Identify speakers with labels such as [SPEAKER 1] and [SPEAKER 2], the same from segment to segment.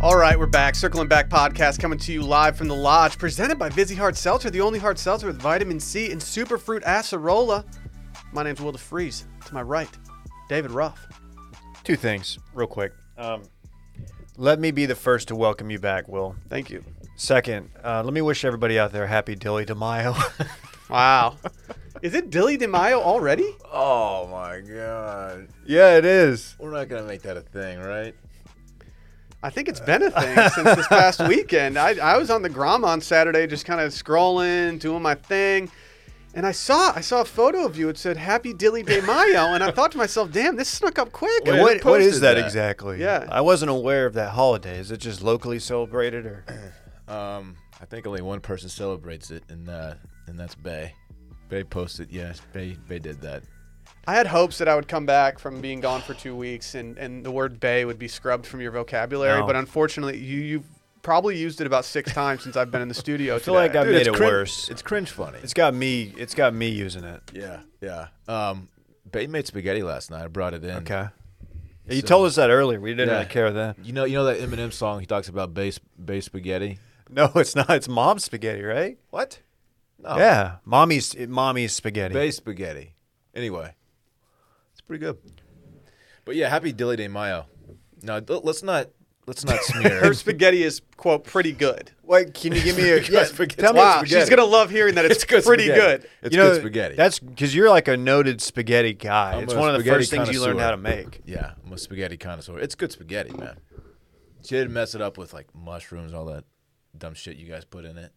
[SPEAKER 1] All right, we're back. Circling Back podcast coming to you live from the lodge, presented by Vizzy Hard Seltzer, the only hard seltzer with vitamin C and superfruit acerola. My name's Will DeFreeze. To my right, David Ruff.
[SPEAKER 2] Two things, real quick. Um, let me be the first to welcome you back, Will.
[SPEAKER 1] Thank you.
[SPEAKER 2] Second, uh, let me wish everybody out there happy Dilly de Mayo.
[SPEAKER 1] Wow. Is it Dilly DeMaio already?
[SPEAKER 3] Oh my god.
[SPEAKER 2] yeah, it is.
[SPEAKER 3] We're not gonna make that a thing, right?
[SPEAKER 1] I think it's been a thing since this past weekend. I, I was on the Grom on Saturday, just kind of scrolling, doing my thing, and I saw I saw a photo of you. It said "Happy Dilly De Mayo," and I thought to myself, "Damn, this snuck up quick."
[SPEAKER 3] Wait,
[SPEAKER 1] And-
[SPEAKER 2] what, what is
[SPEAKER 3] posted
[SPEAKER 2] that,
[SPEAKER 3] that.
[SPEAKER 2] exactly?
[SPEAKER 1] Yeah.
[SPEAKER 2] I wasn't aware of that holiday. Is it just locally celebrated or?
[SPEAKER 3] Um, I think only one person celebrates it, and uh, and that's Bay. Bay posted, yes. Bay Bay did that.
[SPEAKER 1] I had hopes that I would come back from being gone for two weeks, and and the word "bay" would be scrubbed from your vocabulary.
[SPEAKER 2] No.
[SPEAKER 1] But unfortunately, you you've probably used it about six times since I've been in the studio. I
[SPEAKER 2] feel like I made
[SPEAKER 3] it's
[SPEAKER 2] it
[SPEAKER 3] crin-
[SPEAKER 2] worse.
[SPEAKER 3] It's cringe funny.
[SPEAKER 2] It's got me. It's got me using it.
[SPEAKER 3] yeah, yeah. Um, Bay made spaghetti last night. I brought it in.
[SPEAKER 2] Okay. You
[SPEAKER 3] Mm. So-
[SPEAKER 2] told us that earlier. We didn't
[SPEAKER 3] Yeah.
[SPEAKER 2] really care then.
[SPEAKER 3] You know, you know that Eminem song he talks about Bay Bay spaghetti.
[SPEAKER 2] No, it's not. It's mom's spaghetti, right?
[SPEAKER 3] What? No.
[SPEAKER 2] Yeah, mommy's mommy's spaghetti.
[SPEAKER 3] Bay spaghetti. Anyway, it's pretty good. But yeah, happy Dilly Day Mayo. No, l- let's not let's not smear.
[SPEAKER 1] Her spaghetti is quote pretty good.
[SPEAKER 2] Wait, can you give me a
[SPEAKER 3] Yeah, spaghetti.
[SPEAKER 2] Tell me,
[SPEAKER 1] Wow,
[SPEAKER 3] spaghetti.
[SPEAKER 1] she's gonna love hearing that. It's, pretty
[SPEAKER 3] spaghetti.
[SPEAKER 1] good.
[SPEAKER 3] It's
[SPEAKER 2] you know,
[SPEAKER 3] good spaghetti.
[SPEAKER 2] That's because you're like a noted spaghetti guy.
[SPEAKER 3] I'm
[SPEAKER 2] it's
[SPEAKER 3] a
[SPEAKER 2] one of the
[SPEAKER 3] spaghetti
[SPEAKER 2] first things you learn how to
[SPEAKER 3] connoisseur.
[SPEAKER 2] make.
[SPEAKER 3] yeah. I'm a spaghetti connoisseur. It's good spaghetti, man. She didn't mess it up with like mushrooms, all that dumb shit you guys put in it.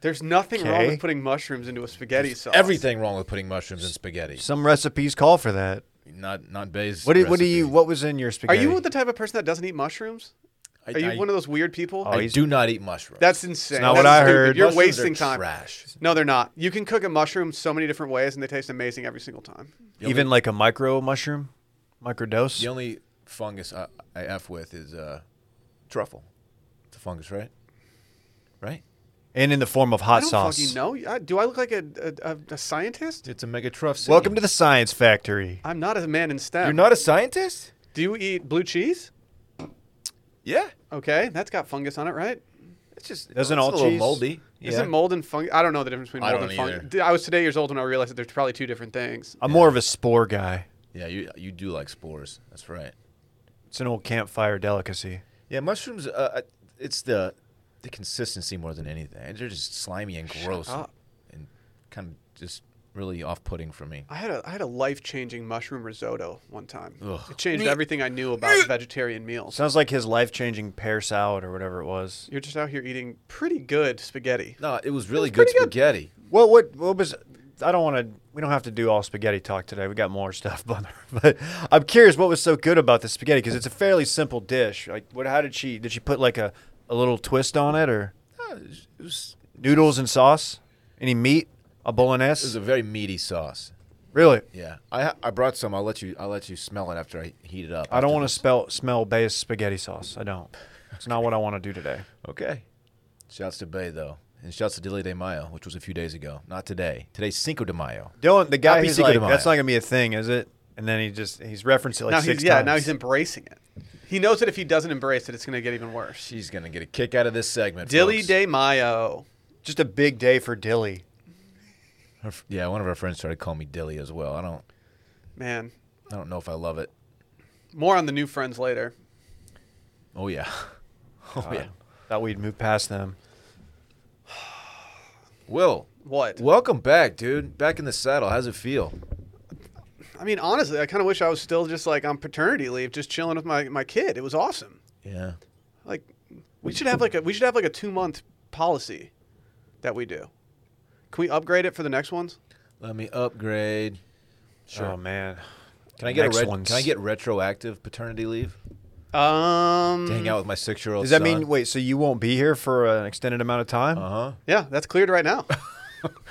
[SPEAKER 1] There's nothing wrong
[SPEAKER 2] Okay.
[SPEAKER 1] with putting mushrooms into a spaghetti sauce.
[SPEAKER 3] Everything wrong with putting mushrooms in spaghetti.
[SPEAKER 2] Some recipes call for that.
[SPEAKER 3] Not not based.
[SPEAKER 2] What do, what do you? What was in your
[SPEAKER 1] Are
[SPEAKER 2] spaghetti?
[SPEAKER 1] you the type of person that doesn't eat mushrooms?
[SPEAKER 3] I,
[SPEAKER 1] Are you
[SPEAKER 3] I-
[SPEAKER 1] one of those weird people?
[SPEAKER 2] Oh,
[SPEAKER 3] I
[SPEAKER 2] he's-
[SPEAKER 3] do not eat mushrooms.
[SPEAKER 1] That's insane.
[SPEAKER 2] not
[SPEAKER 1] That's
[SPEAKER 2] what I
[SPEAKER 1] stupid.
[SPEAKER 2] heard.
[SPEAKER 1] You're
[SPEAKER 3] Mushrooms are
[SPEAKER 1] wasting time.
[SPEAKER 3] Trash.
[SPEAKER 1] No, they're not. You can cook a mushroom so many different ways, and they taste amazing every single time.
[SPEAKER 2] even like a micro mushroom, microdose?
[SPEAKER 3] The only fungus I, I f with is uh, truffle. It's a fungus, right? Right.
[SPEAKER 2] and in the form of
[SPEAKER 1] I
[SPEAKER 2] hot
[SPEAKER 1] don't
[SPEAKER 2] sauce.
[SPEAKER 1] fucking know. I, do I look like a, a, a, a scientist?
[SPEAKER 3] It's a mega truff.
[SPEAKER 2] Welcome to the science factory.
[SPEAKER 1] I'm not a man in STEM.
[SPEAKER 3] You're not a scientist.
[SPEAKER 1] Do you eat blue cheese?
[SPEAKER 3] Yeah.
[SPEAKER 1] Okay, that's got fungus on it, right?
[SPEAKER 3] It's just
[SPEAKER 2] Doesn't
[SPEAKER 3] it's
[SPEAKER 2] all
[SPEAKER 3] a little
[SPEAKER 2] cheese-
[SPEAKER 3] moldy.
[SPEAKER 1] Isn't mold and fungus? I don't know the difference between
[SPEAKER 3] I
[SPEAKER 1] mold
[SPEAKER 3] don't
[SPEAKER 1] and fungus.
[SPEAKER 3] either.
[SPEAKER 1] D- I was today years old when I realized that there's probably two different things.
[SPEAKER 2] I'm more of a spore guy.
[SPEAKER 3] Yeah, you you do like spores. That's right.
[SPEAKER 2] It's an old campfire delicacy.
[SPEAKER 3] Yeah, mushrooms. Uh, I- it's the the consistency more than anything. They're just slimy and gross, and,
[SPEAKER 1] up.
[SPEAKER 3] and kind of just really off-putting for me.
[SPEAKER 1] I had a I had a life changing mushroom risotto one time.
[SPEAKER 3] Ugh.
[SPEAKER 1] It changed everything I knew about vegetarian meals.
[SPEAKER 2] Sounds like his life changing pear salad or whatever it was.
[SPEAKER 1] You're just out here eating pretty good spaghetti.
[SPEAKER 3] No, it was really good
[SPEAKER 1] pretty good.
[SPEAKER 3] spaghetti.
[SPEAKER 2] Well, what what was? I don't want to. We don't have to do all spaghetti talk today. We got more stuff, but but I'm curious what was so good about the spaghetti because it's a fairly simple dish. Like, what? How did she? Did she put like a a little twist on it or
[SPEAKER 3] No, it was- it was
[SPEAKER 2] noodles and sauce? Any meat? A
[SPEAKER 3] it was
[SPEAKER 2] bolognese?
[SPEAKER 3] a very meaty sauce.
[SPEAKER 2] really?
[SPEAKER 3] Yeah, I I brought some. I'll let you I'll let you smell it after I heat it up.
[SPEAKER 2] I don't want to spell smell Bay's spaghetti sauce. I don't. It's not what I want to do today.
[SPEAKER 3] to. Okay. Shouts to Bay though, and shouts to Dilly de Mayo, which was a few days ago. Not today. Today's Cinco de Mayo.
[SPEAKER 2] Dylan, the guy
[SPEAKER 3] Happy
[SPEAKER 2] who's
[SPEAKER 3] Cinco de
[SPEAKER 2] like, that's
[SPEAKER 3] Mayo."
[SPEAKER 2] not gonna be a thing, is it? And then he just he's referenced it like
[SPEAKER 1] now
[SPEAKER 2] six
[SPEAKER 1] he's yeah,
[SPEAKER 2] times.
[SPEAKER 1] now he's embracing it. He knows that if he doesn't embrace it, it's going to get even worse.
[SPEAKER 3] She's gonna get a kick out of this segment.
[SPEAKER 1] Dilly
[SPEAKER 3] folks.
[SPEAKER 1] de Mayo.
[SPEAKER 2] just a big day for Dilly.
[SPEAKER 3] Her f- Yeah, one of our friends tried to call me Dilly as well. I don't
[SPEAKER 1] Man,
[SPEAKER 3] I don't know if I love it.
[SPEAKER 1] more on the new friends later.
[SPEAKER 3] Oh yeah. Oh yeah.
[SPEAKER 2] Uh, Thought we'd move past them.
[SPEAKER 3] Will,
[SPEAKER 1] What?
[SPEAKER 3] welcome back, dude. Back in the saddle. How's it feel?
[SPEAKER 1] I mean, honestly, I kind of wish I was still just like on paternity leave, just chilling with my, my kid. It was awesome.
[SPEAKER 3] Yeah.
[SPEAKER 1] Like, we should have like a we should have like a two month policy that we do. Can we upgrade it for the next ones?
[SPEAKER 3] Let me upgrade.
[SPEAKER 2] Oh man.
[SPEAKER 3] Can I get
[SPEAKER 2] Next
[SPEAKER 3] a ret-
[SPEAKER 2] one's-
[SPEAKER 3] can I get retroactive paternity leave?
[SPEAKER 1] Um,
[SPEAKER 3] To hang out with my six year old.
[SPEAKER 2] Does that mean wait? So you won't be here for an extended amount of time?
[SPEAKER 3] Uh huh.
[SPEAKER 1] Yeah, that's cleared right now.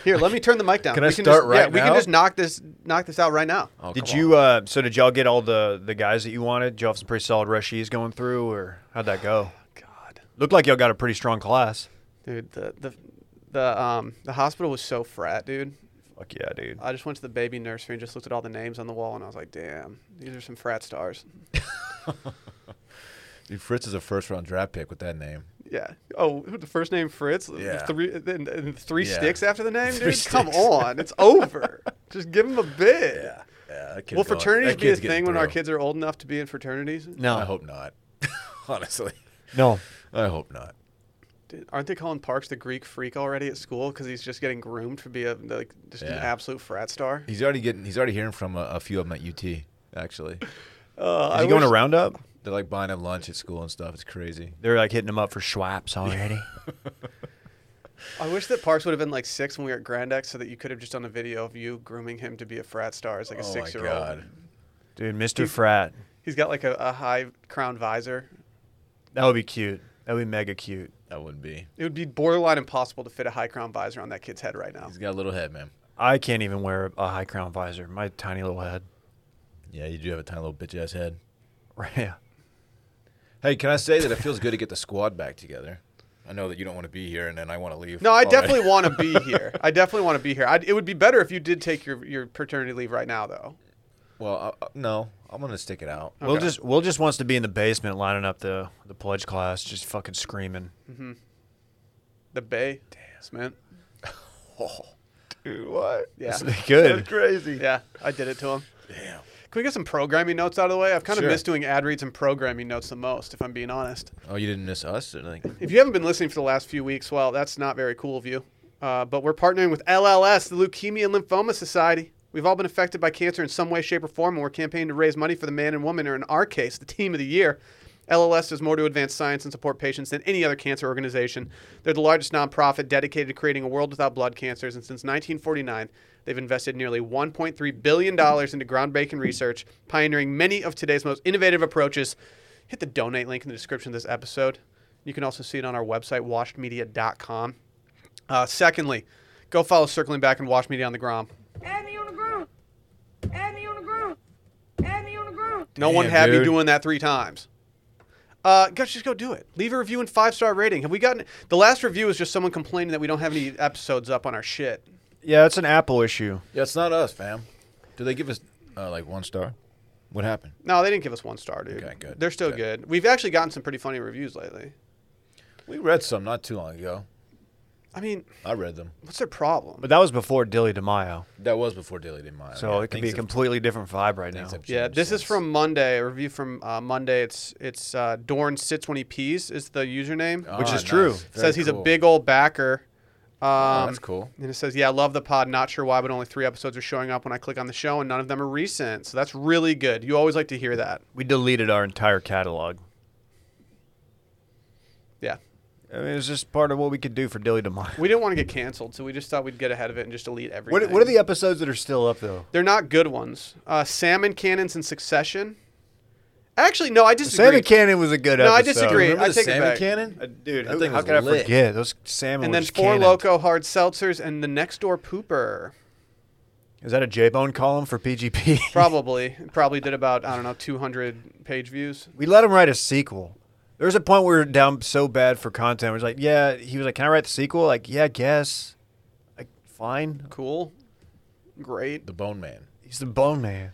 [SPEAKER 1] Here, let me turn the mic down.
[SPEAKER 3] Can I
[SPEAKER 1] just,
[SPEAKER 3] start right
[SPEAKER 1] yeah, We can
[SPEAKER 3] now?
[SPEAKER 1] just knock this knock this out right now.
[SPEAKER 3] Oh,
[SPEAKER 2] did
[SPEAKER 3] come
[SPEAKER 2] you? Uh, so did y'all get all the the guys that you wanted? Did y'all have some pretty solid rushies going through, or how'd that go?
[SPEAKER 1] God,
[SPEAKER 2] Looked like y'all got a pretty strong class.
[SPEAKER 1] dude, the the the um the hospital was so frat, dude.
[SPEAKER 2] Fuck yeah, dude.
[SPEAKER 1] I just went to the baby nursery and just looked at all the names on the wall, and I was like, damn, these are some frat stars.
[SPEAKER 3] Fritz is a first round draft pick with that name.
[SPEAKER 1] Yeah. Oh, the first name Fritz.
[SPEAKER 3] Yeah.
[SPEAKER 1] Three and, and three
[SPEAKER 3] Yeah.
[SPEAKER 1] sticks after the name,
[SPEAKER 3] Three
[SPEAKER 1] dude. Come
[SPEAKER 3] sticks.
[SPEAKER 1] on, it's over. Just give him a bid.
[SPEAKER 3] yeah. That kid's
[SPEAKER 1] Will
[SPEAKER 3] going-
[SPEAKER 1] fraternities
[SPEAKER 3] that
[SPEAKER 1] be a
[SPEAKER 3] kid's getting
[SPEAKER 1] thing when our
[SPEAKER 3] through.
[SPEAKER 1] kids are old enough to be in fraternities?
[SPEAKER 2] No,
[SPEAKER 3] I hope not. Honestly,
[SPEAKER 2] no.
[SPEAKER 3] I hope not.
[SPEAKER 1] Dude, aren't they calling Parks the Greek freak already at school because he's just getting groomed to be a like just an
[SPEAKER 3] Yeah.
[SPEAKER 1] absolute frat star?
[SPEAKER 3] He's already getting. He's already hearing from a, a few of them at UT. Actually,
[SPEAKER 1] Uh,
[SPEAKER 2] Is
[SPEAKER 1] I
[SPEAKER 2] he going
[SPEAKER 1] wish-
[SPEAKER 2] to roundup?
[SPEAKER 3] they're like buying him lunch at school and stuff. It's crazy.
[SPEAKER 2] They're like hitting him up for Schwapps already.
[SPEAKER 1] I wish that Parks would have been like six when we were at Grand X, so that you could have just done a video of you grooming him to be a frat star as like a
[SPEAKER 3] Oh my
[SPEAKER 1] 6 year old.
[SPEAKER 3] God.
[SPEAKER 2] Dude, Mr. Frat.
[SPEAKER 1] He's got like a, a high crown visor.
[SPEAKER 2] That would be cute. That would be mega cute.
[SPEAKER 3] That wouldn't be.
[SPEAKER 1] It would be borderline impossible to fit a high crown visor on that kid's head right now.
[SPEAKER 3] He's got a little head, man.
[SPEAKER 2] I can't even wear a high crown visor. My tiny little head.
[SPEAKER 3] Yeah, you do have a tiny little bitch ass head.
[SPEAKER 2] Right. Yeah.
[SPEAKER 3] Hey, can I say that it feels good to get the squad back together? I know that you don't want to be here, and then I want to leave.
[SPEAKER 1] No, I
[SPEAKER 3] already.
[SPEAKER 1] definitely want to be here. I definitely want to be here. I'd, it would be better if you did take your, your paternity leave right now, though.
[SPEAKER 3] Well, I, I- no, I'm gonna stick it out.
[SPEAKER 2] Will
[SPEAKER 1] Okay.
[SPEAKER 2] just Will just wants to be in the basement lining up the the pledge class, just fucking screaming.
[SPEAKER 1] The Bay. Damn.
[SPEAKER 3] Dude, what?
[SPEAKER 1] Yeah.
[SPEAKER 2] That's good.
[SPEAKER 3] crazy.
[SPEAKER 1] Yeah, I did it to him.
[SPEAKER 3] Damn.
[SPEAKER 1] Can we get some programming notes out of the way? I've kind of
[SPEAKER 3] Sure.
[SPEAKER 1] missed doing ad reads and programming notes the most, if I'm being honest.
[SPEAKER 3] Oh, you didn't miss us or anything?
[SPEAKER 1] If you haven't been listening for the last few weeks, well, that's not very cool of you. Uh, but we're partnering with LLS, the Leukemia and Lymphoma Society. We've all been affected by cancer in some way, shape, or form, and we're campaigning to raise money for the man and woman, or in our case, the team of the year. LLS does more to advance science and support patients than any other cancer organization. They're the largest nonprofit dedicated to creating a world without blood cancers, and since 1949, they've invested nearly $1.3 billion into groundbreaking research, pioneering many of today's most innovative approaches hit the donate link in the description of this episode. You can also see it on our website, washedmedia.com. Uh, secondly, go follow Circling Back and Wash Media on the Grom.
[SPEAKER 4] Add me on the ground. Add me on the ground. Add me on the ground.
[SPEAKER 1] No one
[SPEAKER 3] Damn,
[SPEAKER 1] had me
[SPEAKER 3] dude.
[SPEAKER 1] doing that three times. Uh, guys, just go do it. Leave a review and five star rating. Have we gotten the last review? Is just someone complaining that we don't have any episodes up on our shit.
[SPEAKER 2] Yeah, it's an Apple issue.
[SPEAKER 3] Yeah, it's not us, fam. Do they give us uh, like one star? What happened?
[SPEAKER 1] No, they didn't give us one star, dude.
[SPEAKER 3] Okay, good,
[SPEAKER 1] They're still
[SPEAKER 3] good.
[SPEAKER 1] good. We've actually gotten some pretty funny reviews lately.
[SPEAKER 3] We read some not too long ago.
[SPEAKER 1] I mean,
[SPEAKER 3] I read them.
[SPEAKER 1] what's their problem?
[SPEAKER 2] But that was before Dilly DeMaio,
[SPEAKER 3] That was before Daily Day Mile.
[SPEAKER 2] so
[SPEAKER 3] Yeah,
[SPEAKER 2] it could
[SPEAKER 3] things
[SPEAKER 2] be a
[SPEAKER 3] have-
[SPEAKER 2] completely different vibe right now.
[SPEAKER 3] things have
[SPEAKER 1] Yeah,
[SPEAKER 3] changed
[SPEAKER 1] this is
[SPEAKER 3] since.
[SPEAKER 1] from Monday. A review from uh, Monday. It's it's uh, Dorn sits when he pees is the username.
[SPEAKER 3] Ah,
[SPEAKER 2] Which is
[SPEAKER 3] nice.
[SPEAKER 2] true.
[SPEAKER 1] It
[SPEAKER 3] Very
[SPEAKER 1] says he's
[SPEAKER 3] cool.
[SPEAKER 1] a big old backer. Um,
[SPEAKER 3] Oh, that's cool.
[SPEAKER 1] And it says, "Yeah, I love the pod. Not sure why, but only three episodes are showing up when I click on the show, and none of them are recent. So that's really good. You always like to hear that.
[SPEAKER 2] We deleted our entire catalog.
[SPEAKER 1] Yeah,
[SPEAKER 2] I mean, it was just part of what we could do for Dilly DeMaio.
[SPEAKER 1] we didn't want to get canceled, so we just thought we'd get ahead of it and just delete everything.
[SPEAKER 2] What, what are the episodes that are still up though?
[SPEAKER 1] They're not good ones. Uh, salmon cannons in succession. Actually, no, I disagree.
[SPEAKER 2] Salmon Cannon was a good
[SPEAKER 1] No,
[SPEAKER 2] episode.
[SPEAKER 1] I disagree.
[SPEAKER 3] Remember
[SPEAKER 1] I
[SPEAKER 3] the
[SPEAKER 1] take it
[SPEAKER 3] salmon
[SPEAKER 1] back.
[SPEAKER 3] cannon?
[SPEAKER 2] Dude,
[SPEAKER 3] Uh, That
[SPEAKER 2] who,
[SPEAKER 3] thing
[SPEAKER 2] how
[SPEAKER 3] was
[SPEAKER 2] could I
[SPEAKER 3] lit.
[SPEAKER 2] forget? Those
[SPEAKER 3] Oh,
[SPEAKER 2] salmon
[SPEAKER 1] and
[SPEAKER 2] were
[SPEAKER 1] then
[SPEAKER 2] just
[SPEAKER 1] four
[SPEAKER 2] cannoned.
[SPEAKER 1] loco hard seltzers and the next door pooper.
[SPEAKER 2] Is that a J Bone column for PGP?
[SPEAKER 1] Probably, probably did about I don't know 200 page views.
[SPEAKER 2] We let him write a sequel. There was a point where we were down so bad for content. We was like, yeah, he was like, can I write the sequel? Like, yeah, I guess. Like, fine.
[SPEAKER 1] Cool, great.
[SPEAKER 3] The Bone Man.
[SPEAKER 2] He's the bone man.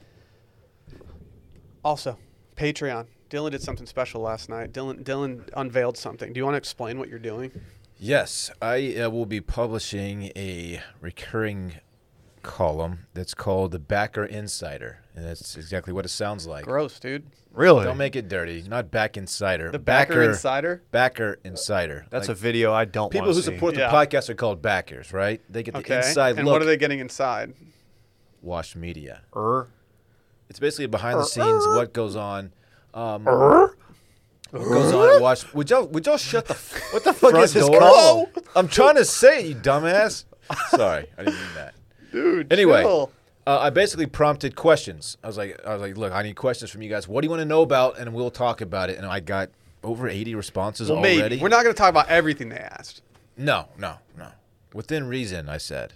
[SPEAKER 1] Also, Patreon. Dylan did something special last night. Dylan Dylan unveiled something. Do you want to explain what you're doing?
[SPEAKER 3] Yes, I uh, will be publishing a recurring column that's called the Backer Insider, and that's exactly what it sounds like.
[SPEAKER 1] Gross, dude.
[SPEAKER 2] Really?
[SPEAKER 3] Don't make it dirty. Not back insider.
[SPEAKER 1] The backer insider.
[SPEAKER 3] Backer insider.
[SPEAKER 2] That's
[SPEAKER 3] Like,
[SPEAKER 2] a video I don't
[SPEAKER 3] people
[SPEAKER 2] wanna
[SPEAKER 3] who
[SPEAKER 2] see.
[SPEAKER 3] support the
[SPEAKER 1] Yeah.
[SPEAKER 3] podcast are called backers, right? They get the
[SPEAKER 1] Okay.
[SPEAKER 3] inside
[SPEAKER 1] and
[SPEAKER 3] look.
[SPEAKER 1] what are they getting inside?
[SPEAKER 3] Wash media.
[SPEAKER 2] Er.
[SPEAKER 3] It's basically behind the
[SPEAKER 1] Er-,
[SPEAKER 3] scenes what goes on. Um, what goes on? at Wash. Would y'all? Would y'all shut the? F-
[SPEAKER 2] What the fuck
[SPEAKER 3] front
[SPEAKER 2] is this
[SPEAKER 3] door?
[SPEAKER 2] column?
[SPEAKER 3] I'm trying to say it, you dumbass. Sorry, I didn't mean that.
[SPEAKER 1] Dude.
[SPEAKER 3] Anyway,
[SPEAKER 1] chill.
[SPEAKER 3] uh, I basically prompted questions. I was like, I was like, look, I need questions from you guys. What do you want to know about? And we'll talk about it. And I got over 80 responses
[SPEAKER 1] Well,
[SPEAKER 3] already.
[SPEAKER 1] maybe we're not going to talk about everything they asked.
[SPEAKER 3] No, no, no. Within reason, I said.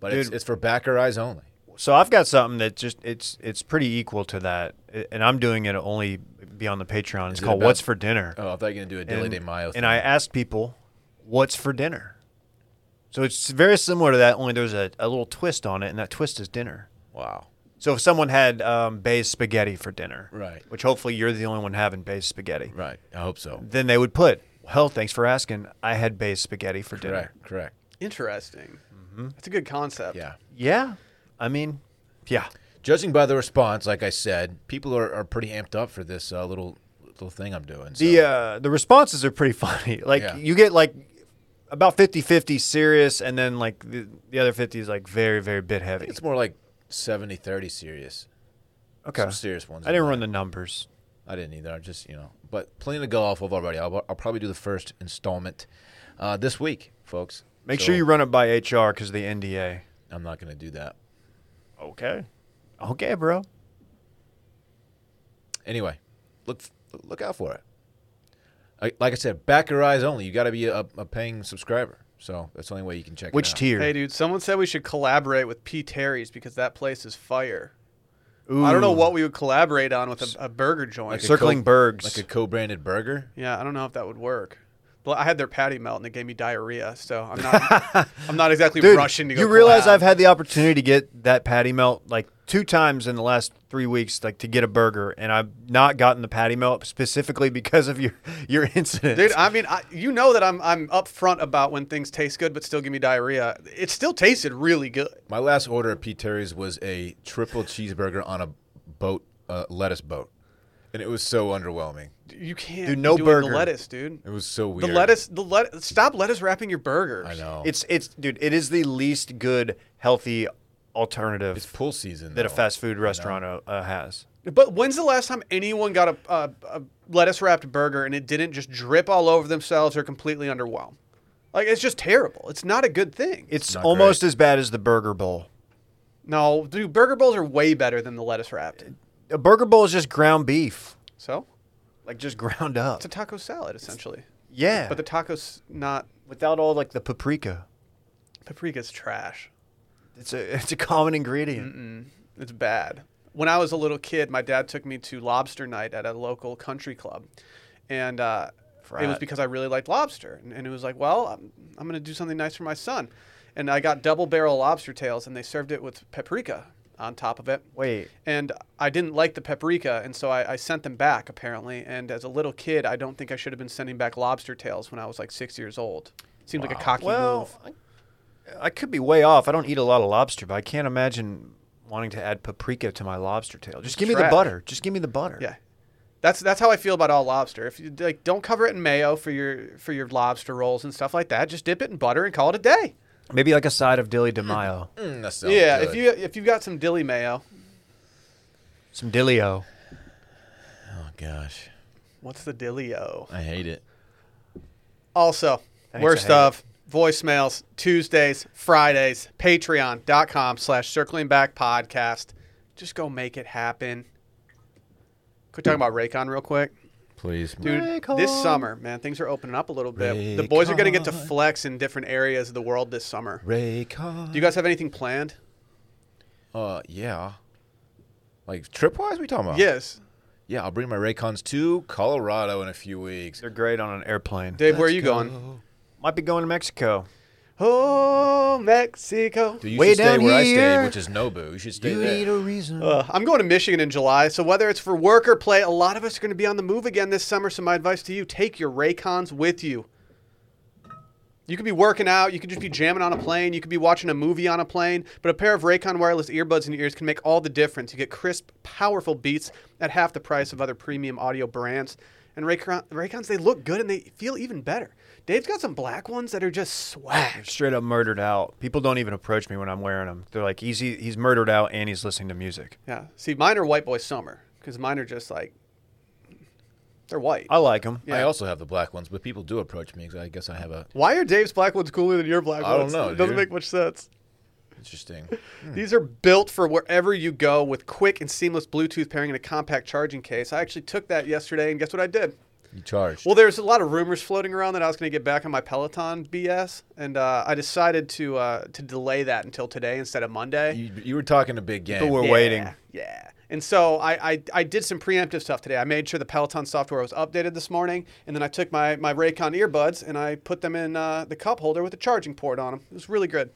[SPEAKER 3] But it's,
[SPEAKER 2] Dude.
[SPEAKER 3] it's for backer eyes only.
[SPEAKER 2] So I've got something that just it's it's pretty equal to that, I- and I'm doing it only be on the Patreon. It's
[SPEAKER 3] it
[SPEAKER 2] called
[SPEAKER 3] about-
[SPEAKER 2] "What's for Dinner."
[SPEAKER 3] Oh, I thought you were gonna do a Dilly
[SPEAKER 2] and,
[SPEAKER 3] Day Mayo.
[SPEAKER 2] and I asked people, "What's for dinner?" So it's very similar to that, only there's a, a little twist on it, and that twist is dinner.
[SPEAKER 3] wow,
[SPEAKER 2] So if someone had um, Bay's spaghetti for dinner,
[SPEAKER 3] Right.
[SPEAKER 2] which hopefully you're the only one having Bay's spaghetti,
[SPEAKER 3] Right. I hope so.
[SPEAKER 2] then they would put, "Well, thanks for asking. I had Bay's spaghetti for dinner."
[SPEAKER 3] Correct. Correct.
[SPEAKER 1] Interesting. That's a good concept.
[SPEAKER 3] Mm-hmm. Yeah.
[SPEAKER 2] Yeah, I mean, yeah,
[SPEAKER 3] Judging by the response, like I said, people are, are pretty amped up for this uh, little little thing I'm doing. So.
[SPEAKER 2] the uh, the responses are pretty funny. Like
[SPEAKER 3] Yeah.
[SPEAKER 2] you get like about 50-50 serious, and then like the, the other fifty is like very very bit heavy.
[SPEAKER 3] it's more like 70 30 serious.
[SPEAKER 2] Okay,
[SPEAKER 3] Some serious ones.
[SPEAKER 2] I
[SPEAKER 3] in
[SPEAKER 2] didn't
[SPEAKER 3] there.
[SPEAKER 2] run the numbers.
[SPEAKER 3] I didn't either. I just, you know, but plenty to go off of already. I'll, I'll probably do the first installment uh, this week, folks.
[SPEAKER 2] Make
[SPEAKER 3] So,
[SPEAKER 2] sure you run it by HR because the NDA.
[SPEAKER 3] I'm not going to do that.
[SPEAKER 2] Okay. Okay, bro.
[SPEAKER 3] Anyway, look look out for it. I, like I said, back your eyes only. You got to be a, a paying subscriber. So that's the only way you can check
[SPEAKER 2] Which
[SPEAKER 3] it out.
[SPEAKER 2] tier?
[SPEAKER 1] Hey, dude, someone said we should collaborate with P. Terry's because that place is fire. I don't know
[SPEAKER 2] Ooh.
[SPEAKER 1] what we would collaborate on with a, a burger joint.
[SPEAKER 3] Like a
[SPEAKER 2] Circling
[SPEAKER 3] co-
[SPEAKER 2] birds.
[SPEAKER 3] Like a co branded burger?
[SPEAKER 1] yeah, I don't know if that would work. But I had their patty melt and it gave me diarrhea, so I'm not. I'm not exactly
[SPEAKER 2] Dude,
[SPEAKER 1] rushing to go.
[SPEAKER 2] you realize
[SPEAKER 1] collab.
[SPEAKER 2] I've had the opportunity to get that patty melt like two times in the last three weeks, like to get a burger, and I've not gotten the patty melt specifically because of your your incident.
[SPEAKER 1] Dude, I mean, I, you know that I'm I'm upfront about when things taste good, but still give me diarrhea. It still tasted really good.
[SPEAKER 3] My last order at Pete Terry's was a triple cheeseburger on a boat, uh, lettuce boat. And it was so underwhelming.
[SPEAKER 1] You can't
[SPEAKER 2] Dude, no
[SPEAKER 1] be doing
[SPEAKER 2] burger.
[SPEAKER 1] the lettuce, dude.
[SPEAKER 3] It was so
[SPEAKER 1] The
[SPEAKER 3] weird.
[SPEAKER 1] lettuce, the let stop lettuce wrapping your burgers.
[SPEAKER 3] I know.
[SPEAKER 2] it's it's dude, it is the least good healthy alternative
[SPEAKER 3] It's pool season.
[SPEAKER 2] that a
[SPEAKER 3] though.
[SPEAKER 2] fast food restaurant uh, uh, has.
[SPEAKER 1] But when's the last time anyone got a, a, a lettuce wrapped burger and it didn't just drip all over themselves or completely underwhelm? Like it's just terrible. It's not a good thing.
[SPEAKER 2] It's
[SPEAKER 3] not
[SPEAKER 2] almost as bad as the burger bowl.
[SPEAKER 1] no, dude, burger bowls are way better than the lettuce wrapped.
[SPEAKER 2] A burger bowl is just ground beef,
[SPEAKER 1] So
[SPEAKER 2] like just ground up.
[SPEAKER 1] it's a taco salad essentially,
[SPEAKER 2] yeah,
[SPEAKER 1] but the taco's not.
[SPEAKER 2] without all like the paprika.
[SPEAKER 1] Paprika's trash.
[SPEAKER 2] It's a it's a common ingredient.
[SPEAKER 1] It's bad. When I was a little kid, my dad took me to lobster night at a local country club, and uh, it was
[SPEAKER 2] Right.
[SPEAKER 1] because I really liked lobster. And, and it was like, well, I'm, I'm going to do something nice for my son, and I got double barrel lobster tails, and they served it with paprika on top of it.
[SPEAKER 2] Wait,
[SPEAKER 1] And I didn't like the paprika, and so I, I sent them back apparently. And as a little kid, I don't think I should have been sending back lobster tails when I was like six years old. Seems like a cocky
[SPEAKER 2] well,
[SPEAKER 1] move.
[SPEAKER 2] I, I could be way off. I don't eat a lot of lobster, but I can't imagine wanting to add paprika to my lobster tail. Just give me the
[SPEAKER 1] Trash.
[SPEAKER 2] butter. Just give me the butter.
[SPEAKER 1] Yeah, that's that's how I feel about all lobster. If you like, don't cover it in mayo for your for your lobster rolls and stuff like that. Just dip it in butter and call it a day.
[SPEAKER 2] Maybe like a side of dilly de mayo,
[SPEAKER 3] Mm, that sounds
[SPEAKER 1] yeah,
[SPEAKER 3] good.
[SPEAKER 1] if you if you've got some dilly mayo,
[SPEAKER 2] some dillio.
[SPEAKER 3] Oh, gosh.
[SPEAKER 1] what's the dillio?
[SPEAKER 3] I hate it.
[SPEAKER 1] Also,
[SPEAKER 2] Thanks, I
[SPEAKER 1] worst
[SPEAKER 2] hate
[SPEAKER 1] of voicemails Tuesdays, Fridays, patreon.com slash circling back podcast. Just go make it happen. Quick talking about Raycon real quick.
[SPEAKER 3] Please.
[SPEAKER 1] Dude, this
[SPEAKER 2] Raycon.
[SPEAKER 1] summer, man, things are opening up a little bit. The boys are going to get to
[SPEAKER 3] Raycon.
[SPEAKER 1] flex in different areas of the world this summer.
[SPEAKER 3] Ray Con.
[SPEAKER 1] Do you guys have anything planned?
[SPEAKER 3] Uh, yeah. Like tripwise, we talking about?
[SPEAKER 1] Yes.
[SPEAKER 3] Yeah, I'll bring my Raycons to Colorado in a few weeks.
[SPEAKER 2] They're great on an airplane.
[SPEAKER 1] Dave, where are
[SPEAKER 3] Let's
[SPEAKER 1] you going?
[SPEAKER 3] go.
[SPEAKER 2] Might be going to Mexico.
[SPEAKER 1] Oh, Mexico.
[SPEAKER 3] Dude, you
[SPEAKER 2] Way
[SPEAKER 3] should stay
[SPEAKER 2] down
[SPEAKER 3] where I
[SPEAKER 2] here.
[SPEAKER 3] stayed, which is Nobu. You should stay there.
[SPEAKER 2] a reason.
[SPEAKER 1] Uh, I'm going to Michigan in July, so whether it's for work or play, a lot of us are going to be on the move again this summer. So my advice to you: take your Raycons with you. You could be working out, you could just be jamming on a plane, you could be watching a movie on a plane, but a pair of Raycon wireless earbuds in your ears can make all the difference. You get crisp, powerful beats at half the price of other premium audio brands. And Raycon, Raycons, they look good and they feel even better. Dave's got some black ones that are just swag.
[SPEAKER 2] Straight up murdered out. People don't even approach me when I'm wearing them. They're like, he's, he's murdered out and he's listening to music.
[SPEAKER 1] Yeah. See, mine are white boy summer because mine are just like they're white.
[SPEAKER 2] I like them.
[SPEAKER 1] Yeah.
[SPEAKER 3] I also have the black ones, but people do approach me because I guess I have a
[SPEAKER 1] Why are Dave's black ones cooler than your black
[SPEAKER 3] I don't
[SPEAKER 1] ones?
[SPEAKER 3] know,
[SPEAKER 1] It doesn't
[SPEAKER 3] dude. Hmm.
[SPEAKER 1] make much sense.
[SPEAKER 3] interesting.
[SPEAKER 1] These are built for wherever you go with quick and seamless Bluetooth pairing and a compact charging case. I actually took that yesterday, and guess what I did?
[SPEAKER 3] You charged.
[SPEAKER 1] Well, there's a lot of rumors floating around that I was going to get back on my Peloton BS, and uh, I decided to uh, to delay that until today instead of Monday.
[SPEAKER 3] you, you were talking a big game.
[SPEAKER 2] But we're
[SPEAKER 1] Yeah,
[SPEAKER 2] waiting.
[SPEAKER 1] Yeah. And so I, I, I did some preemptive stuff today. I made sure the Peloton software was updated this morning, and then I took my, my Raycon earbuds and I put them in uh, the cup holder with a charging port on them. It was really good.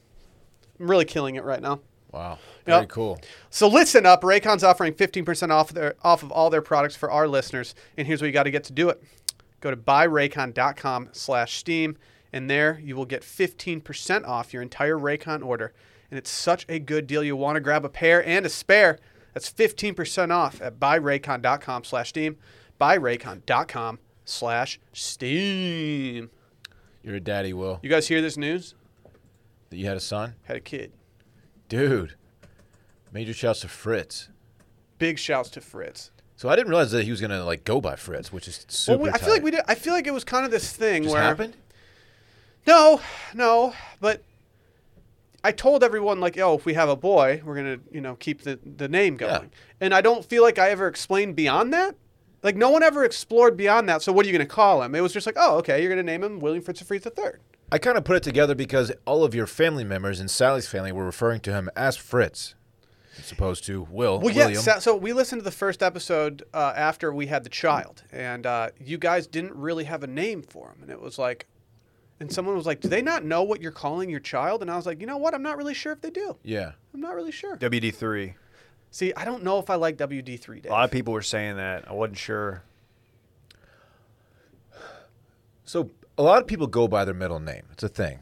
[SPEAKER 1] I'm really killing it right now.
[SPEAKER 3] Wow. Very
[SPEAKER 1] Yep.
[SPEAKER 3] cool.
[SPEAKER 1] So listen up. Raycon's offering 15% off their, off of all their products for our listeners. And here's what you got to get to do it. Go to buyraycon.com slash steam. And there you will get 15% off your entire Raycon order. And it's such a good deal. You want to grab a pair and a spare. That's 15% off at buyraycon.com slash steam. Buyraycon.com slash steam.
[SPEAKER 3] You're a daddy, Will.
[SPEAKER 1] You guys hear this news?
[SPEAKER 3] That you had a son?
[SPEAKER 1] Had a kid.
[SPEAKER 3] Dude. Major shouts to Fritz.
[SPEAKER 1] Big shouts to Fritz.
[SPEAKER 3] So I didn't realize that he was gonna like go by Fritz, which is super.
[SPEAKER 1] well, we, I feel
[SPEAKER 3] tight.
[SPEAKER 1] like we did. I feel like it was kind of this thing
[SPEAKER 3] just
[SPEAKER 1] where
[SPEAKER 3] happened.
[SPEAKER 1] No, no, but I told everyone like, oh, if we have a boy, we're gonna, you know, keep the, the name going.
[SPEAKER 3] Yeah.
[SPEAKER 1] And I don't feel like I ever explained beyond that. Like no one ever explored beyond that. So what are you gonna call him? It was just like, oh, okay, you're gonna name him William Fritz of Freeze the Third.
[SPEAKER 3] I kind of put it together because all of your family members and Sally's family were referring to him as Fritz, as opposed to Will.
[SPEAKER 1] Well,
[SPEAKER 3] William.
[SPEAKER 1] yeah. So, so we listened to the first episode uh, after we had the child, and uh, you guys didn't really have a name for him, and it was like, and someone was like, do they not know what you're calling your child? And I was like, you know what? I'm not really sure if they do.
[SPEAKER 3] yeah.
[SPEAKER 1] I'm not really sure.
[SPEAKER 2] WD3.
[SPEAKER 1] See, I don't know if I like WD3 Dave.
[SPEAKER 2] A lot of people were saying that. I wasn't sure.
[SPEAKER 3] So a lot of people go by their middle name. It's a thing.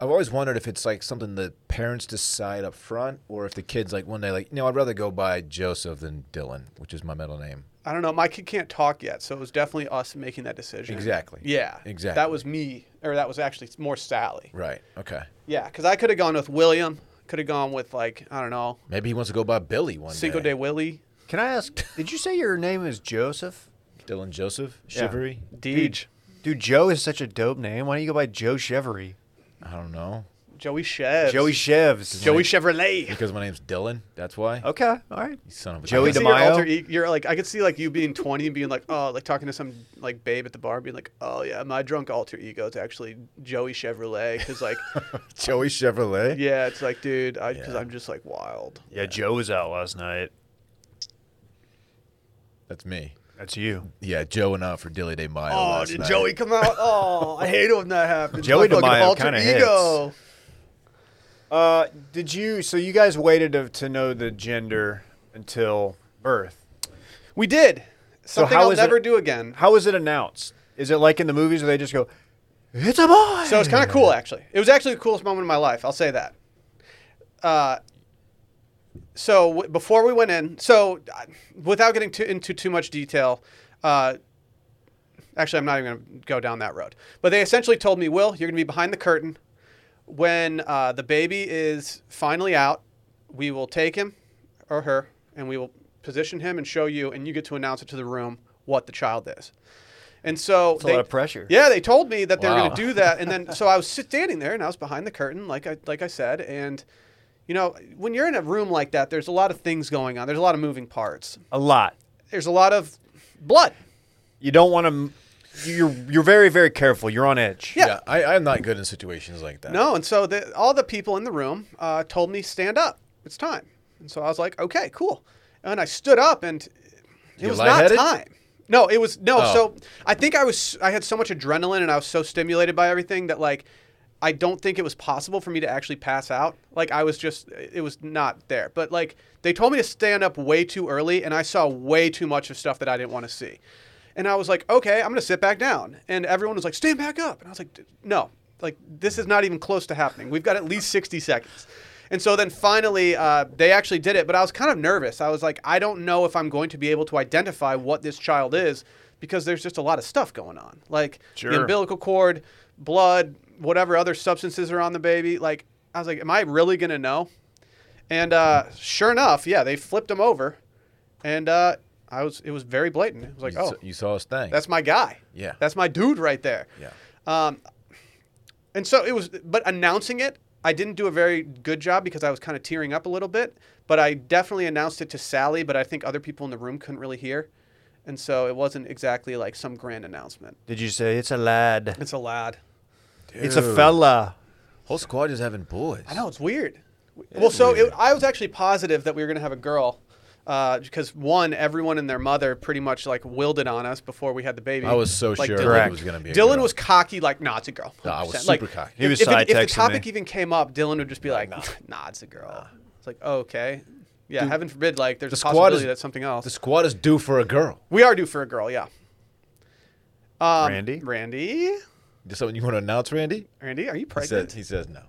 [SPEAKER 3] I've always wondered if it's like something the parents decide up front, or if the kids like one day like, no, I'd rather go by Joseph than Dylan, which is my middle name.
[SPEAKER 1] I don't know. My kid can't talk yet, so it was definitely us making that decision.
[SPEAKER 3] Exactly.
[SPEAKER 1] Yeah.
[SPEAKER 3] Exactly.
[SPEAKER 1] That was me, or that was actually more Sally.
[SPEAKER 3] Right. Okay.
[SPEAKER 1] Yeah, because I could have gone with William. Could have gone with like I don't know
[SPEAKER 3] Maybe he wants to go by Billy one
[SPEAKER 1] Cinco de
[SPEAKER 3] day.
[SPEAKER 1] Willie.
[SPEAKER 2] Can I ask? did you say your name is Joseph?
[SPEAKER 3] Dylan Joseph Shivery.
[SPEAKER 1] Deej.
[SPEAKER 2] Dude, Joe is such a dope name. Why don't you go by Joe Chevery?
[SPEAKER 3] I don't know
[SPEAKER 1] Joey Chev.
[SPEAKER 2] Joey Chevs.
[SPEAKER 1] Joey Chevrolet.
[SPEAKER 3] because my name's Dylan. That's why.
[SPEAKER 1] Oh.
[SPEAKER 2] Okay, all right.
[SPEAKER 3] You son of a
[SPEAKER 2] Joey
[SPEAKER 1] I could see
[SPEAKER 2] DeMaio.
[SPEAKER 1] your alter e- you're like I could see like you being 20 and being like oh like talking to some like babe at the bar and being like oh yeah my drunk alter ego is actually Joey Chevrolet because like
[SPEAKER 3] Joey Chevrolet.
[SPEAKER 1] yeah it's like dude because
[SPEAKER 3] Yeah.
[SPEAKER 1] I'm just like wild
[SPEAKER 2] Yeah, Joe was out last night.
[SPEAKER 3] That's me.
[SPEAKER 2] That's you.
[SPEAKER 3] Yeah, Joe went out for Dilly Day Mile.
[SPEAKER 1] Oh,
[SPEAKER 3] last
[SPEAKER 1] did
[SPEAKER 3] night.
[SPEAKER 1] Joey come out? Oh, I hate it when that happens.
[SPEAKER 2] Joey
[SPEAKER 1] My fucking
[SPEAKER 2] DeMaio
[SPEAKER 1] alter
[SPEAKER 2] kinda
[SPEAKER 1] ego.
[SPEAKER 2] Uh, did you? So you guys waited to, to know the gender until birth.
[SPEAKER 1] We did something
[SPEAKER 2] how
[SPEAKER 1] I'll
[SPEAKER 2] is it-
[SPEAKER 1] never do again.
[SPEAKER 2] How was it announced? Is it like in the movies where they just go, "It's a boy"?
[SPEAKER 1] So it's kind of cool, actually. It was actually the coolest moment of my life. I'll say that. Uh, so w- before we went in, so uh, without getting too, into too much detail, uh, actually, I'm not even going to go down that road. But they essentially told me, Will, you're going to be behind the curtain. When uh, the baby is finally out, we will take him or her and we will position him and show you, and you get to announce it to the room what the child is. And so
[SPEAKER 2] That's a lot of pressure.
[SPEAKER 1] Yeah, they told me that they were
[SPEAKER 3] Wow.
[SPEAKER 1] going to do that, and then so I was sit- standing there and I was behind the curtain, like I like I said, and you know when you're in a room like that, there's a lot of things going on. There's a lot of moving parts.
[SPEAKER 2] a lot.
[SPEAKER 1] There's a lot of blood.
[SPEAKER 2] You don't want to. You're you're very very careful. You're on edge.
[SPEAKER 1] Yeah.
[SPEAKER 3] Yeah, I, I'm not good in situations like that.
[SPEAKER 1] No, and so the, all the people in the room uh, told me stand up. It's time. And so I was like, okay, cool. And I stood up, and it
[SPEAKER 3] You
[SPEAKER 1] was not
[SPEAKER 3] lightheaded?
[SPEAKER 1] time. No, it was no.
[SPEAKER 3] Oh.
[SPEAKER 1] So I think I was I had so much adrenaline and I was so stimulated by everything that like I don't think it was possible for me to actually pass out. Like I was just it was not there. But like they told me to stand up way too early and I saw way too much of stuff that I didn't want to see. And I was like, "Okay, I'm going to sit back down." And everyone was like, "Stand back up." And I was like, "D- "No. Like this is not even close to happening. We've got at least 60 seconds." And so then finally, uh, they actually did it, but I was kind of nervous. I was like, I don't know if I'm going to be able to identify what this child is because there's just a lot of stuff going on. Like
[SPEAKER 2] Sure.
[SPEAKER 1] the umbilical cord, blood, whatever other substances are on the baby. Like, I was like, am I really going to know? And uh, sure enough, yeah, they flipped him over. And uh, I was, it was very blatant. It was like,
[SPEAKER 3] You,
[SPEAKER 1] oh,
[SPEAKER 3] s- you saw his thing.
[SPEAKER 1] that's my guy.
[SPEAKER 3] Yeah.
[SPEAKER 1] That's my dude right there.
[SPEAKER 3] yeah.
[SPEAKER 1] Um, and so it was, but announcing it, I didn't do a very good job because I was kind of tearing up a little bit. But I definitely announced it to Sally, but I think other people in the room couldn't really hear. And so it wasn't exactly like some grand announcement.
[SPEAKER 2] Did you say it's a lad?
[SPEAKER 1] It's a lad.
[SPEAKER 2] It's a fella.
[SPEAKER 3] Whole squad is having boys.
[SPEAKER 1] I know, it's weird. well, so
[SPEAKER 3] weird.
[SPEAKER 1] It, I was actually positive that we were going to have a girl. Uh, because one, everyone and their mother pretty much like willed it on us before we had the baby.
[SPEAKER 3] I was so
[SPEAKER 1] Like,
[SPEAKER 3] sure
[SPEAKER 1] Dylan-
[SPEAKER 3] that
[SPEAKER 2] Correct.
[SPEAKER 3] it was going to be. a
[SPEAKER 1] Dylan
[SPEAKER 3] girl.
[SPEAKER 1] was cocky, like, nah, it's a girl.
[SPEAKER 3] No, I was
[SPEAKER 1] 100%. Like,
[SPEAKER 3] super cocky.
[SPEAKER 2] He was
[SPEAKER 1] if, it- if the
[SPEAKER 2] side-texting
[SPEAKER 1] topic
[SPEAKER 2] me.
[SPEAKER 1] even came up, Dylan would just be like, nah, it's a girl. It's like, oh, okay. Yeah, heaven forbid, like, there's
[SPEAKER 3] the
[SPEAKER 1] a
[SPEAKER 3] squad
[SPEAKER 1] possibility
[SPEAKER 3] is-
[SPEAKER 1] that's something else.
[SPEAKER 3] The squad is due for a girl.
[SPEAKER 1] we are due for a girl, yeah. Um,
[SPEAKER 2] Randy?
[SPEAKER 1] Randy?
[SPEAKER 3] Is something you want to announce, Randy?
[SPEAKER 1] Randy, are you
[SPEAKER 3] He says,
[SPEAKER 1] pregnant?
[SPEAKER 3] he says no.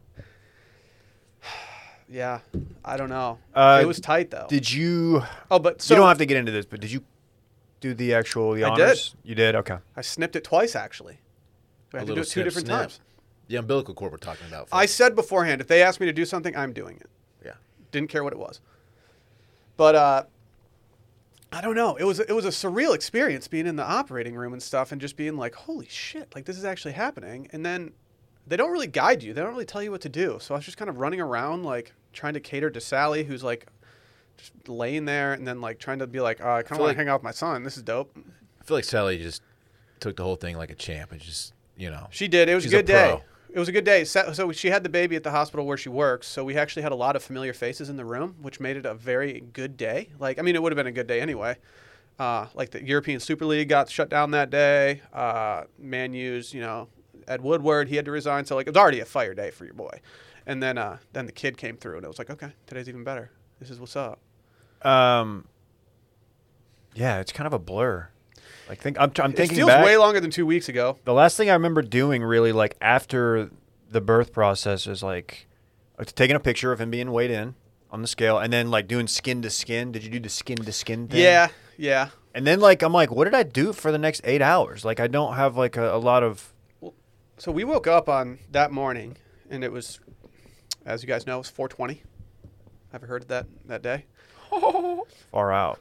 [SPEAKER 1] Yeah, I don't know.
[SPEAKER 2] Uh,
[SPEAKER 1] it was tight, though.
[SPEAKER 2] Did you?
[SPEAKER 1] oh, but so
[SPEAKER 2] you don't have to get into this, but did you do the actual the
[SPEAKER 1] I did.
[SPEAKER 2] honors? You did. Okay.
[SPEAKER 1] I snipped it twice, actually. We
[SPEAKER 3] A
[SPEAKER 1] had to do
[SPEAKER 3] little
[SPEAKER 1] it two
[SPEAKER 3] snip,
[SPEAKER 1] different
[SPEAKER 3] snip.
[SPEAKER 1] times.
[SPEAKER 3] The umbilical cord we're talking about.
[SPEAKER 1] I said beforehand, if they ask me to do something, I'm doing it.
[SPEAKER 3] yeah.
[SPEAKER 1] Didn't care what it was. But uh, I don't know. It was it was a surreal experience being in the operating room and stuff, and just being like, "Holy shit! Like this is actually happening." And then they don't really guide you. They don't really tell you what to do. So I was just kind of running around, like trying to cater to Sally, who's like just laying there, and then like trying to be like, oh, "I kind of
[SPEAKER 3] feel
[SPEAKER 1] want
[SPEAKER 3] like-
[SPEAKER 1] to hang out with my son. This is dope."
[SPEAKER 3] I feel like Sally just took the whole thing like a champ and just, you know.
[SPEAKER 1] She did. It was
[SPEAKER 3] She's
[SPEAKER 1] a
[SPEAKER 3] a
[SPEAKER 1] good day.
[SPEAKER 3] pro.
[SPEAKER 1] It was a good day. So, so she had the baby at the hospital where she works. So we actually had a lot of familiar faces in the room, which made it a very good day. Like, I mean, it would have been a good day anyway. Uh, like the European Super League got shut down that day. Uh, Man U's, you know, Ed Woodward, he had to resign. So like, it was already a fire day for your boy. And then, uh, then the kid came through, and it was like, okay, today's even better. This is what's up.
[SPEAKER 2] Um. Yeah, it's kind of a blur. Like think I'm, I'm
[SPEAKER 1] It
[SPEAKER 2] thinking
[SPEAKER 1] feels
[SPEAKER 2] back.
[SPEAKER 1] way longer than two weeks ago.
[SPEAKER 2] the last thing I remember doing really like after the birth process is like uh, taking a picture of him being weighed in on the scale and then like doing skin to skin. Did you do the skin to skin thing?
[SPEAKER 1] Yeah, yeah.
[SPEAKER 2] And then like I'm like, what did I do for the next eight hours? Like I don't have like a, a lot of
[SPEAKER 1] So we woke up on that morning, and it was, as you guys know, it was 4:20. Ever heard of that that day?
[SPEAKER 2] far out.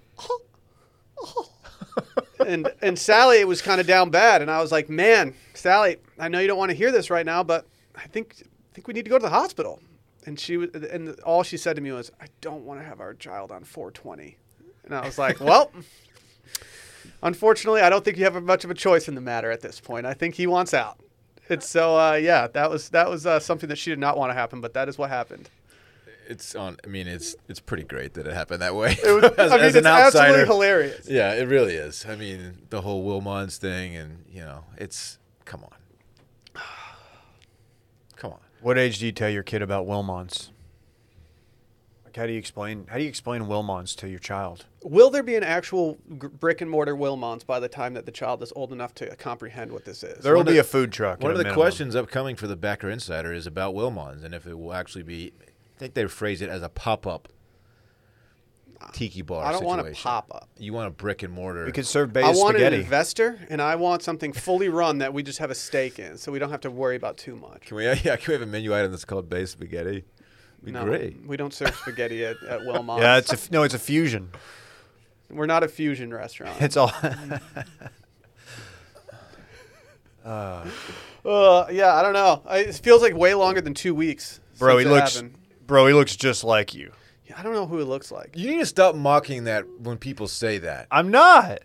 [SPEAKER 1] And and Sally was kind of down bad, and I was like, "Man, Sally, I know you don't want to hear this right now, but I think I think we need to go to the hospital." And she was, and all she said to me was, "I don't want to have our child on 4:20," and I was like, "Well." Unfortunately, I don't think you have much of a choice in the matter at this point. I think he wants out. It's so uh, yeah, that was that was uh, something that she did not want to happen, but that is what happened.
[SPEAKER 3] It's on. I mean, it's it's pretty great that it happened that way.
[SPEAKER 1] It was, I mean, it's absolutely hilarious.
[SPEAKER 3] Yeah, it really is. I mean, the whole Will Mons thing, and you know, it's come on, come on.
[SPEAKER 2] What age do you tell your kid about Wilmons? Like how do you explain how do you explain Wilmons to your child?
[SPEAKER 1] Will there be an actual gr- brick and mortar Wilmons by the time that the child is old enough to comprehend what this is?
[SPEAKER 2] There will
[SPEAKER 3] One of
[SPEAKER 2] be
[SPEAKER 3] the-
[SPEAKER 2] a food truck.
[SPEAKER 3] One
[SPEAKER 2] at
[SPEAKER 3] of
[SPEAKER 2] a
[SPEAKER 3] the
[SPEAKER 2] minimum.
[SPEAKER 3] questions upcoming for the Backer Insider is about Will Mons and if it will actually be. I think they phrase it as a pop up tiki bar.
[SPEAKER 1] I don't want a
[SPEAKER 3] situation.
[SPEAKER 1] pop up.
[SPEAKER 3] You want a brick and mortar.
[SPEAKER 2] we could serve
[SPEAKER 1] I
[SPEAKER 2] base
[SPEAKER 1] want
[SPEAKER 2] spaghetti.
[SPEAKER 1] an investor, and I want something fully run that we just have a stake in, so we don't have to worry about too much.
[SPEAKER 3] Can we? Yeah, can we have a menu item that's called base spaghetti? Be
[SPEAKER 1] No,
[SPEAKER 3] great.
[SPEAKER 1] we don't serve spaghetti at, at Wilmons.
[SPEAKER 2] yeah, it's a f- no, it's a fusion.
[SPEAKER 1] We're not a fusion restaurant.
[SPEAKER 2] It's all.
[SPEAKER 1] uh, yeah, I don't know. I, it feels like way longer than two weeks.
[SPEAKER 2] bro,
[SPEAKER 1] since
[SPEAKER 2] he looks.
[SPEAKER 1] happened.
[SPEAKER 2] Bro, he looks just like you.
[SPEAKER 1] Yeah, I don't know who it looks like.
[SPEAKER 3] You need to stop mocking that when people say that.
[SPEAKER 2] I'm not.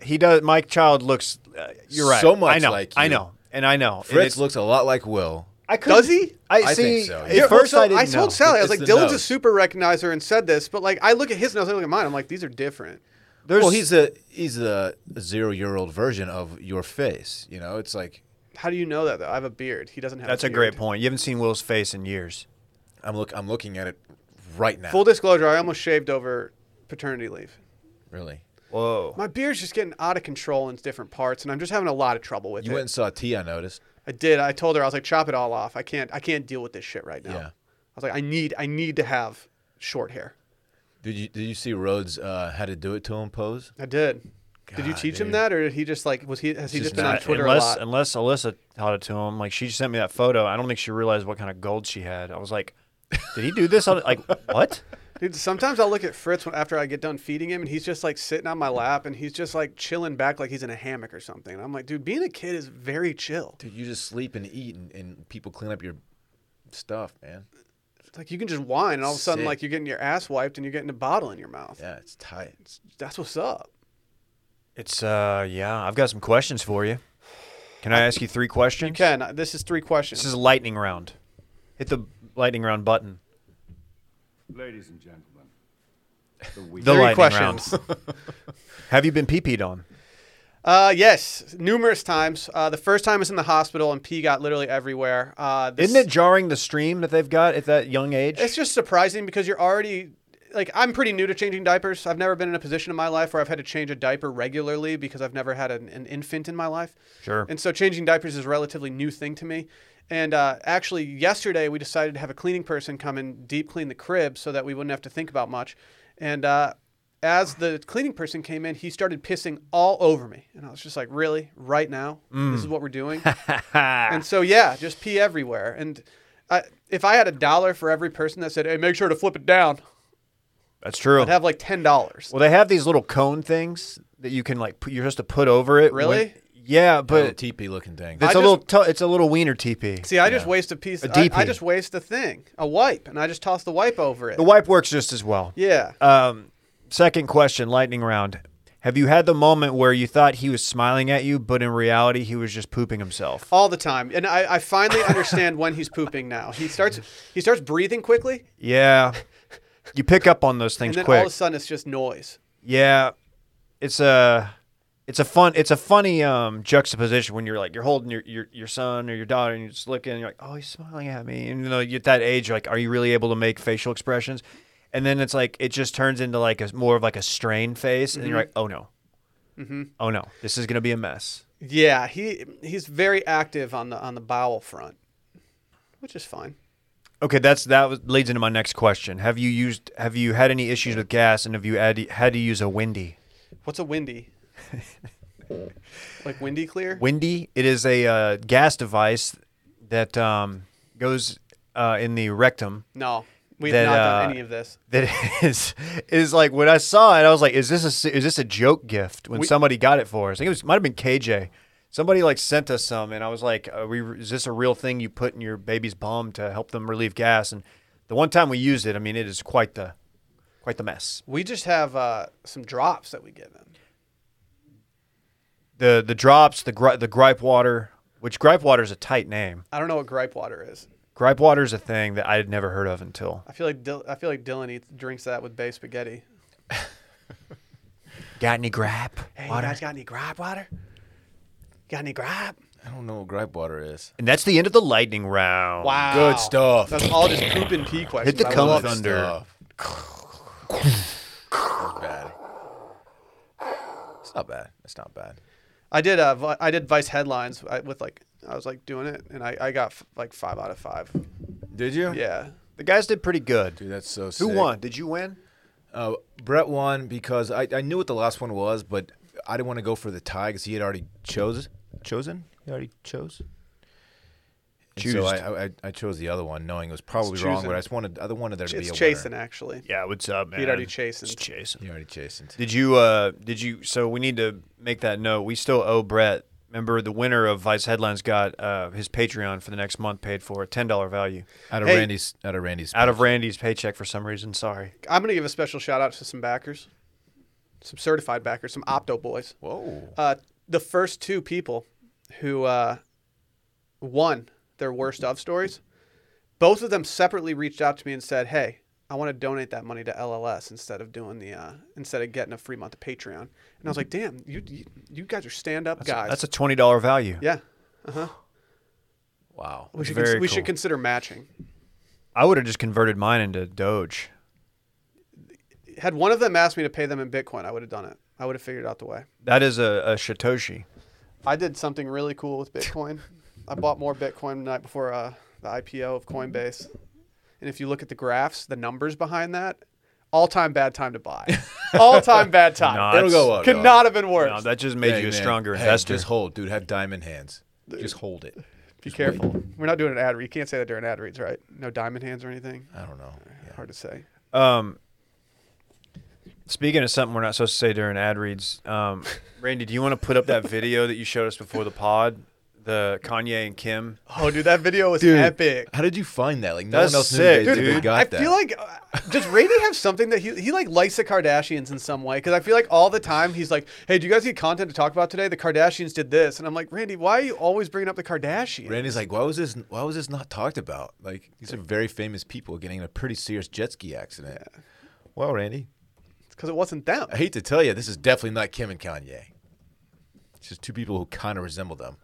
[SPEAKER 2] He does. Mike Child looks. Uh, you're right.
[SPEAKER 3] So much
[SPEAKER 2] I know.
[SPEAKER 3] like
[SPEAKER 2] I
[SPEAKER 3] you.
[SPEAKER 2] know. And I know. And
[SPEAKER 3] Fritz
[SPEAKER 2] it's-
[SPEAKER 3] looks a lot like Will.
[SPEAKER 2] I couldn't-
[SPEAKER 1] Does he?
[SPEAKER 2] I,
[SPEAKER 3] I
[SPEAKER 2] see.
[SPEAKER 3] think so,
[SPEAKER 2] At
[SPEAKER 3] yeah.
[SPEAKER 2] first,
[SPEAKER 1] so
[SPEAKER 2] I didn't. know.
[SPEAKER 1] told Sally, I was like,
[SPEAKER 3] It's the
[SPEAKER 1] Dylan's a
[SPEAKER 3] nose.
[SPEAKER 1] super recognizer and said this, but like, I look at his nose, I look at mine, I'm like, these are different.
[SPEAKER 2] There's,
[SPEAKER 3] well, he's a he's a zero year old version of your face. You know, it's like
[SPEAKER 1] How do you know that though? I have a beard. He doesn't have.
[SPEAKER 2] That's
[SPEAKER 1] a,
[SPEAKER 2] a great
[SPEAKER 1] beard.
[SPEAKER 2] point. You haven't seen Will's face in years.
[SPEAKER 3] I'm look I'm looking at it right now.
[SPEAKER 1] Full disclosure: I almost shaved over paternity leave.
[SPEAKER 3] really,
[SPEAKER 2] Whoa.
[SPEAKER 1] My beard's just getting out of control in different parts, and I'm just having a lot of trouble with
[SPEAKER 3] you
[SPEAKER 1] it.
[SPEAKER 3] went and saw T. I noticed.
[SPEAKER 1] I did. I told her I was like, chop it all off. I can't. I can't deal with this shit right now.
[SPEAKER 3] Yeah.
[SPEAKER 1] I was like, I need. I need to have short hair.
[SPEAKER 3] Did you did you see Rhodes uh, how to do it to him pose?
[SPEAKER 1] I did. did you
[SPEAKER 3] God,
[SPEAKER 1] teach him
[SPEAKER 3] dude.
[SPEAKER 1] that, or did he just like was he has he
[SPEAKER 3] Just
[SPEAKER 1] just been
[SPEAKER 3] not-
[SPEAKER 1] on Twitter
[SPEAKER 2] unless,
[SPEAKER 1] a lot?
[SPEAKER 2] unless Alyssa taught it to him, like she sent me that photo. I don't think she realized what kind of gold she had. I was like, did he do this? On, like what?
[SPEAKER 1] Dude, sometimes I'll look at Fritz when, after I get done feeding him, and he's just like sitting on my lap, and he's just like chilling back like he's in a hammock or something. And I'm like, dude, being a kid is very chill.
[SPEAKER 3] Dude, you just sleep and eat, and, and people clean up your stuff, man.
[SPEAKER 1] It's like you can just whine, and all of a sudden,
[SPEAKER 3] Sick.
[SPEAKER 1] like you're getting your ass wiped, and you're getting a bottle in your mouth.
[SPEAKER 3] Yeah, it's tight.
[SPEAKER 1] That's what's up.
[SPEAKER 2] It's uh yeah. I've got some questions for you. Can I ask you three questions?
[SPEAKER 1] You can. uh, This is three questions.
[SPEAKER 2] This is lightning round. Hit the lightning round button.
[SPEAKER 5] Ladies and gentlemen, the
[SPEAKER 2] The
[SPEAKER 5] week.
[SPEAKER 1] Three
[SPEAKER 2] lightning
[SPEAKER 1] questions.
[SPEAKER 2] round. Have you been pee peed on?
[SPEAKER 1] Uh, yes, numerous times. Uh, the first time was in the hospital, and pee got literally everywhere. Uh, the
[SPEAKER 2] Isn't it jarring the stream that they've got at that young age?
[SPEAKER 1] It's just surprising because you're already like I'm pretty new to changing diapers. I've never been in a position in my life where I've had to change a diaper regularly because I've never had an, an infant in my life.
[SPEAKER 2] Sure.
[SPEAKER 1] And so changing diapers is a relatively new thing to me. And uh, actually, yesterday we decided to have a cleaning person come and deep clean the crib so that we wouldn't have to think about much. And uh, as the cleaning person came in, he started pissing all over me, and I was just like, "Really? Right now?
[SPEAKER 2] Mm.
[SPEAKER 1] This is what we're doing?" and so yeah, just pee everywhere. And I, if I had a dollar for every person that said, "Hey, make sure to flip it down,"
[SPEAKER 2] That's true.
[SPEAKER 1] I'd have like ten dollars.
[SPEAKER 2] well, they have these little cone things that you can like. Put, you're supposed to put over it. when-
[SPEAKER 1] Really?
[SPEAKER 2] yeah, but it's
[SPEAKER 3] teepee looking thing.
[SPEAKER 2] a
[SPEAKER 1] I
[SPEAKER 2] little. T- it's a little wiener teepee.
[SPEAKER 1] See, I just waste a piece.
[SPEAKER 2] A
[SPEAKER 1] I I
[SPEAKER 2] DP.
[SPEAKER 1] just waste a thing, a wipe, and I just toss the wipe over it.
[SPEAKER 2] The wipe works just as well.
[SPEAKER 1] yeah.
[SPEAKER 2] Um, second question, lightning round. Have you had the moment where you thought he was smiling at you, but in reality he was just pooping himself?
[SPEAKER 1] all the time, and I, I finally understand when he's pooping now. He starts he starts breathing quickly,
[SPEAKER 2] Yeah, you pick up on those
[SPEAKER 1] and
[SPEAKER 2] things
[SPEAKER 1] then
[SPEAKER 2] quick.
[SPEAKER 1] all of a sudden it's just noise.
[SPEAKER 2] Yeah, it's a it's a fun it's a funny um, juxtaposition when you're like you're holding your, your your son or your daughter and you're just looking and you're like oh he's smiling at me and you know you're at that age you're like are you really able to make facial expressions and then it's like it just turns into like a more of like a strained face and you're like oh no oh no this is gonna be a mess
[SPEAKER 1] Yeah, he he's very active on the on the bowel front, which is fine.
[SPEAKER 2] okay that's that was, leads into my next question have you used have you had any issues with gas and have you had, had to use a windy
[SPEAKER 1] What's a windy? like windy clear?
[SPEAKER 2] Windy. It is a uh, gas device that um, goes uh, in the rectum.
[SPEAKER 1] no, we've
[SPEAKER 2] That,
[SPEAKER 1] not done
[SPEAKER 2] uh,
[SPEAKER 1] any of this.
[SPEAKER 2] That is is like when I saw it, I was like, "Is this a se- is this a joke gift?" When
[SPEAKER 1] We-
[SPEAKER 2] somebody got it for us, I think it was might have been KJ. Somebody like sent us some, and I was like, Are we, "Is this a real thing you put in your baby's bum to help them relieve gas?" And the one time we used it, I mean, it is quite the quite the mess.
[SPEAKER 1] We just have uh, some drops that we give him.
[SPEAKER 2] The the drops, the gri- the gripe water, which gripe water is a tight name.
[SPEAKER 1] I don't know what gripe water is.
[SPEAKER 2] Gripe water is a thing that I had never heard of until
[SPEAKER 1] I feel like Dil- I feel like Dylan eats, drinks that with bay spaghetti.
[SPEAKER 2] Got any grap?
[SPEAKER 1] Hey, you guys got any gripe water? Got any gripe?
[SPEAKER 3] I don't know what gripe water is.
[SPEAKER 2] and that's the end of the lightning round.
[SPEAKER 1] Wow.
[SPEAKER 3] Good stuff.
[SPEAKER 1] That's all just poop and pee questions.
[SPEAKER 2] Hit the
[SPEAKER 1] I
[SPEAKER 2] cum
[SPEAKER 1] love it.
[SPEAKER 2] thunder.
[SPEAKER 3] That's bad. It's not bad. It's not bad.
[SPEAKER 1] I did. Uh, Vi- I did Vice headlines I- with like I was like doing it, and I I got f- like five out of five.
[SPEAKER 3] Did you?
[SPEAKER 1] Yeah.
[SPEAKER 2] The guys did pretty good.
[SPEAKER 3] Dude, that's so
[SPEAKER 2] Who
[SPEAKER 3] sick.
[SPEAKER 2] won? Did you win?
[SPEAKER 3] Uh, Brett won because I, I knew what the last one was, but I didn't want to go for the tie because he had already chose chosen. He already chose. And so
[SPEAKER 2] Choosed.
[SPEAKER 3] I, I I chose the other one, knowing it was probably
[SPEAKER 1] It's
[SPEAKER 3] wrong,
[SPEAKER 1] choosing.
[SPEAKER 3] but I just wanted I wanted there to be
[SPEAKER 1] It's
[SPEAKER 3] a
[SPEAKER 1] chasing
[SPEAKER 3] winner.
[SPEAKER 1] actually.
[SPEAKER 2] Yeah, what's up, man?
[SPEAKER 1] He'd already chastened.
[SPEAKER 2] It's chasing.
[SPEAKER 3] He already chasing.
[SPEAKER 2] Did you? Uh, did you? So we need to make that note. We still owe Brett. Remember, the winner of Vice Headlines got uh, his Patreon for the next month paid for a ten dollar value
[SPEAKER 3] Out of
[SPEAKER 1] Hey.
[SPEAKER 3] Randy's out of Randy's
[SPEAKER 2] out of Randy's paycheck for some reason. Sorry.
[SPEAKER 1] I'm gonna give a special shout out to some backers, some certified backers, some Opto boys.
[SPEAKER 3] Whoa.
[SPEAKER 1] Uh, the first two people who uh, won their worst of stories, both of them separately reached out to me and said, "Hey, I want to donate that money to LLS instead of doing the uh, instead of getting a free month of Patreon." And I was like, "Damn, you you, you guys are stand up guys."
[SPEAKER 2] Mm-hmm. That's a twenty dollar value.
[SPEAKER 1] yeah. uh-huh.
[SPEAKER 3] Wow.
[SPEAKER 1] We should,
[SPEAKER 2] Very
[SPEAKER 1] cons- we should
[SPEAKER 2] cool.
[SPEAKER 1] consider matching.
[SPEAKER 2] I would have just converted mine into Doge.
[SPEAKER 1] Had one of them asked me to pay them in Bitcoin, I would have done it. I would have figured out the way.
[SPEAKER 2] That is a, a Shitoshi.
[SPEAKER 1] I did something really cool with Bitcoin. I bought more Bitcoin the night before uh, the IPO of Coinbase. And if you look at the graphs, the numbers behind that, all time bad time to buy. All time bad time.
[SPEAKER 2] No, It'll
[SPEAKER 3] go up,
[SPEAKER 1] Could
[SPEAKER 3] dog.
[SPEAKER 1] not have been worse.
[SPEAKER 2] No, that just made
[SPEAKER 3] Hey,
[SPEAKER 2] you a
[SPEAKER 3] man.
[SPEAKER 2] stronger
[SPEAKER 3] Hey,
[SPEAKER 2] investor.
[SPEAKER 3] Just hold, dude. Have diamond hands. Just hold it.
[SPEAKER 1] Be careful. We're not doing an ad read. You can't say that during ad reads, right? No diamond hands or anything.
[SPEAKER 3] I don't know. Yeah.
[SPEAKER 1] Hard to say.
[SPEAKER 2] Um, speaking of something we're not supposed to say during ad reads, um, Randy, do you want to put up that video that you showed us before the pod? The Kanye and Kim.
[SPEAKER 1] Oh, dude, that video was epic.
[SPEAKER 3] How did you find that? Like no
[SPEAKER 2] That's
[SPEAKER 3] one else
[SPEAKER 2] sick,
[SPEAKER 3] knew they, they
[SPEAKER 2] dude.
[SPEAKER 3] got
[SPEAKER 1] I
[SPEAKER 3] that.
[SPEAKER 1] feel like uh, does Randy have something that he he like likes the Kardashians in some way? Because I feel like all the time he's like, "Hey, do you guys get content to talk about today? The Kardashians did this," and I'm like, "Randy, why are you always bringing up the Kardashians?"
[SPEAKER 3] Randy's like, why was this? Why was this not talked about? Like these are very famous people getting in a pretty serious jet ski accident. Well, Randy,
[SPEAKER 1] because it wasn't them.
[SPEAKER 3] I hate to tell you, this is definitely not Kim and Kanye. just two people who kind of resemble them.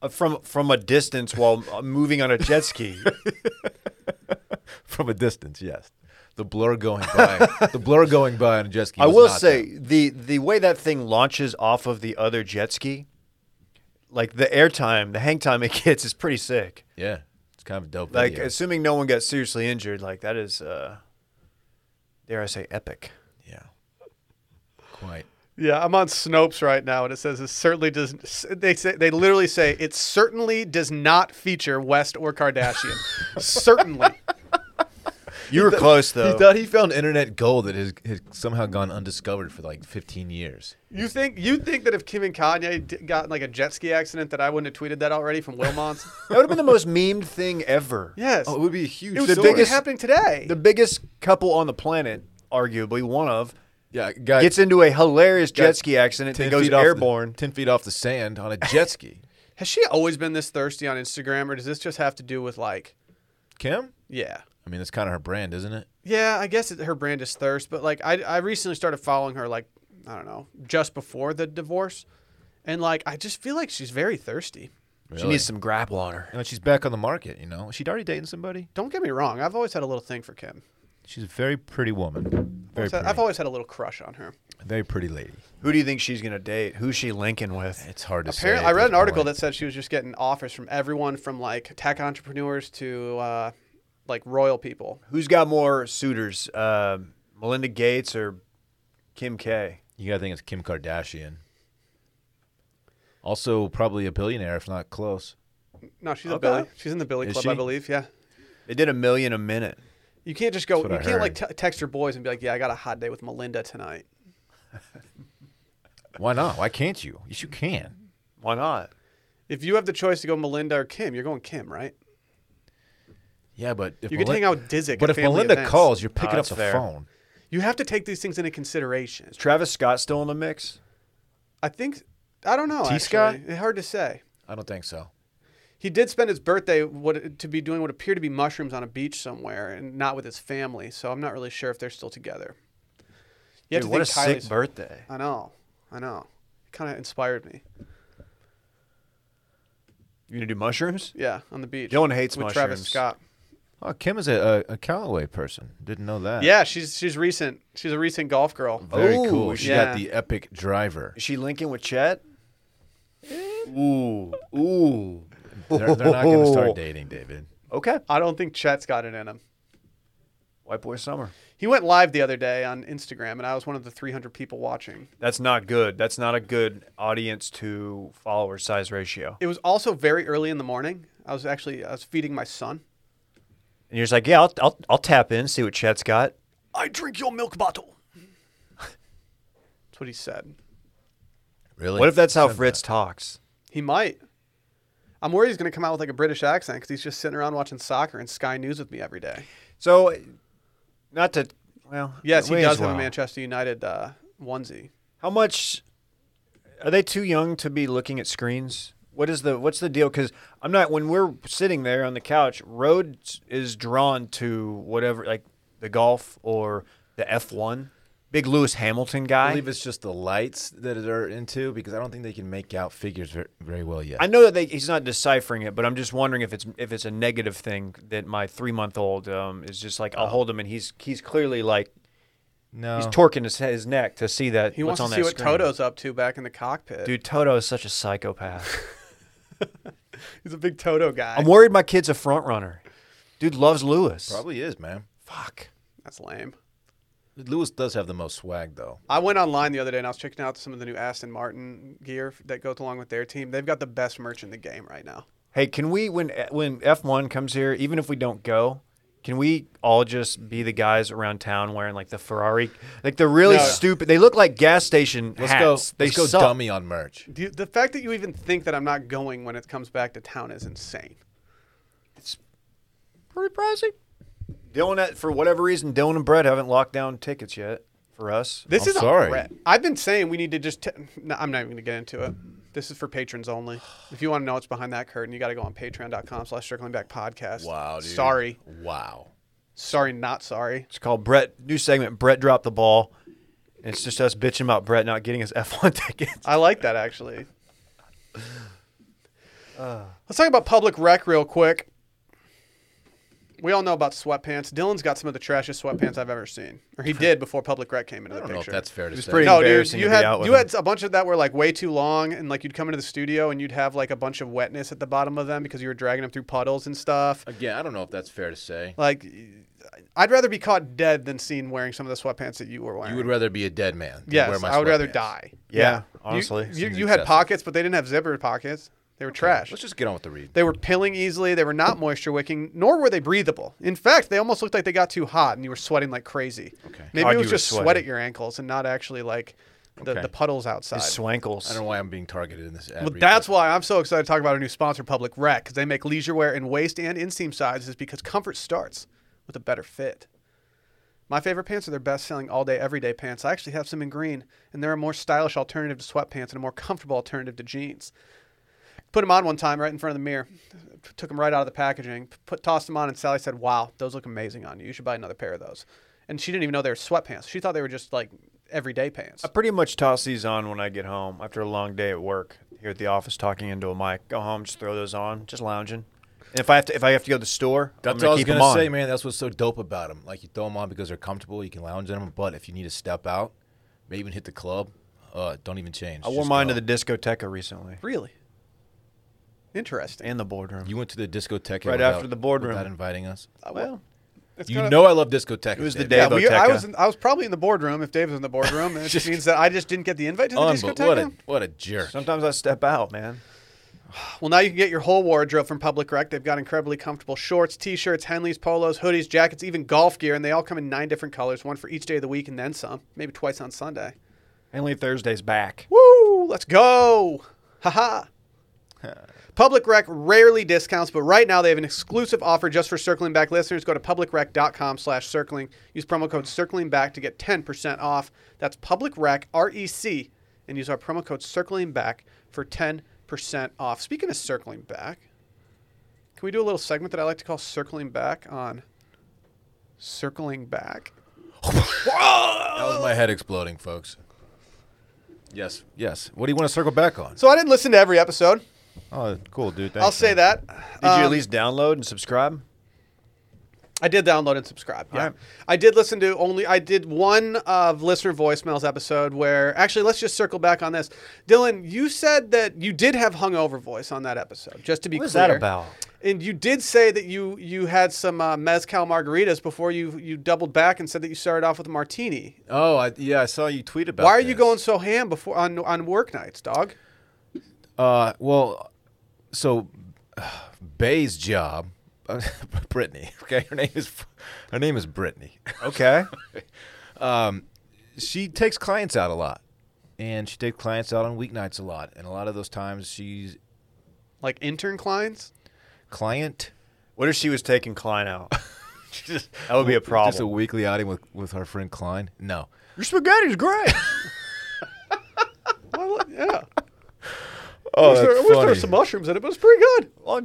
[SPEAKER 2] Uh, from from a distance while uh, moving on a jet ski.
[SPEAKER 3] From a distance, yes. The blur going by, the blur going by on a jet ski.
[SPEAKER 2] I
[SPEAKER 3] was
[SPEAKER 2] will
[SPEAKER 3] not
[SPEAKER 2] say
[SPEAKER 3] them.
[SPEAKER 2] the the way that thing launches off of the other jet ski, like the air time, the hang time it gets is pretty sick.
[SPEAKER 3] yeah, it's kind of a dope.
[SPEAKER 2] Like
[SPEAKER 3] video.
[SPEAKER 2] assuming no one got seriously injured, like that is uh dare I say epic.
[SPEAKER 3] yeah, quite.
[SPEAKER 1] Yeah, I'm on Snopes right now, and it says it certainly does. They say they literally say it certainly does not feature West or Kardashian. certainly,
[SPEAKER 2] You were close
[SPEAKER 3] He
[SPEAKER 2] though.
[SPEAKER 3] thought he found internet gold that has, has somehow gone undiscovered for like 15 years.
[SPEAKER 1] you think you think that if Kim and Kanye d- got in like a jet ski accident, that I wouldn't have tweeted that already from Wilmont's?
[SPEAKER 2] That would have been the most memed thing ever.
[SPEAKER 1] yes,
[SPEAKER 3] Oh, it would be a huge.
[SPEAKER 1] it was
[SPEAKER 2] the
[SPEAKER 1] still
[SPEAKER 2] biggest-
[SPEAKER 1] happening today.
[SPEAKER 2] The biggest couple on the planet, arguably one of,
[SPEAKER 3] yeah, guy
[SPEAKER 2] gets into a hilarious
[SPEAKER 3] Got
[SPEAKER 2] jet ski accident and goes
[SPEAKER 3] feet off the-
[SPEAKER 2] airborne.
[SPEAKER 3] ten feet off the sand on a jet ski.
[SPEAKER 1] Has she always been this thirsty on Instagram, or does this just have to do with like,
[SPEAKER 3] Kim?
[SPEAKER 1] yeah?
[SPEAKER 3] I mean, that's kind of her brand, isn't it?
[SPEAKER 1] Yeah, I guess it, her brand is thirst, but like I, I recently started following her like I don't know just before the divorce, and like I just feel like she's very thirsty.
[SPEAKER 2] She needs some grab water.
[SPEAKER 3] You know, she's back on the market. You know, she'd already dating somebody.
[SPEAKER 1] Don't get me wrong, I've always had a little thing for Kim.
[SPEAKER 3] She's a very pretty woman. Very
[SPEAKER 1] I've
[SPEAKER 3] pretty.
[SPEAKER 1] always had- I've always had a little crush on her.
[SPEAKER 3] very pretty lady.
[SPEAKER 2] Who do you think she's gonna date? Who's she linking with?
[SPEAKER 3] It's hard to
[SPEAKER 1] Apparently,
[SPEAKER 3] say.
[SPEAKER 1] I read an article that said she was just getting offers from everyone, from like tech entrepreneurs to uh, like royal people.
[SPEAKER 2] Who's got more suitors? Uh, Melinda Gates or Kim K?
[SPEAKER 3] you gotta think it's Kim Kardashian. Also, probably a billionaire, if not close.
[SPEAKER 1] No, she's a
[SPEAKER 2] Okay.
[SPEAKER 1] Billy. She's in the Billy
[SPEAKER 3] Is
[SPEAKER 1] Club,
[SPEAKER 3] she?
[SPEAKER 1] I believe. Yeah.
[SPEAKER 2] They did a million a minute.
[SPEAKER 1] You can't just go. You
[SPEAKER 3] That's what I
[SPEAKER 1] can't like t- text your boys and be like, "Yeah, I got a hot day with Melinda tonight."
[SPEAKER 3] Why not? Why can't you? Yes, you can.
[SPEAKER 2] Why not?
[SPEAKER 1] If you have the choice to go Melinda or Kim, you're going Kim, right?
[SPEAKER 3] Yeah, but if
[SPEAKER 1] You could
[SPEAKER 3] Melin-
[SPEAKER 1] hang out with Disick
[SPEAKER 3] But
[SPEAKER 1] at
[SPEAKER 3] if
[SPEAKER 1] family
[SPEAKER 3] Melinda
[SPEAKER 1] events. Ah,
[SPEAKER 3] calls, you're picking
[SPEAKER 2] Oh,
[SPEAKER 3] up
[SPEAKER 2] that's
[SPEAKER 3] the
[SPEAKER 2] fair.
[SPEAKER 3] phone.
[SPEAKER 1] You have to take these things into consideration.
[SPEAKER 2] Is Travis Scott still in the mix?
[SPEAKER 1] I think I don't know. actually.
[SPEAKER 3] Scott?
[SPEAKER 1] It's hard to say.
[SPEAKER 3] I don't think so.
[SPEAKER 1] He did spend his birthday what, to be doing what appeared to be mushrooms on a beach somewhere, and not with his family. So I'm not really sure if they're still together. You have
[SPEAKER 2] Dude,
[SPEAKER 1] to
[SPEAKER 2] what a
[SPEAKER 1] think Kylie's-
[SPEAKER 2] sick birthday.
[SPEAKER 1] I know, I know. It kind of inspired me.
[SPEAKER 2] You gonna do mushrooms?
[SPEAKER 1] Yeah, on the beach.
[SPEAKER 2] Dylan hates
[SPEAKER 1] with Travis
[SPEAKER 2] mushrooms.
[SPEAKER 1] Scott.
[SPEAKER 3] Oh, Kim is a, a, a Callaway person. Didn't know that.
[SPEAKER 1] Yeah, she's she's recent. She's a recent golf girl.
[SPEAKER 3] Very
[SPEAKER 2] Ooh,
[SPEAKER 3] cool. She
[SPEAKER 1] yeah.
[SPEAKER 3] got the epic driver.
[SPEAKER 2] Is she linking with Chet?
[SPEAKER 1] Eh.
[SPEAKER 2] Ooh, ooh.
[SPEAKER 3] They're, they're not going to start dating, David.
[SPEAKER 2] Okay.
[SPEAKER 1] I don't think Chet's got it in him.
[SPEAKER 2] White boy summer.
[SPEAKER 1] He went live the other day on Instagram, and I was one of the 300 people watching.
[SPEAKER 2] That's not good. That's not a good audience to follower size ratio.
[SPEAKER 1] It was also very early in the morning. I was actually I was feeding my son.
[SPEAKER 2] And you're just like, yeah, I'll, I'll, I'll tap in, see what Chet's got. I drink your milk bottle.
[SPEAKER 1] That's what he said.
[SPEAKER 3] Really?
[SPEAKER 2] What if that's how
[SPEAKER 3] Said
[SPEAKER 2] Fritz talks?
[SPEAKER 1] He might. I'm worried he's going to come out with like a British accent because he's just sitting around watching soccer and Sky News with me every day.
[SPEAKER 2] So, not to, well,
[SPEAKER 1] Yes,
[SPEAKER 2] it
[SPEAKER 1] he
[SPEAKER 2] weighs
[SPEAKER 1] does have
[SPEAKER 2] well.
[SPEAKER 1] a Manchester United uh, onesie.
[SPEAKER 2] How much are they too young to be looking at screens? What is the what's the deal? Because I'm not when we're sitting there on the couch. Rhodes is drawn to whatever, like the golf or the F1. Big Lewis Hamilton
[SPEAKER 3] I
[SPEAKER 2] guy.
[SPEAKER 3] believe it's just the lights that they're into because I don't think they can make out figures very, very well yet.
[SPEAKER 2] I know that they, he's not deciphering it, but I'm just wondering if it's if it's a negative thing that my three month old um, is just like I'll
[SPEAKER 1] Oh.
[SPEAKER 2] hold him and he's he's clearly like
[SPEAKER 3] no.
[SPEAKER 2] he's torquing his, his neck to see that
[SPEAKER 1] He wants
[SPEAKER 2] what's on
[SPEAKER 1] to
[SPEAKER 2] that
[SPEAKER 1] see what
[SPEAKER 2] screen.
[SPEAKER 1] Toto's up to back in the cockpit.
[SPEAKER 2] Dude, Toto is such a psychopath.
[SPEAKER 1] he's a big Toto guy.
[SPEAKER 2] I'm worried my kid's a front runner. Dude loves Lewis.
[SPEAKER 3] Probably is, man.
[SPEAKER 2] Fuck.
[SPEAKER 1] That's lame.
[SPEAKER 3] Lewis does have the most swag, though.
[SPEAKER 1] I went online the other day and I was checking out some of the new Aston Martin gear that goes along with their team. They've got the best merch in the game right now.
[SPEAKER 2] Hey, can we when when F1 comes here, even if we don't go, can we all just be the guys around town wearing like the Ferrari, like the really
[SPEAKER 1] No.
[SPEAKER 2] stupid? They look like gas station
[SPEAKER 3] Let's
[SPEAKER 2] hats.
[SPEAKER 3] go.
[SPEAKER 2] They
[SPEAKER 3] let's go
[SPEAKER 2] suck.
[SPEAKER 3] dummy on merch.
[SPEAKER 1] Do you- the fact that you even think that I'm not going when it comes back to town is insane.
[SPEAKER 2] pretty pricey. Dylan, for whatever reason, Dylan and Brett haven't locked down tickets yet for us.
[SPEAKER 1] This
[SPEAKER 3] I'm
[SPEAKER 1] is
[SPEAKER 3] sorry.
[SPEAKER 1] a threat. I've been saying we need to just. T- no, I'm not even going to get into it. This is for patrons only. If you want to know what's behind that curtain, you got to go on patreon.com/slash circling back podcast.
[SPEAKER 3] Wow, dude.
[SPEAKER 1] Sorry,
[SPEAKER 3] Wow.
[SPEAKER 1] sorry, not sorry.
[SPEAKER 2] It's called Brett. New segment. Brett dropped the ball. And it's just us bitching about Brett not getting his F1 tickets.
[SPEAKER 1] I like that actually. Let's talk about public rec real quick. We all know about sweatpants. Dylan's got some of the trashiest sweatpants I've ever seen, or he did before public rec came into the
[SPEAKER 3] I don't know if
[SPEAKER 1] picture.
[SPEAKER 3] that's fair to
[SPEAKER 2] It's
[SPEAKER 3] say.
[SPEAKER 2] pretty-
[SPEAKER 1] no, dude,
[SPEAKER 2] embarrassing
[SPEAKER 1] you
[SPEAKER 2] to be
[SPEAKER 1] had
[SPEAKER 2] out with
[SPEAKER 1] you
[SPEAKER 2] them.
[SPEAKER 1] had a bunch of that were like way too long, and like you'd come into the studio and you'd have like a bunch of wetness at the bottom of them because you were dragging them through puddles and stuff.
[SPEAKER 3] Again, I don't know if that's fair to say.
[SPEAKER 1] Like, I'd rather be caught dead than seen wearing some of the sweatpants that you were wearing.
[SPEAKER 3] You would rather be a dead man. Than
[SPEAKER 1] yes,
[SPEAKER 3] wear my
[SPEAKER 1] I would rather
[SPEAKER 3] sweatpants.
[SPEAKER 1] die.
[SPEAKER 2] Yeah, honestly,
[SPEAKER 1] you, you,
[SPEAKER 3] seems
[SPEAKER 1] you had
[SPEAKER 3] excessive.
[SPEAKER 1] pockets, but they didn't have zipper pockets. They were trash.
[SPEAKER 3] Let's just get on with the read.
[SPEAKER 1] They were pilling easily. They were not moisture wicking, nor were they breathable. In fact, they almost looked like they got too hot and you were sweating like crazy.
[SPEAKER 3] Okay.
[SPEAKER 1] Maybe
[SPEAKER 2] God,
[SPEAKER 1] it
[SPEAKER 2] you
[SPEAKER 1] was
[SPEAKER 2] were
[SPEAKER 1] just sweat
[SPEAKER 2] sweating.
[SPEAKER 1] at your ankles and not actually like the,
[SPEAKER 3] Okay.
[SPEAKER 1] the puddles outside.
[SPEAKER 2] His swankles.
[SPEAKER 3] I don't know why I'm being targeted in this ad.
[SPEAKER 1] Well,
[SPEAKER 3] read,
[SPEAKER 1] that's
[SPEAKER 3] but
[SPEAKER 1] why I'm so excited to talk about our new sponsor, Public Rec, because they make leisure wear in waist and inseam sizes because comfort starts with a better fit. My favorite pants are their best selling all day, everyday pants. I actually have some in green, and they're a more stylish alternative to sweatpants and a more comfortable alternative to jeans. Put them on one time right in front of the mirror. Took them right out of the packaging, p- put, tossed them on, and Sally said, Wow, those look amazing on you. You should buy another pair of those. And she didn't even know they were sweatpants. She thought they were just like everyday pants.
[SPEAKER 2] I pretty much toss these on when I get home after a long day at work here at the office, talking into a mic. Go home, just throw those on, just lounging. And if I have to, if I have to go to the store, I'm
[SPEAKER 3] That's
[SPEAKER 2] gonna
[SPEAKER 3] all I was
[SPEAKER 2] keep
[SPEAKER 3] gonna
[SPEAKER 2] 'em on.
[SPEAKER 3] say, man. That's what's so dope about them. Like you throw them on because they're comfortable. You can lounge in them. But if you need to step out, maybe even hit the club, uh, don't even change.
[SPEAKER 2] I wore
[SPEAKER 3] Just
[SPEAKER 2] mine to
[SPEAKER 3] go.
[SPEAKER 2] the discoteca recently
[SPEAKER 1] really? Interesting.
[SPEAKER 2] and the boardroom.
[SPEAKER 3] You went to the discotheque
[SPEAKER 2] Right
[SPEAKER 3] without-
[SPEAKER 2] after the boardroom.
[SPEAKER 3] without inviting us.
[SPEAKER 2] well,
[SPEAKER 1] It's
[SPEAKER 3] You
[SPEAKER 1] kinda-
[SPEAKER 3] know I love discotheque.
[SPEAKER 2] It was the
[SPEAKER 1] Yeah,
[SPEAKER 2] Davo
[SPEAKER 1] we, I
[SPEAKER 2] Tekka.
[SPEAKER 1] was in, I was probably in the boardroom if Dave was in the boardroom, and it just means that I just didn't get the invite to the discotheque.
[SPEAKER 3] what a what a jerk.
[SPEAKER 2] sometimes I step out, man.
[SPEAKER 1] Well, now you can get your whole wardrobe from Public Rec. They've got incredibly comfortable shorts, t-shirts, Henleys, polos, hoodies, jackets, even golf gear, and they all come in nine different colors, one for each day of the week, and then some, maybe twice on Sunday.
[SPEAKER 2] Only Thursday's back.
[SPEAKER 1] Woo! Let's go! Haha. Public Rec rarely discounts, but right now they have an exclusive offer just for Circling Back listeners. Go to publicrec.com slash circling. Use promo code circling back to get 10% off. That's Public Rec, R-E-C, and use our promo code circling back for 10% off. Speaking of circling back, can we do a little segment that I like to call circling back on circling back?
[SPEAKER 3] That was my head exploding, folks. Yes, yes. What do you want to circle back on?
[SPEAKER 1] So I didn't listen to every episode.
[SPEAKER 3] Oh, cool, dude.
[SPEAKER 1] I'll say that. Um,
[SPEAKER 2] Did you at least download and subscribe?
[SPEAKER 1] I did download and subscribe. Yeah.
[SPEAKER 2] Alright.
[SPEAKER 1] I did listen to only I did one of listener voicemails episode where actually let's just circle back on this. Dylan, you said that you did have hungover voice on that episode. Just to be
[SPEAKER 2] What
[SPEAKER 1] clear,
[SPEAKER 2] was that about?
[SPEAKER 1] And you did say that you you had some uh, mezcal margaritas before you you doubled back and said that you started off with a martini.
[SPEAKER 3] Oh, I, yeah. I saw you tweet about.
[SPEAKER 1] Why are you
[SPEAKER 3] this.
[SPEAKER 1] going so ham before on on work nights, dog?
[SPEAKER 3] Uh, well, so Bay's job, Brittany. Okay, her name is her name is Brittany.
[SPEAKER 2] Okay.
[SPEAKER 3] she takes clients out a lot, and she takes clients out on weeknights a lot, and a lot of those times she's
[SPEAKER 1] Like intern clients?
[SPEAKER 3] client.
[SPEAKER 2] what if she was taking Klein out? that would be a problem.
[SPEAKER 3] Just a weekly outing with with our friend Klein. No.
[SPEAKER 2] Your spaghetti's great.
[SPEAKER 1] Well, yeah.
[SPEAKER 3] Oh,
[SPEAKER 1] I wish, there, I wish there were some mushrooms in it, but it's pretty good.
[SPEAKER 2] Well,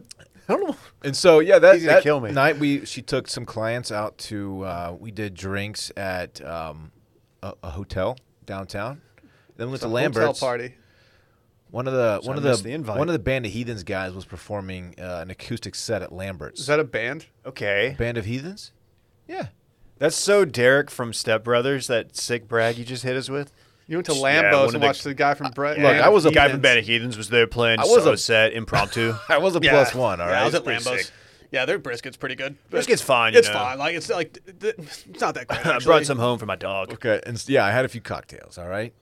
[SPEAKER 2] I don't know.
[SPEAKER 3] And so yeah, that,
[SPEAKER 2] He's gonna
[SPEAKER 3] that
[SPEAKER 2] kill me.
[SPEAKER 3] night we she took some clients out to uh, we did drinks at um, a, a hotel downtown. Then we went to
[SPEAKER 1] Hotel
[SPEAKER 3] Lambert's.
[SPEAKER 1] party.
[SPEAKER 3] One of the one
[SPEAKER 2] I
[SPEAKER 3] of
[SPEAKER 2] missed
[SPEAKER 3] the,
[SPEAKER 2] the invite.
[SPEAKER 3] one of the band of heathens guys was performing uh, an acoustic set at Lambert's.
[SPEAKER 1] Is that a band?
[SPEAKER 2] Okay.
[SPEAKER 3] band of heathens? Yeah.
[SPEAKER 2] That's so Derek from Step Brothers, that sick brag you just hit us with.
[SPEAKER 1] You went to
[SPEAKER 2] Yeah, one
[SPEAKER 1] Lambo's
[SPEAKER 2] of
[SPEAKER 1] and
[SPEAKER 2] the-
[SPEAKER 1] watched the guy from uh, Brett.
[SPEAKER 2] Look, I was a guy from
[SPEAKER 1] Bed.
[SPEAKER 2] Band of Heathens was there playing I
[SPEAKER 3] I was
[SPEAKER 2] was so
[SPEAKER 3] a-
[SPEAKER 2] set impromptu.
[SPEAKER 3] I was a plus one. All right.
[SPEAKER 1] yeah, I was at
[SPEAKER 3] It's pretty
[SPEAKER 1] Lambo's.
[SPEAKER 3] sick.
[SPEAKER 1] Yeah, their brisket's pretty good. but
[SPEAKER 2] Brisket's fine, you
[SPEAKER 1] It's
[SPEAKER 2] know.
[SPEAKER 1] fine. Like it's like th- th- it's not that great.
[SPEAKER 2] I
[SPEAKER 1] actually.
[SPEAKER 2] brought some home for my dog.
[SPEAKER 3] Okay. And s- yeah, I had a few cocktails. All right.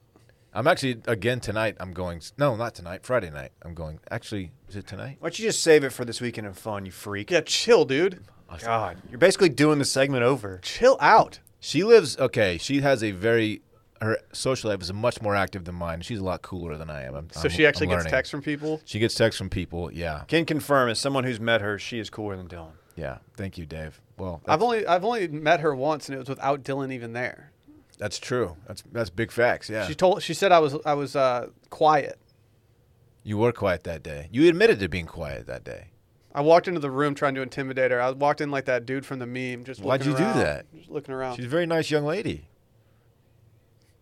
[SPEAKER 3] I'm actually again tonight. I'm going. s- No, not tonight. Friday night. I'm going. Actually, is it tonight?
[SPEAKER 2] Why don't you just save it for this weekend and fun, you freak?
[SPEAKER 1] Yeah, chill, dude.
[SPEAKER 2] God, you're basically doing the segment over.
[SPEAKER 1] Chill out.
[SPEAKER 3] She lives okay. She has a very her social life is much more active than mine. She's a lot cooler than I am. I'm,
[SPEAKER 1] So she actually gets texts
[SPEAKER 3] texts.
[SPEAKER 1] from people.
[SPEAKER 3] She gets texts from people. Yeah,
[SPEAKER 2] Can confirm, as someone who's met her, she is cooler than Dylan.
[SPEAKER 3] yeah. Thank you, Dave. Well, that's,
[SPEAKER 1] I've only I've only met her once, and it was without Dylan even there.
[SPEAKER 3] that's true. That's that's big facts. Yeah,
[SPEAKER 1] She told she said I was I was uh, quiet.
[SPEAKER 3] you were quiet that day. You admitted to being quiet that day.
[SPEAKER 1] I walked into the room trying to intimidate her. I walked in like that dude from the meme. Just
[SPEAKER 3] Why'd
[SPEAKER 1] looking
[SPEAKER 3] you do
[SPEAKER 1] around,
[SPEAKER 3] that?
[SPEAKER 1] Just looking around.
[SPEAKER 3] She's a very nice young lady.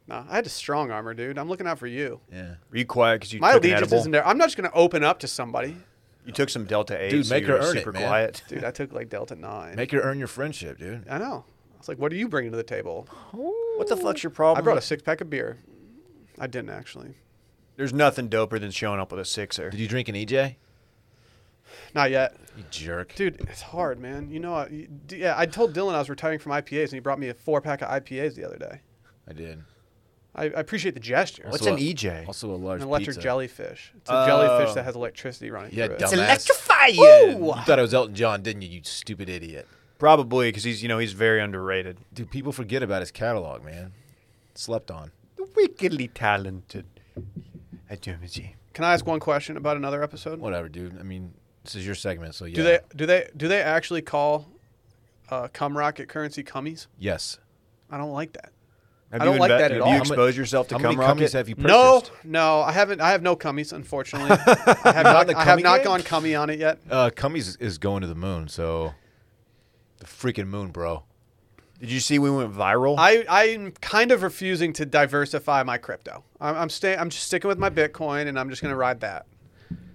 [SPEAKER 1] Nah, I had to strong armor, dude. I'm looking out for you.
[SPEAKER 3] Yeah.
[SPEAKER 2] Were you quiet because you
[SPEAKER 1] My
[SPEAKER 2] took an
[SPEAKER 1] allegiance
[SPEAKER 2] edible?
[SPEAKER 1] isn't there. I'm not just gonna open up to somebody,
[SPEAKER 2] You took some Delta 8.
[SPEAKER 3] Dude,
[SPEAKER 2] so
[SPEAKER 3] make
[SPEAKER 2] you
[SPEAKER 3] her
[SPEAKER 2] were
[SPEAKER 3] earn it,
[SPEAKER 2] super
[SPEAKER 3] man.
[SPEAKER 2] quiet.
[SPEAKER 1] dude. I took like Delta Nine.
[SPEAKER 3] Make her earn your friendship, dude.
[SPEAKER 1] I know. I was like, what are you bringing to the table?
[SPEAKER 2] What the fuck's your
[SPEAKER 1] I
[SPEAKER 2] problem?
[SPEAKER 1] brought a six pack of beer. I didn't actually.
[SPEAKER 2] There's nothing doper than showing up with a sixer.
[SPEAKER 3] Did you drink an EJ?
[SPEAKER 1] Not yet.
[SPEAKER 3] You jerk.
[SPEAKER 1] Dude, it's hard, man. You know, I, you- d- yeah, I told Dylan I was retiring from IPAs, and he brought me a four pack of IPAs the other day.
[SPEAKER 3] I did. E
[SPEAKER 1] I, I appreciate the gesture.
[SPEAKER 2] What's
[SPEAKER 3] Also
[SPEAKER 2] an
[SPEAKER 3] a-
[SPEAKER 2] EJ?
[SPEAKER 3] Also a large
[SPEAKER 1] An electric
[SPEAKER 3] pizza.
[SPEAKER 1] jellyfish. It's a jellyfish
[SPEAKER 2] Oh.
[SPEAKER 1] that has electricity running
[SPEAKER 3] Yeah,
[SPEAKER 1] through
[SPEAKER 3] dumbass.
[SPEAKER 1] it.
[SPEAKER 2] electrifying.
[SPEAKER 3] You thought it was Elton John, didn't you? You stupid idiot.
[SPEAKER 2] Probably because he's you know he's very underrated.
[SPEAKER 3] Dude, people forget about his catalog, man. Slept on.
[SPEAKER 2] Wickedly talented. I do, Missy.
[SPEAKER 1] Can I ask one question about another episode?
[SPEAKER 3] Whatever, dude. I mean, this is your segment, so yeah.
[SPEAKER 1] Do they do they do they actually call uh, cum rocket currency cummies?
[SPEAKER 3] Yes.
[SPEAKER 1] I don't like that.
[SPEAKER 2] Have
[SPEAKER 1] I don't
[SPEAKER 2] you
[SPEAKER 1] like
[SPEAKER 2] inve-
[SPEAKER 1] that at
[SPEAKER 2] have
[SPEAKER 1] all.
[SPEAKER 2] you exposed yourself to
[SPEAKER 3] How
[SPEAKER 2] cum
[SPEAKER 3] many
[SPEAKER 2] rocket?
[SPEAKER 3] cummies have you purchased?
[SPEAKER 1] No, no, I haven't. I have no cummies, unfortunately. I have
[SPEAKER 3] Not
[SPEAKER 1] not,
[SPEAKER 3] the
[SPEAKER 1] I have
[SPEAKER 3] cummy
[SPEAKER 1] not
[SPEAKER 3] game?
[SPEAKER 1] gone cummy on it yet.
[SPEAKER 3] Uh, Cummies is- is going to the moon, so the freaking moon, bro.
[SPEAKER 2] Did you see we went viral?
[SPEAKER 1] I I'm kind of refusing to diversify my crypto. I'm I'm staying. I'm just sticking with my Bitcoin, and I'm just gonna ride that.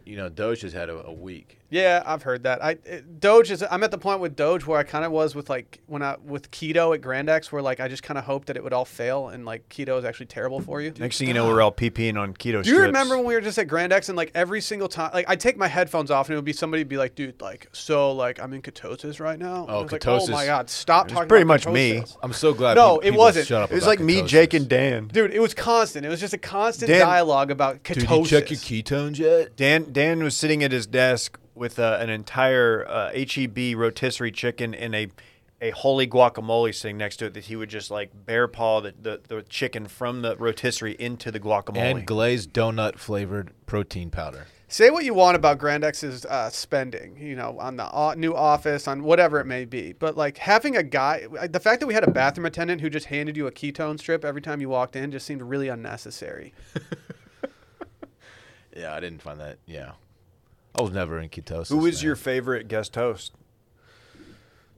[SPEAKER 3] You know, Doge has had a, a week.
[SPEAKER 1] Yeah, I've heard that. I it, Doge is. I'm at the point with Doge where I kind of was with like when I with keto at Grand X, where like I just kind of hoped that it would all fail, and like keto is actually terrible for you.
[SPEAKER 2] Next thing you know, we're all PPing on keto.
[SPEAKER 1] Ah. Do you remember when we were just at Grand X and like every single time, like I take my headphones off and it would be somebody would be like, "Dude, like so, like I'm in ketosis right now." And
[SPEAKER 3] Oh,
[SPEAKER 1] I was like,
[SPEAKER 3] ketosis.
[SPEAKER 1] oh my god, stop talking.
[SPEAKER 2] pretty
[SPEAKER 1] about
[SPEAKER 2] much me.
[SPEAKER 1] ketosis."
[SPEAKER 3] I'm so glad.
[SPEAKER 1] No,
[SPEAKER 3] peop-
[SPEAKER 1] it
[SPEAKER 3] people
[SPEAKER 1] wasn't.
[SPEAKER 3] Shut up
[SPEAKER 2] It was
[SPEAKER 3] about
[SPEAKER 2] like me,
[SPEAKER 3] ketosis.
[SPEAKER 2] Jake, and Dan.
[SPEAKER 1] dude. It was constant. It was just a constant
[SPEAKER 2] Dan-
[SPEAKER 1] dialogue about ketosis.
[SPEAKER 3] Dude, you check your ketones yet?
[SPEAKER 2] Dan Dan was sitting at his desk with uh, an entire uh, HEB rotisserie chicken and a a holy guacamole sitting next to it that he would just like bare paw the, the, the chicken from the rotisserie into the guacamole.
[SPEAKER 3] And glazed donut flavored protein powder.
[SPEAKER 1] Say what you want about Grand X's uh, spending, you know, on the o- new office, on whatever it may be. But like having a guy, uh, the fact that we had a bathroom attendant who just handed you a ketone strip every time you walked in just seemed really unnecessary.
[SPEAKER 3] Yeah, I didn't find that. Yeah, I was never in ketosis.
[SPEAKER 2] Who is
[SPEAKER 3] man.
[SPEAKER 2] your favorite guest host?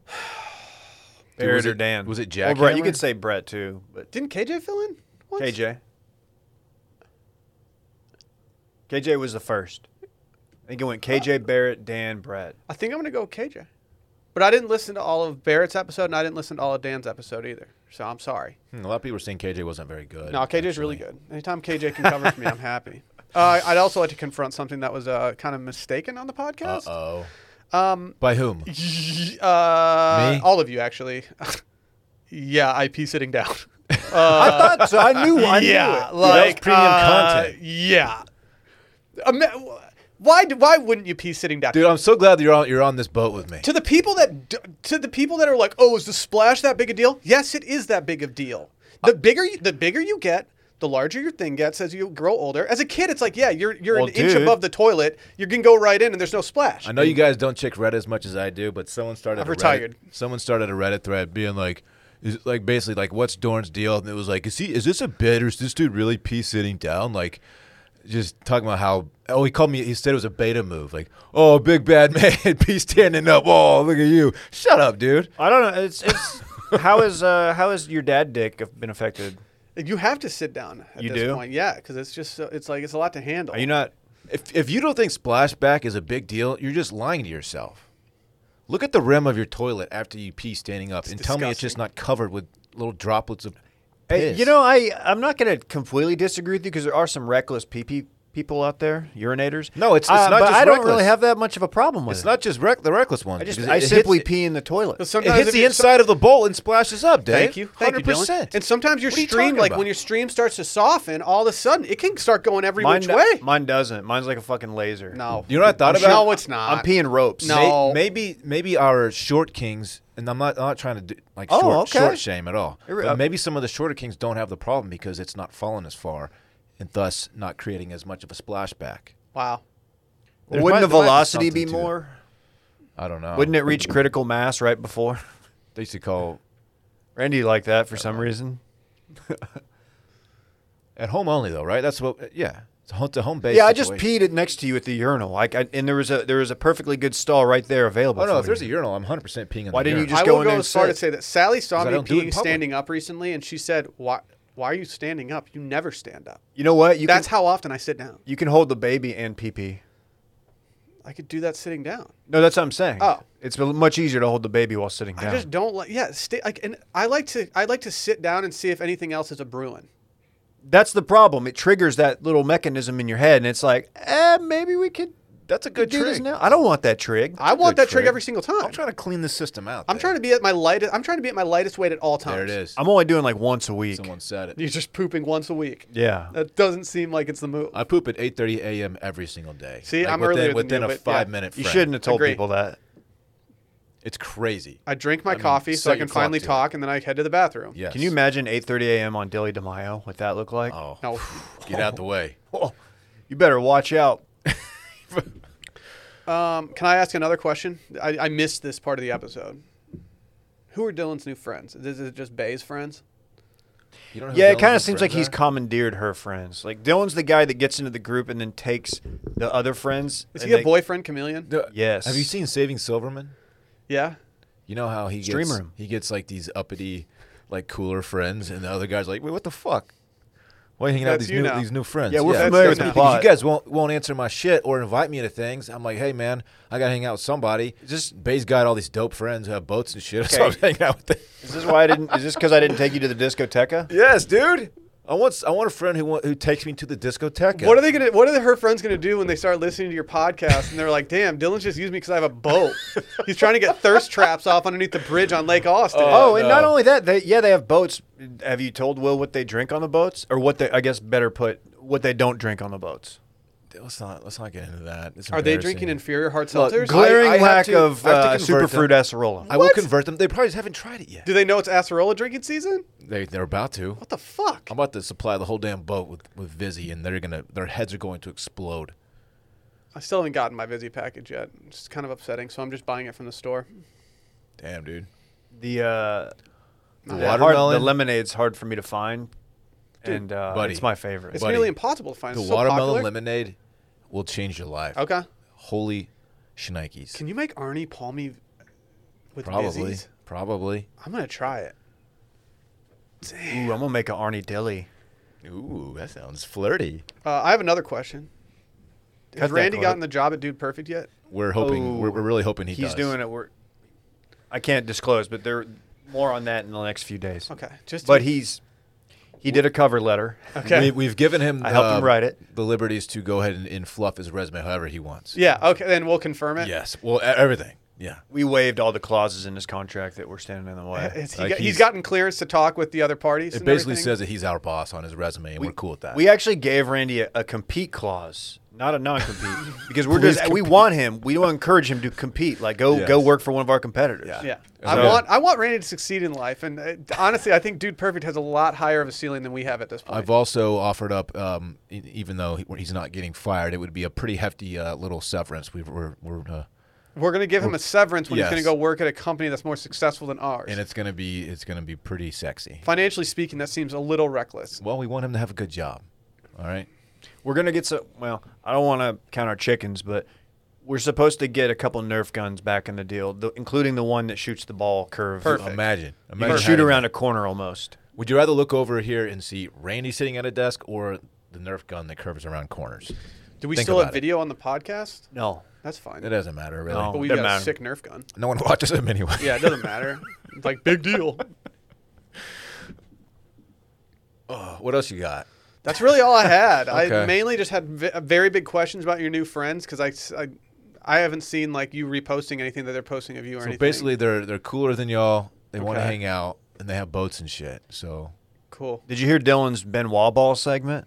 [SPEAKER 3] Dude,
[SPEAKER 2] Barrett
[SPEAKER 3] was
[SPEAKER 2] or
[SPEAKER 3] it-
[SPEAKER 2] Dan?
[SPEAKER 3] was it
[SPEAKER 2] Or
[SPEAKER 3] Jack
[SPEAKER 2] Brett, you
[SPEAKER 3] Hammer?
[SPEAKER 2] could say Brett too, but
[SPEAKER 1] Didn't KJ fill in? Once?
[SPEAKER 2] KJ. KJ was the first. I think it went KJ, Barrett, Dan, Brett.
[SPEAKER 1] I think I'm gonna go with KJ. But I didn't listen to all of Barrett's episode, and I didn't listen to all of Dan's episode either. So I'm sorry.
[SPEAKER 3] Hmm, A lot of people were saying KJ wasn't very good.
[SPEAKER 1] No, KJ's really
[SPEAKER 3] actually.
[SPEAKER 1] good. Anytime KJ can cover for me, I'm happy. Uh, I'd also like to confront something that was uh, kind of mistaken on the podcast.
[SPEAKER 3] Uh oh. Um. By whom?
[SPEAKER 1] Uh,
[SPEAKER 3] Me?
[SPEAKER 1] All of you, actually. yeah, IP sitting down.
[SPEAKER 2] I thought so. I knew. I
[SPEAKER 1] yeah,
[SPEAKER 2] knew it.
[SPEAKER 1] like
[SPEAKER 3] premium
[SPEAKER 1] uh,
[SPEAKER 3] content.
[SPEAKER 1] Yeah. Um, why? do- Why wouldn't you pee sitting down?
[SPEAKER 3] Dude, I'm so glad that you're on you're on this boat with me.
[SPEAKER 1] to the people that d- to the people that are like, "Oh, is the splash that big a deal?" Yes, it is that big of deal. The
[SPEAKER 3] Uh,
[SPEAKER 1] bigger you, the bigger you get, the larger your thing gets as you grow older. As a kid, it's like, yeah, you're you're
[SPEAKER 2] Well,
[SPEAKER 1] an inch
[SPEAKER 2] dude.
[SPEAKER 1] above the toilet. You can go right in, and there's no splash.
[SPEAKER 3] I know you guys don't check Reddit as much as I do, but someone started.
[SPEAKER 1] I've
[SPEAKER 3] a Reddit-
[SPEAKER 1] retired.
[SPEAKER 3] someone started a Reddit thread being like, is, like basically like, what's Dorn's deal? And it was like, is he? Is this a bit or is this dude really pee sitting down? Like, just talking about how. Oh, he called me. He said it was a beta move. Like, oh, big bad man, pee standing up. Oh, look at you. Shut up, dude.
[SPEAKER 2] I don't know. It's it's how is uh how is your dad dick been affected?
[SPEAKER 1] You have to sit down at
[SPEAKER 2] You
[SPEAKER 1] this
[SPEAKER 2] do?
[SPEAKER 1] point, yeah, because it's just so- it's like it's a lot to handle.
[SPEAKER 2] Are you not?
[SPEAKER 3] If if you don't think splashback is a big deal, you're just lying to yourself. Look at the rim of your toilet after you pee standing up, and tell me it's just
[SPEAKER 1] disgusting.
[SPEAKER 3] not covered with little droplets of.
[SPEAKER 2] Hey,
[SPEAKER 3] piss.
[SPEAKER 2] you know, I I'm not gonna completely disagree with you because there are some reckless pee pee people out there, urinators.
[SPEAKER 3] No, it's- it's
[SPEAKER 2] Uh,
[SPEAKER 3] not
[SPEAKER 2] but
[SPEAKER 3] just
[SPEAKER 2] I don't
[SPEAKER 3] reckless.
[SPEAKER 2] really have that much of a problem with
[SPEAKER 3] It's
[SPEAKER 2] it.
[SPEAKER 3] not just rec- the reckless one.
[SPEAKER 2] I just
[SPEAKER 3] because
[SPEAKER 2] I
[SPEAKER 3] it hits-
[SPEAKER 2] simply
[SPEAKER 3] it-
[SPEAKER 2] pee in the toilet.
[SPEAKER 1] But
[SPEAKER 3] It,
[SPEAKER 1] sometimes
[SPEAKER 3] hits
[SPEAKER 1] if
[SPEAKER 3] the
[SPEAKER 1] you're-
[SPEAKER 3] inside of the bowl and splashes up, Dave.
[SPEAKER 1] Thank you, thank you, Dylan.
[SPEAKER 3] 100%.
[SPEAKER 1] And sometimes your
[SPEAKER 3] What are you
[SPEAKER 1] stream,
[SPEAKER 3] talking
[SPEAKER 1] like
[SPEAKER 3] about?
[SPEAKER 1] when your stream starts to soften, all of a sudden it can start going every
[SPEAKER 2] mine
[SPEAKER 1] which
[SPEAKER 2] do-
[SPEAKER 1] way.
[SPEAKER 2] Mine doesn't. Mine's like a fucking laser.
[SPEAKER 1] no,
[SPEAKER 3] You know what I thought
[SPEAKER 1] I'm
[SPEAKER 3] about?
[SPEAKER 1] No, it's not.
[SPEAKER 2] I'm peeing ropes.
[SPEAKER 1] No. Oh.
[SPEAKER 3] Maybe maybe our short kings, and I'm not I'm not trying to do, like
[SPEAKER 2] Oh,
[SPEAKER 3] short,
[SPEAKER 2] okay.
[SPEAKER 3] short shame at all.
[SPEAKER 2] It re-
[SPEAKER 3] But maybe some of the shorter kings don't have the problem because it's not falling as far, and thus not creating as much of a splashback.
[SPEAKER 1] Wow.
[SPEAKER 3] There
[SPEAKER 2] Wouldn't
[SPEAKER 3] might-
[SPEAKER 2] the
[SPEAKER 3] there might be
[SPEAKER 2] velocity be
[SPEAKER 3] something to it.
[SPEAKER 2] more?
[SPEAKER 3] I don't know.
[SPEAKER 2] Wouldn't it reach critical mass right before?
[SPEAKER 3] They used to call
[SPEAKER 2] Randy liked that for
[SPEAKER 1] Uh,
[SPEAKER 2] some reason.
[SPEAKER 3] at home only though, right? That's what. Yeah, it's a home, it's a home base.
[SPEAKER 2] Yeah, I just
[SPEAKER 3] situation.
[SPEAKER 2] peed it next to you at the urinal. Like, I, and there was a there was a perfectly good stall right there available.
[SPEAKER 3] Oh no,
[SPEAKER 2] for
[SPEAKER 3] if there's a
[SPEAKER 2] you.
[SPEAKER 3] urinal, I'm 100 percent peeing in
[SPEAKER 2] Why
[SPEAKER 3] the
[SPEAKER 2] didn't you
[SPEAKER 3] urinal.
[SPEAKER 2] just
[SPEAKER 1] I
[SPEAKER 2] go
[SPEAKER 1] will
[SPEAKER 2] in
[SPEAKER 1] go
[SPEAKER 2] there
[SPEAKER 1] as
[SPEAKER 2] and
[SPEAKER 1] far to
[SPEAKER 2] sit.
[SPEAKER 1] say that Sally saw
[SPEAKER 3] 'Cause I
[SPEAKER 1] me
[SPEAKER 3] don't do it in
[SPEAKER 1] peeing
[SPEAKER 3] public.
[SPEAKER 1] standing up recently, and she said, "Why?" Why are you standing up? You never stand up.
[SPEAKER 2] You know what? You
[SPEAKER 1] That's
[SPEAKER 2] can,
[SPEAKER 1] how often I sit down.
[SPEAKER 2] you can hold the baby and pee pee.
[SPEAKER 1] I could do that sitting down.
[SPEAKER 2] No, that's what I'm saying.
[SPEAKER 1] Oh.
[SPEAKER 2] It's much easier to hold the baby while sitting down.
[SPEAKER 1] I just don't like. Yeah, stay, like, and I like to. I like to sit down and see if anything else is a brewing.
[SPEAKER 2] that's the problem. It triggers that little mechanism in your head, and it's like, eh, maybe we could.
[SPEAKER 3] That's a good
[SPEAKER 2] do this
[SPEAKER 3] trig.
[SPEAKER 2] now. I don't want that trig.
[SPEAKER 1] I want
[SPEAKER 3] Good
[SPEAKER 1] that trick
[SPEAKER 3] trick.
[SPEAKER 1] every single time.
[SPEAKER 3] I'm trying to clean the system out.
[SPEAKER 1] I'm
[SPEAKER 3] there.
[SPEAKER 1] trying to be at my lightest. I'm trying to be at my lightest weight at all times.
[SPEAKER 3] There it is.
[SPEAKER 2] I'm only doing like once a week.
[SPEAKER 3] Someone said it.
[SPEAKER 1] You're just pooping once a week.
[SPEAKER 2] Yeah.
[SPEAKER 1] That doesn't seem like it's the move.
[SPEAKER 3] I poop at 8:30 a.m. every single day.
[SPEAKER 1] See,
[SPEAKER 3] Like,
[SPEAKER 1] I'm
[SPEAKER 3] within,
[SPEAKER 1] earlier than
[SPEAKER 3] within
[SPEAKER 1] you,
[SPEAKER 3] a
[SPEAKER 1] but yeah.
[SPEAKER 3] five-minute.
[SPEAKER 2] You shouldn't have told
[SPEAKER 1] Agree.
[SPEAKER 2] people that.
[SPEAKER 3] It's crazy.
[SPEAKER 1] I drink my
[SPEAKER 3] mean,
[SPEAKER 1] coffee so
[SPEAKER 3] set
[SPEAKER 1] I can
[SPEAKER 3] your clock
[SPEAKER 1] finally
[SPEAKER 3] to it.
[SPEAKER 1] talk, and then I head to the bathroom.
[SPEAKER 3] Yes.
[SPEAKER 2] Can you imagine 8:30 a.m. on Dilly DeMaio? What that looked like?
[SPEAKER 3] Oh,
[SPEAKER 1] No.
[SPEAKER 3] get out the way.
[SPEAKER 2] Oh, you better watch out.
[SPEAKER 1] Um, can I ask another question? I, I missed this part of the episode. Who are Dylan's new friends? Is it just Bay's friends? Oh,
[SPEAKER 3] You don't know who
[SPEAKER 2] Yeah, it
[SPEAKER 3] Dylan's
[SPEAKER 2] kind
[SPEAKER 3] new
[SPEAKER 2] of seems
[SPEAKER 3] friends
[SPEAKER 2] like he's
[SPEAKER 3] are?
[SPEAKER 2] commandeered her friends. Like Dylan's the guy that gets into the group and then takes the other friends.
[SPEAKER 1] Is
[SPEAKER 2] and
[SPEAKER 1] he a
[SPEAKER 2] they-
[SPEAKER 1] boyfriend chameleon?
[SPEAKER 3] The-
[SPEAKER 2] Yes.
[SPEAKER 3] Have you seen Saving Silverman?
[SPEAKER 1] Yeah.
[SPEAKER 3] You know how he gets
[SPEAKER 2] Streamer him.
[SPEAKER 3] he gets like these uppity, like cooler friends, and the other guy's like, "Wait, what the fuck? Why are you hanging out
[SPEAKER 1] That's
[SPEAKER 3] with
[SPEAKER 1] you
[SPEAKER 3] these new,
[SPEAKER 1] now.
[SPEAKER 3] these new friends?"
[SPEAKER 2] Yeah, we're
[SPEAKER 1] That's
[SPEAKER 2] familiar
[SPEAKER 1] good
[SPEAKER 2] with
[SPEAKER 1] now.
[SPEAKER 2] the
[SPEAKER 1] Because
[SPEAKER 2] plot.
[SPEAKER 3] Because you guys won't won't answer my shit or invite me to things. I'm like, hey man, I gotta hang out with somebody. Just Bay's got all these dope friends who have boats and shit. So I'm
[SPEAKER 2] Okay.
[SPEAKER 3] hanging out with them.
[SPEAKER 2] Is this why I didn't? Is this because I didn't take you to the discoteca?
[SPEAKER 3] Yes, dude. I want I want a friend who want, who takes me to the discotheque.
[SPEAKER 1] What are they gonna? What are her friends gonna do when they start listening to your podcast and they're like, "Damn, Dylan's just used me because I have a boat. He's trying to get thirst traps off underneath the bridge on Lake Austin."
[SPEAKER 2] Oh, and
[SPEAKER 3] no.
[SPEAKER 2] not only that, they yeah, they have boats. Have you told Will what they drink on the boats, or what they? I guess better put, what they don't drink on the boats.
[SPEAKER 3] Let's not let's not get into that. It's
[SPEAKER 1] are they
[SPEAKER 3] embarrassing.
[SPEAKER 1] drinking inferior hard
[SPEAKER 2] Look,
[SPEAKER 1] selters?
[SPEAKER 2] glaring
[SPEAKER 3] I- I have
[SPEAKER 2] lack
[SPEAKER 3] to-
[SPEAKER 2] of
[SPEAKER 3] I have to
[SPEAKER 2] uh,
[SPEAKER 3] convert
[SPEAKER 2] superfruit
[SPEAKER 3] them.
[SPEAKER 2] acerola.
[SPEAKER 3] I will
[SPEAKER 1] What?
[SPEAKER 3] convert them. They probably haven't tried it yet.
[SPEAKER 1] do they know it's Acerola drinking season?
[SPEAKER 3] They they're about to.
[SPEAKER 1] What the fuck?
[SPEAKER 3] I'm about to supply the whole damn boat with with Vizzy, and they're gonna their heads are going to explode.
[SPEAKER 1] I still haven't gotten my Vizzy package yet. It's kind of upsetting, so I'm just buying it from the store.
[SPEAKER 3] Damn, dude.
[SPEAKER 2] the uh,
[SPEAKER 3] The
[SPEAKER 2] the hard-
[SPEAKER 3] watermelon.
[SPEAKER 2] the lemonade's hard for me to find, and uh,
[SPEAKER 3] buddy.
[SPEAKER 2] it's my favorite.
[SPEAKER 1] It's
[SPEAKER 3] Buddy,
[SPEAKER 1] nearly impossible to find.
[SPEAKER 3] the
[SPEAKER 1] It's so
[SPEAKER 3] watermelon
[SPEAKER 1] popular.
[SPEAKER 3] lemonade will change your life.
[SPEAKER 1] Okay.
[SPEAKER 3] Holy shnikes.
[SPEAKER 1] Can you make Arnie palmy with
[SPEAKER 3] probably.
[SPEAKER 1] Vizzies?
[SPEAKER 3] Probably.
[SPEAKER 1] I'm gonna try it.
[SPEAKER 2] Ooh, I'm gonna make an Arnie Dilly.
[SPEAKER 3] Ooh, that sounds flirty.
[SPEAKER 1] Uh, I have another question.
[SPEAKER 2] Cut
[SPEAKER 1] Has
[SPEAKER 2] that
[SPEAKER 1] Randy
[SPEAKER 2] clip.
[SPEAKER 1] gotten the job at Dude Perfect yet?
[SPEAKER 3] We're hoping. We're,
[SPEAKER 2] Oh.
[SPEAKER 3] we're really hoping he
[SPEAKER 2] He's
[SPEAKER 3] does.
[SPEAKER 2] doing it. We're, I can't disclose, but there more on that in the next few days.
[SPEAKER 1] Okay, just to-
[SPEAKER 2] but he's he did a cover letter.
[SPEAKER 1] Okay.
[SPEAKER 3] We, we've given him.
[SPEAKER 2] I helped him
[SPEAKER 3] um,
[SPEAKER 2] write it.
[SPEAKER 3] The liberties to go ahead and, and fluff his resume however he wants.
[SPEAKER 1] Yeah. Okay. Then we'll confirm it.
[SPEAKER 3] Yes. Well, e- everything. Yeah.
[SPEAKER 2] We waived all the clauses in his contract that were standing in the way.
[SPEAKER 1] Has he
[SPEAKER 3] Like
[SPEAKER 1] got- he's
[SPEAKER 3] he's-
[SPEAKER 1] gotten clearance to talk with the other parties.
[SPEAKER 3] It
[SPEAKER 1] and
[SPEAKER 3] basically
[SPEAKER 1] everything?
[SPEAKER 3] says that he's our boss on his resume, and we, are cool with that.
[SPEAKER 2] We actually gave Randy a, a compete clause, not a non-compete, because we're just
[SPEAKER 3] Please
[SPEAKER 2] we want him. We don't encourage him to compete. Like go go
[SPEAKER 3] Yes.
[SPEAKER 2] work for one of our competitors.
[SPEAKER 3] Yeah.
[SPEAKER 1] Yeah.
[SPEAKER 3] So-
[SPEAKER 1] I want I want Randy to succeed in life, and uh, honestly, I think Dude Perfect has a lot higher of a ceiling than we have at this point.
[SPEAKER 3] I've also offered up, um, e- even though he- he's not getting fired, it would be a pretty hefty uh, little severance. We've, we're, we're uh,
[SPEAKER 1] We're going to give him a severance when he's
[SPEAKER 3] Yes.
[SPEAKER 1] going to go work at a company that's more successful than ours.
[SPEAKER 3] and it's gonna be it's gonna be pretty sexy.
[SPEAKER 1] Financially speaking, that seems a little reckless.
[SPEAKER 3] Well, we want him to have a good job. All right.
[SPEAKER 2] We're gonna get some. Well, I don't want to count our chickens, but we're supposed to get a couple Nerf guns back in the deal, the, including the one that shoots the ball curve. um,
[SPEAKER 1] Perfect.
[SPEAKER 3] Imagine.
[SPEAKER 2] You
[SPEAKER 3] imagine
[SPEAKER 2] can shoot
[SPEAKER 3] having-
[SPEAKER 2] around a corner almost.
[SPEAKER 3] Would you rather look over here and see Randy sitting at a desk or the Nerf gun that curves around corners?
[SPEAKER 1] Do we
[SPEAKER 3] Think
[SPEAKER 1] still have
[SPEAKER 3] about it.
[SPEAKER 1] video on the podcast?
[SPEAKER 2] No,
[SPEAKER 1] That's fine.
[SPEAKER 3] It doesn't matter really.
[SPEAKER 1] but
[SPEAKER 2] No.
[SPEAKER 3] No,
[SPEAKER 1] we got
[SPEAKER 2] doesn't
[SPEAKER 1] a
[SPEAKER 2] matter.
[SPEAKER 1] sick Nerf gun.
[SPEAKER 3] one watches him anyway.
[SPEAKER 1] Yeah, it doesn't matter. It's like big deal.
[SPEAKER 3] Oh, what else you got?
[SPEAKER 1] That's really all I had. I
[SPEAKER 3] Okay.
[SPEAKER 1] mainly just had v- very big questions about your new friends because I, s- I, I haven't seen like you reposting anything that they're posting of you or
[SPEAKER 3] So
[SPEAKER 1] anything.
[SPEAKER 3] basically, they're they're cooler than y'all. They want to
[SPEAKER 1] Okay.
[SPEAKER 3] hang out and they have boats and shit. So
[SPEAKER 1] cool.
[SPEAKER 2] Did you hear Dylan's Benoit ball segment?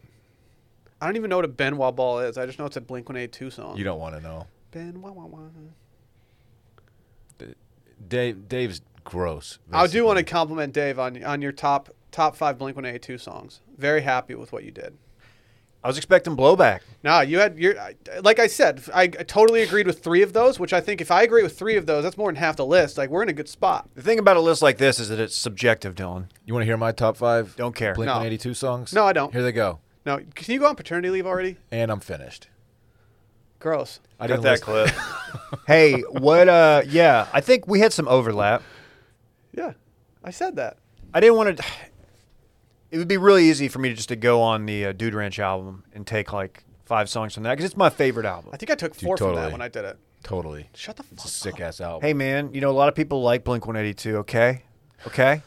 [SPEAKER 1] I don't even know what a Benoit ball is. I just know it's a Blink One Eight Two song.
[SPEAKER 3] you don't want to know.
[SPEAKER 1] Benoit. wah, wah.
[SPEAKER 3] Dave Dave's gross.
[SPEAKER 1] I do want to
[SPEAKER 3] basically.
[SPEAKER 1] compliment Dave on on your top top five Blink One Eight Two songs. Very happy with what you did.
[SPEAKER 2] I was expecting blowback.
[SPEAKER 1] No, you had your I- like I said, I totally agreed with three of those. Which I think if I agree with three of those, that's more than half the list. Like we're in a good spot.
[SPEAKER 2] The thing about a list like this is that it's subjective, Dylan.
[SPEAKER 3] You want to hear my top five?
[SPEAKER 2] Don't care.
[SPEAKER 3] Blink
[SPEAKER 1] No.
[SPEAKER 3] One Eighty Two songs.
[SPEAKER 1] No, I don't.
[SPEAKER 3] Here they go.
[SPEAKER 1] Now, can you go on paternity leave already?
[SPEAKER 3] And I'm finished.
[SPEAKER 1] Gross.
[SPEAKER 3] I
[SPEAKER 2] Cut
[SPEAKER 3] didn't
[SPEAKER 2] that
[SPEAKER 3] listen.
[SPEAKER 2] clip. hey, what? Uh, yeah, I think we had some overlap.
[SPEAKER 1] Yeah, I said that.
[SPEAKER 2] I didn't want to. it would be really easy for me to just to go on the uh, Dude Ranch album and take like five songs from that because it's my favorite album.
[SPEAKER 1] I think I took four from
[SPEAKER 3] totally.
[SPEAKER 1] that when I did it.
[SPEAKER 3] Totally.
[SPEAKER 1] Shut the fuck
[SPEAKER 3] It's a
[SPEAKER 1] up.
[SPEAKER 3] sick ass album.
[SPEAKER 2] Hey man, you know a lot of people like Blink 182. Okay, okay.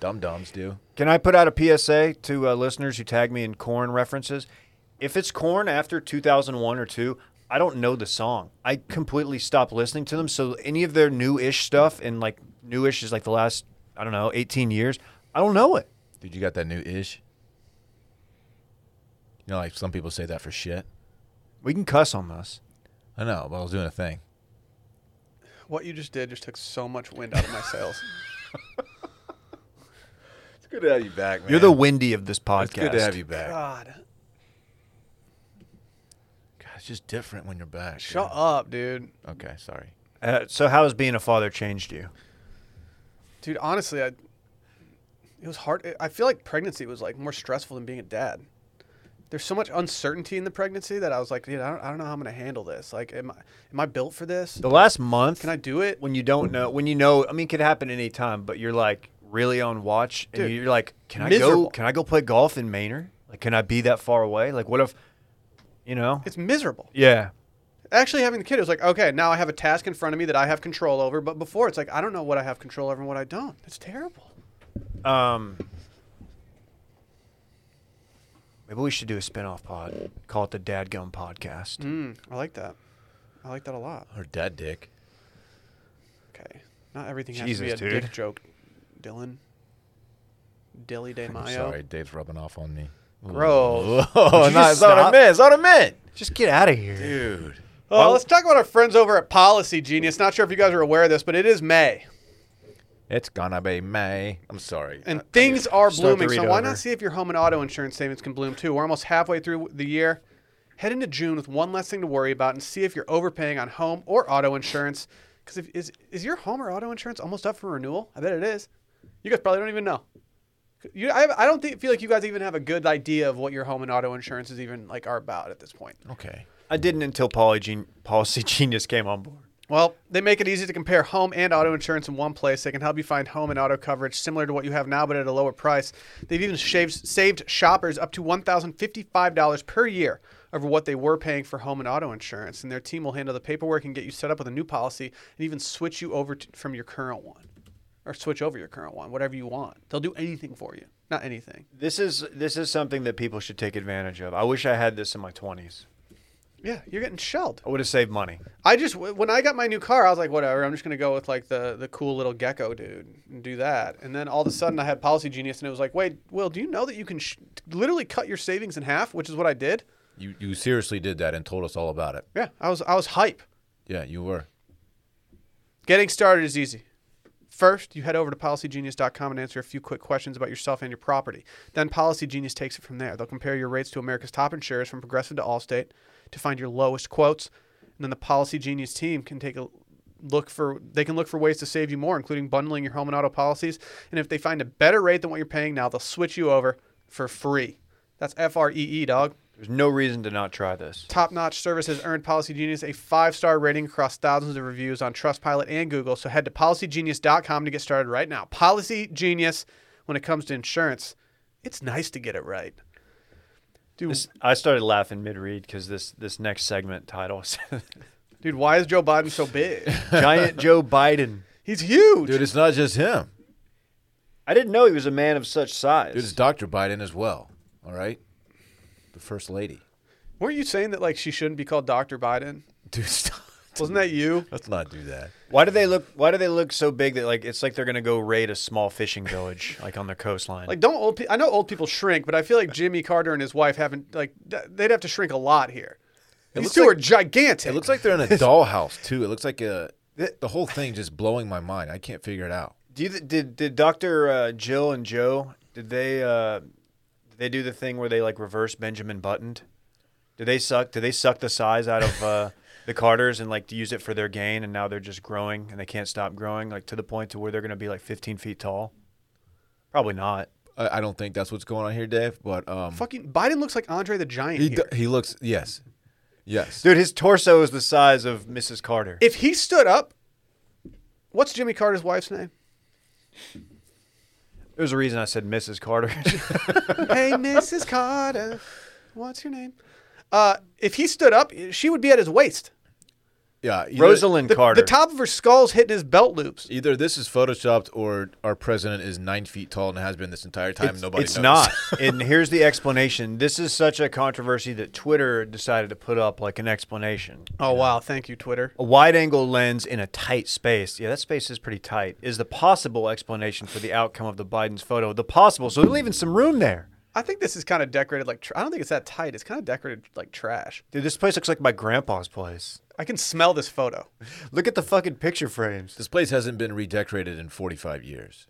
[SPEAKER 3] Dum Dums do.
[SPEAKER 2] Can I put out a PSA to uh, listeners who tag me in corn references? If it's corn after 2001 or 2, I don't know the song. I completely stopped listening to them. So any of their new ish stuff, and like new ish is like the last, I don't know, 18 years, I don't know it.
[SPEAKER 3] Dude, you got that new ish? You know, like some people say that for shit.
[SPEAKER 2] We can cuss on this.
[SPEAKER 3] I know, but I was doing a thing.
[SPEAKER 1] What you just did just took so much wind out of my sails.
[SPEAKER 3] It's good to have you back, man.
[SPEAKER 2] You're the windy of this podcast.
[SPEAKER 3] It's good to have you back. God,
[SPEAKER 1] God.
[SPEAKER 3] it's just different when you're back.
[SPEAKER 1] Shut up, dude.
[SPEAKER 3] Okay, sorry.
[SPEAKER 2] Uh, so how has being a father changed you?
[SPEAKER 1] Dude, honestly, I it was hard. I feel like pregnancy was like more stressful than being a dad. There's so much uncertainty in the pregnancy that I was like, dude, I don't, I don't know how I'm gonna handle this. Like, am I am I built for this?
[SPEAKER 2] The last month,
[SPEAKER 1] Can I do it?
[SPEAKER 2] when you don't know, when you know, I mean, it could happen any time, but you're like really on watch, and
[SPEAKER 1] Dude,
[SPEAKER 2] you're like, can I go?
[SPEAKER 1] miserable.
[SPEAKER 2] Can I go play golf in Manor? Like, can I be that far away? Like, what if, you know?
[SPEAKER 1] It's miserable.
[SPEAKER 2] yeah,
[SPEAKER 1] Actually, having the kid, it was like, okay, now I have a task in front of me that I have control over. But before, it's like I don't know what I have control over and what I don't. It's terrible.
[SPEAKER 2] Um, maybe we should do a spin-off pod. Call it the Dadgum Podcast.
[SPEAKER 1] Mm, I like that. I like that a lot.
[SPEAKER 3] Or dad dick.
[SPEAKER 1] Okay, not everything has
[SPEAKER 2] Jesus,
[SPEAKER 1] to be a
[SPEAKER 2] dude.
[SPEAKER 1] dick joke, Dylan. Dilly de
[SPEAKER 3] I'm
[SPEAKER 1] Mayo.
[SPEAKER 3] sorry, Dave's rubbing off on me.
[SPEAKER 1] Gross.
[SPEAKER 3] Oh,
[SPEAKER 2] you
[SPEAKER 3] no,
[SPEAKER 2] just
[SPEAKER 3] it's what I
[SPEAKER 2] stop?
[SPEAKER 3] meant. It's what I meant.
[SPEAKER 2] Just get out of here.
[SPEAKER 3] Dude.
[SPEAKER 1] Oh, let's talk about our friends over at Policy Genius. Not sure if you guys are aware of this, but it is May,
[SPEAKER 3] It's gonna be May. I'm sorry.
[SPEAKER 1] and
[SPEAKER 3] I-
[SPEAKER 1] things are
[SPEAKER 2] Uh, Start the
[SPEAKER 1] blooming. So
[SPEAKER 2] read
[SPEAKER 1] why
[SPEAKER 2] over.
[SPEAKER 1] not see if your home and auto insurance savings can bloom too? We're almost halfway through the year. Head into June with one less thing to worry about, and see if you're overpaying on home or auto insurance. Because if is is your home or auto insurance almost up for renewal? I bet it is. You guys probably don't even know. You, I, I don't think, feel like you guys even have a good idea of what your home and auto insurance is even like are about at this point.
[SPEAKER 3] okay.
[SPEAKER 2] I didn't until Poly Gen- Policy Genius came on board.
[SPEAKER 1] Well, they make it easy to compare home and auto insurance in one place. They can help you find home and auto coverage similar to what you have now, but at a lower price. They've even shaved, saved shoppers up to $1,055 per year over what they were paying for home and auto insurance. And their team will handle the paperwork and get you set up with a new policy and even switch you over to, from your current one or switch over your current one, whatever you want. They'll do anything for you. Not anything.
[SPEAKER 2] This is this is something that people should take advantage of. I wish I had this in my twenties.
[SPEAKER 1] Yeah, you're getting shelled.
[SPEAKER 2] I would have saved money.
[SPEAKER 1] I just when I got my new car, I was like, whatever. I'm just gonna go with like the the cool little gecko dude and do that. And then all of a sudden, I had Policy Genius, and it was like, wait, Will, do you know that you can sh- literally cut your savings in half? Which is what I did.
[SPEAKER 3] You you seriously did that and told us all about it.
[SPEAKER 1] Yeah, I was I was hype.
[SPEAKER 3] Yeah, you were.
[SPEAKER 1] Getting started is easy. First, you head over to policygenius.com and answer a few quick questions about yourself and your property. Then Policy Genius takes it from there. They'll compare your rates to America's top insurers from Progressive to Allstate to find your lowest quotes. And then the Policy Genius team can take a look for they can look for ways to save you more, including bundling your home and auto policies. And if they find a better rate than what you're paying now, they'll switch you over for free. That's F R E E, dog.
[SPEAKER 2] There's no reason to not try this.
[SPEAKER 1] Top notch service has earned Policy Genius a five star rating across thousands of reviews on Trustpilot and Google. So head to policygenius.com to get started right now. Policy Genius, when it comes to insurance, it's nice to get it right. Dude,
[SPEAKER 2] This, I started laughing mid read because this this next segment title is
[SPEAKER 1] dude, why is Joe Biden so big?
[SPEAKER 2] Giant Joe Biden.
[SPEAKER 1] He's huge.
[SPEAKER 3] Dude, it's not just him.
[SPEAKER 2] I didn't know he was a man of such size.
[SPEAKER 3] Dude, it's Dr. Biden as well. All right? The first lady.
[SPEAKER 1] Weren't you saying that like she shouldn't be called Dr. Biden?
[SPEAKER 3] Dude, stop.
[SPEAKER 1] Wasn't that you?
[SPEAKER 3] Let's not do that.
[SPEAKER 2] why do they look Why do they look so big that like it's like they're gonna go raid a small fishing village like on their coastline?
[SPEAKER 1] Like, don't old? Pe- I know old people shrink, but I feel like Jimmy Carter and his wife haven't like th- they'd have to shrink a lot here. These
[SPEAKER 3] looks
[SPEAKER 1] two
[SPEAKER 3] like-
[SPEAKER 1] are gigantic.
[SPEAKER 3] It looks like they're in a dollhouse, too. It looks like a. The whole thing just blowing my mind. I can't figure it out.
[SPEAKER 2] do you, th- did did Doctor uh, Jill and Joe did they uh, did they do the thing where they like reverse Benjamin Buttoned? Did they suck? Did they suck the size out of uh, the Carters and like use it for their gain? And now they're just growing and they can't stop growing like to the point to where they're gonna be like 15 feet tall. Probably not.
[SPEAKER 3] I, I don't think that's what's going on here, Dave. But um,
[SPEAKER 1] fucking Biden looks like Andre the Giant.
[SPEAKER 3] he
[SPEAKER 1] here.
[SPEAKER 3] do, he looks yes, yes.
[SPEAKER 2] Dude, his torso is the size of Mrs. Carter.
[SPEAKER 1] if he stood up, what's Jimmy Carter's wife's name?
[SPEAKER 2] There's a reason I said Mrs. Carter.
[SPEAKER 1] hey, Mrs. Carter, what's your name? Uh, if he stood up, she would be at his waist.
[SPEAKER 3] Yeah, either,
[SPEAKER 2] Rosalind
[SPEAKER 1] The,
[SPEAKER 2] Carter.
[SPEAKER 1] the top of her skull's hitting his belt loops.
[SPEAKER 3] Either this is photoshopped, or our president is nine feet tall and has been this entire time.
[SPEAKER 2] It's,
[SPEAKER 3] Nobody.
[SPEAKER 2] it's
[SPEAKER 3] knows.
[SPEAKER 2] not. and here's the explanation. This is such a controversy that Twitter decided to put up like an explanation.
[SPEAKER 1] Oh wow, thank you, Twitter.
[SPEAKER 2] A wide angle lens in a tight space. Yeah, that space is pretty tight. Is the possible explanation for the outcome of the Biden's photo. The possible. So they're leaving some room there.
[SPEAKER 1] I think this is kind of decorated like tr- I don't think it's that tight. It's kind of decorated like trash.
[SPEAKER 2] Dude, this place looks like my grandpa's place.
[SPEAKER 1] I can smell this photo.
[SPEAKER 2] Look at the fucking picture frames.
[SPEAKER 3] This place hasn't been redecorated in 45 years.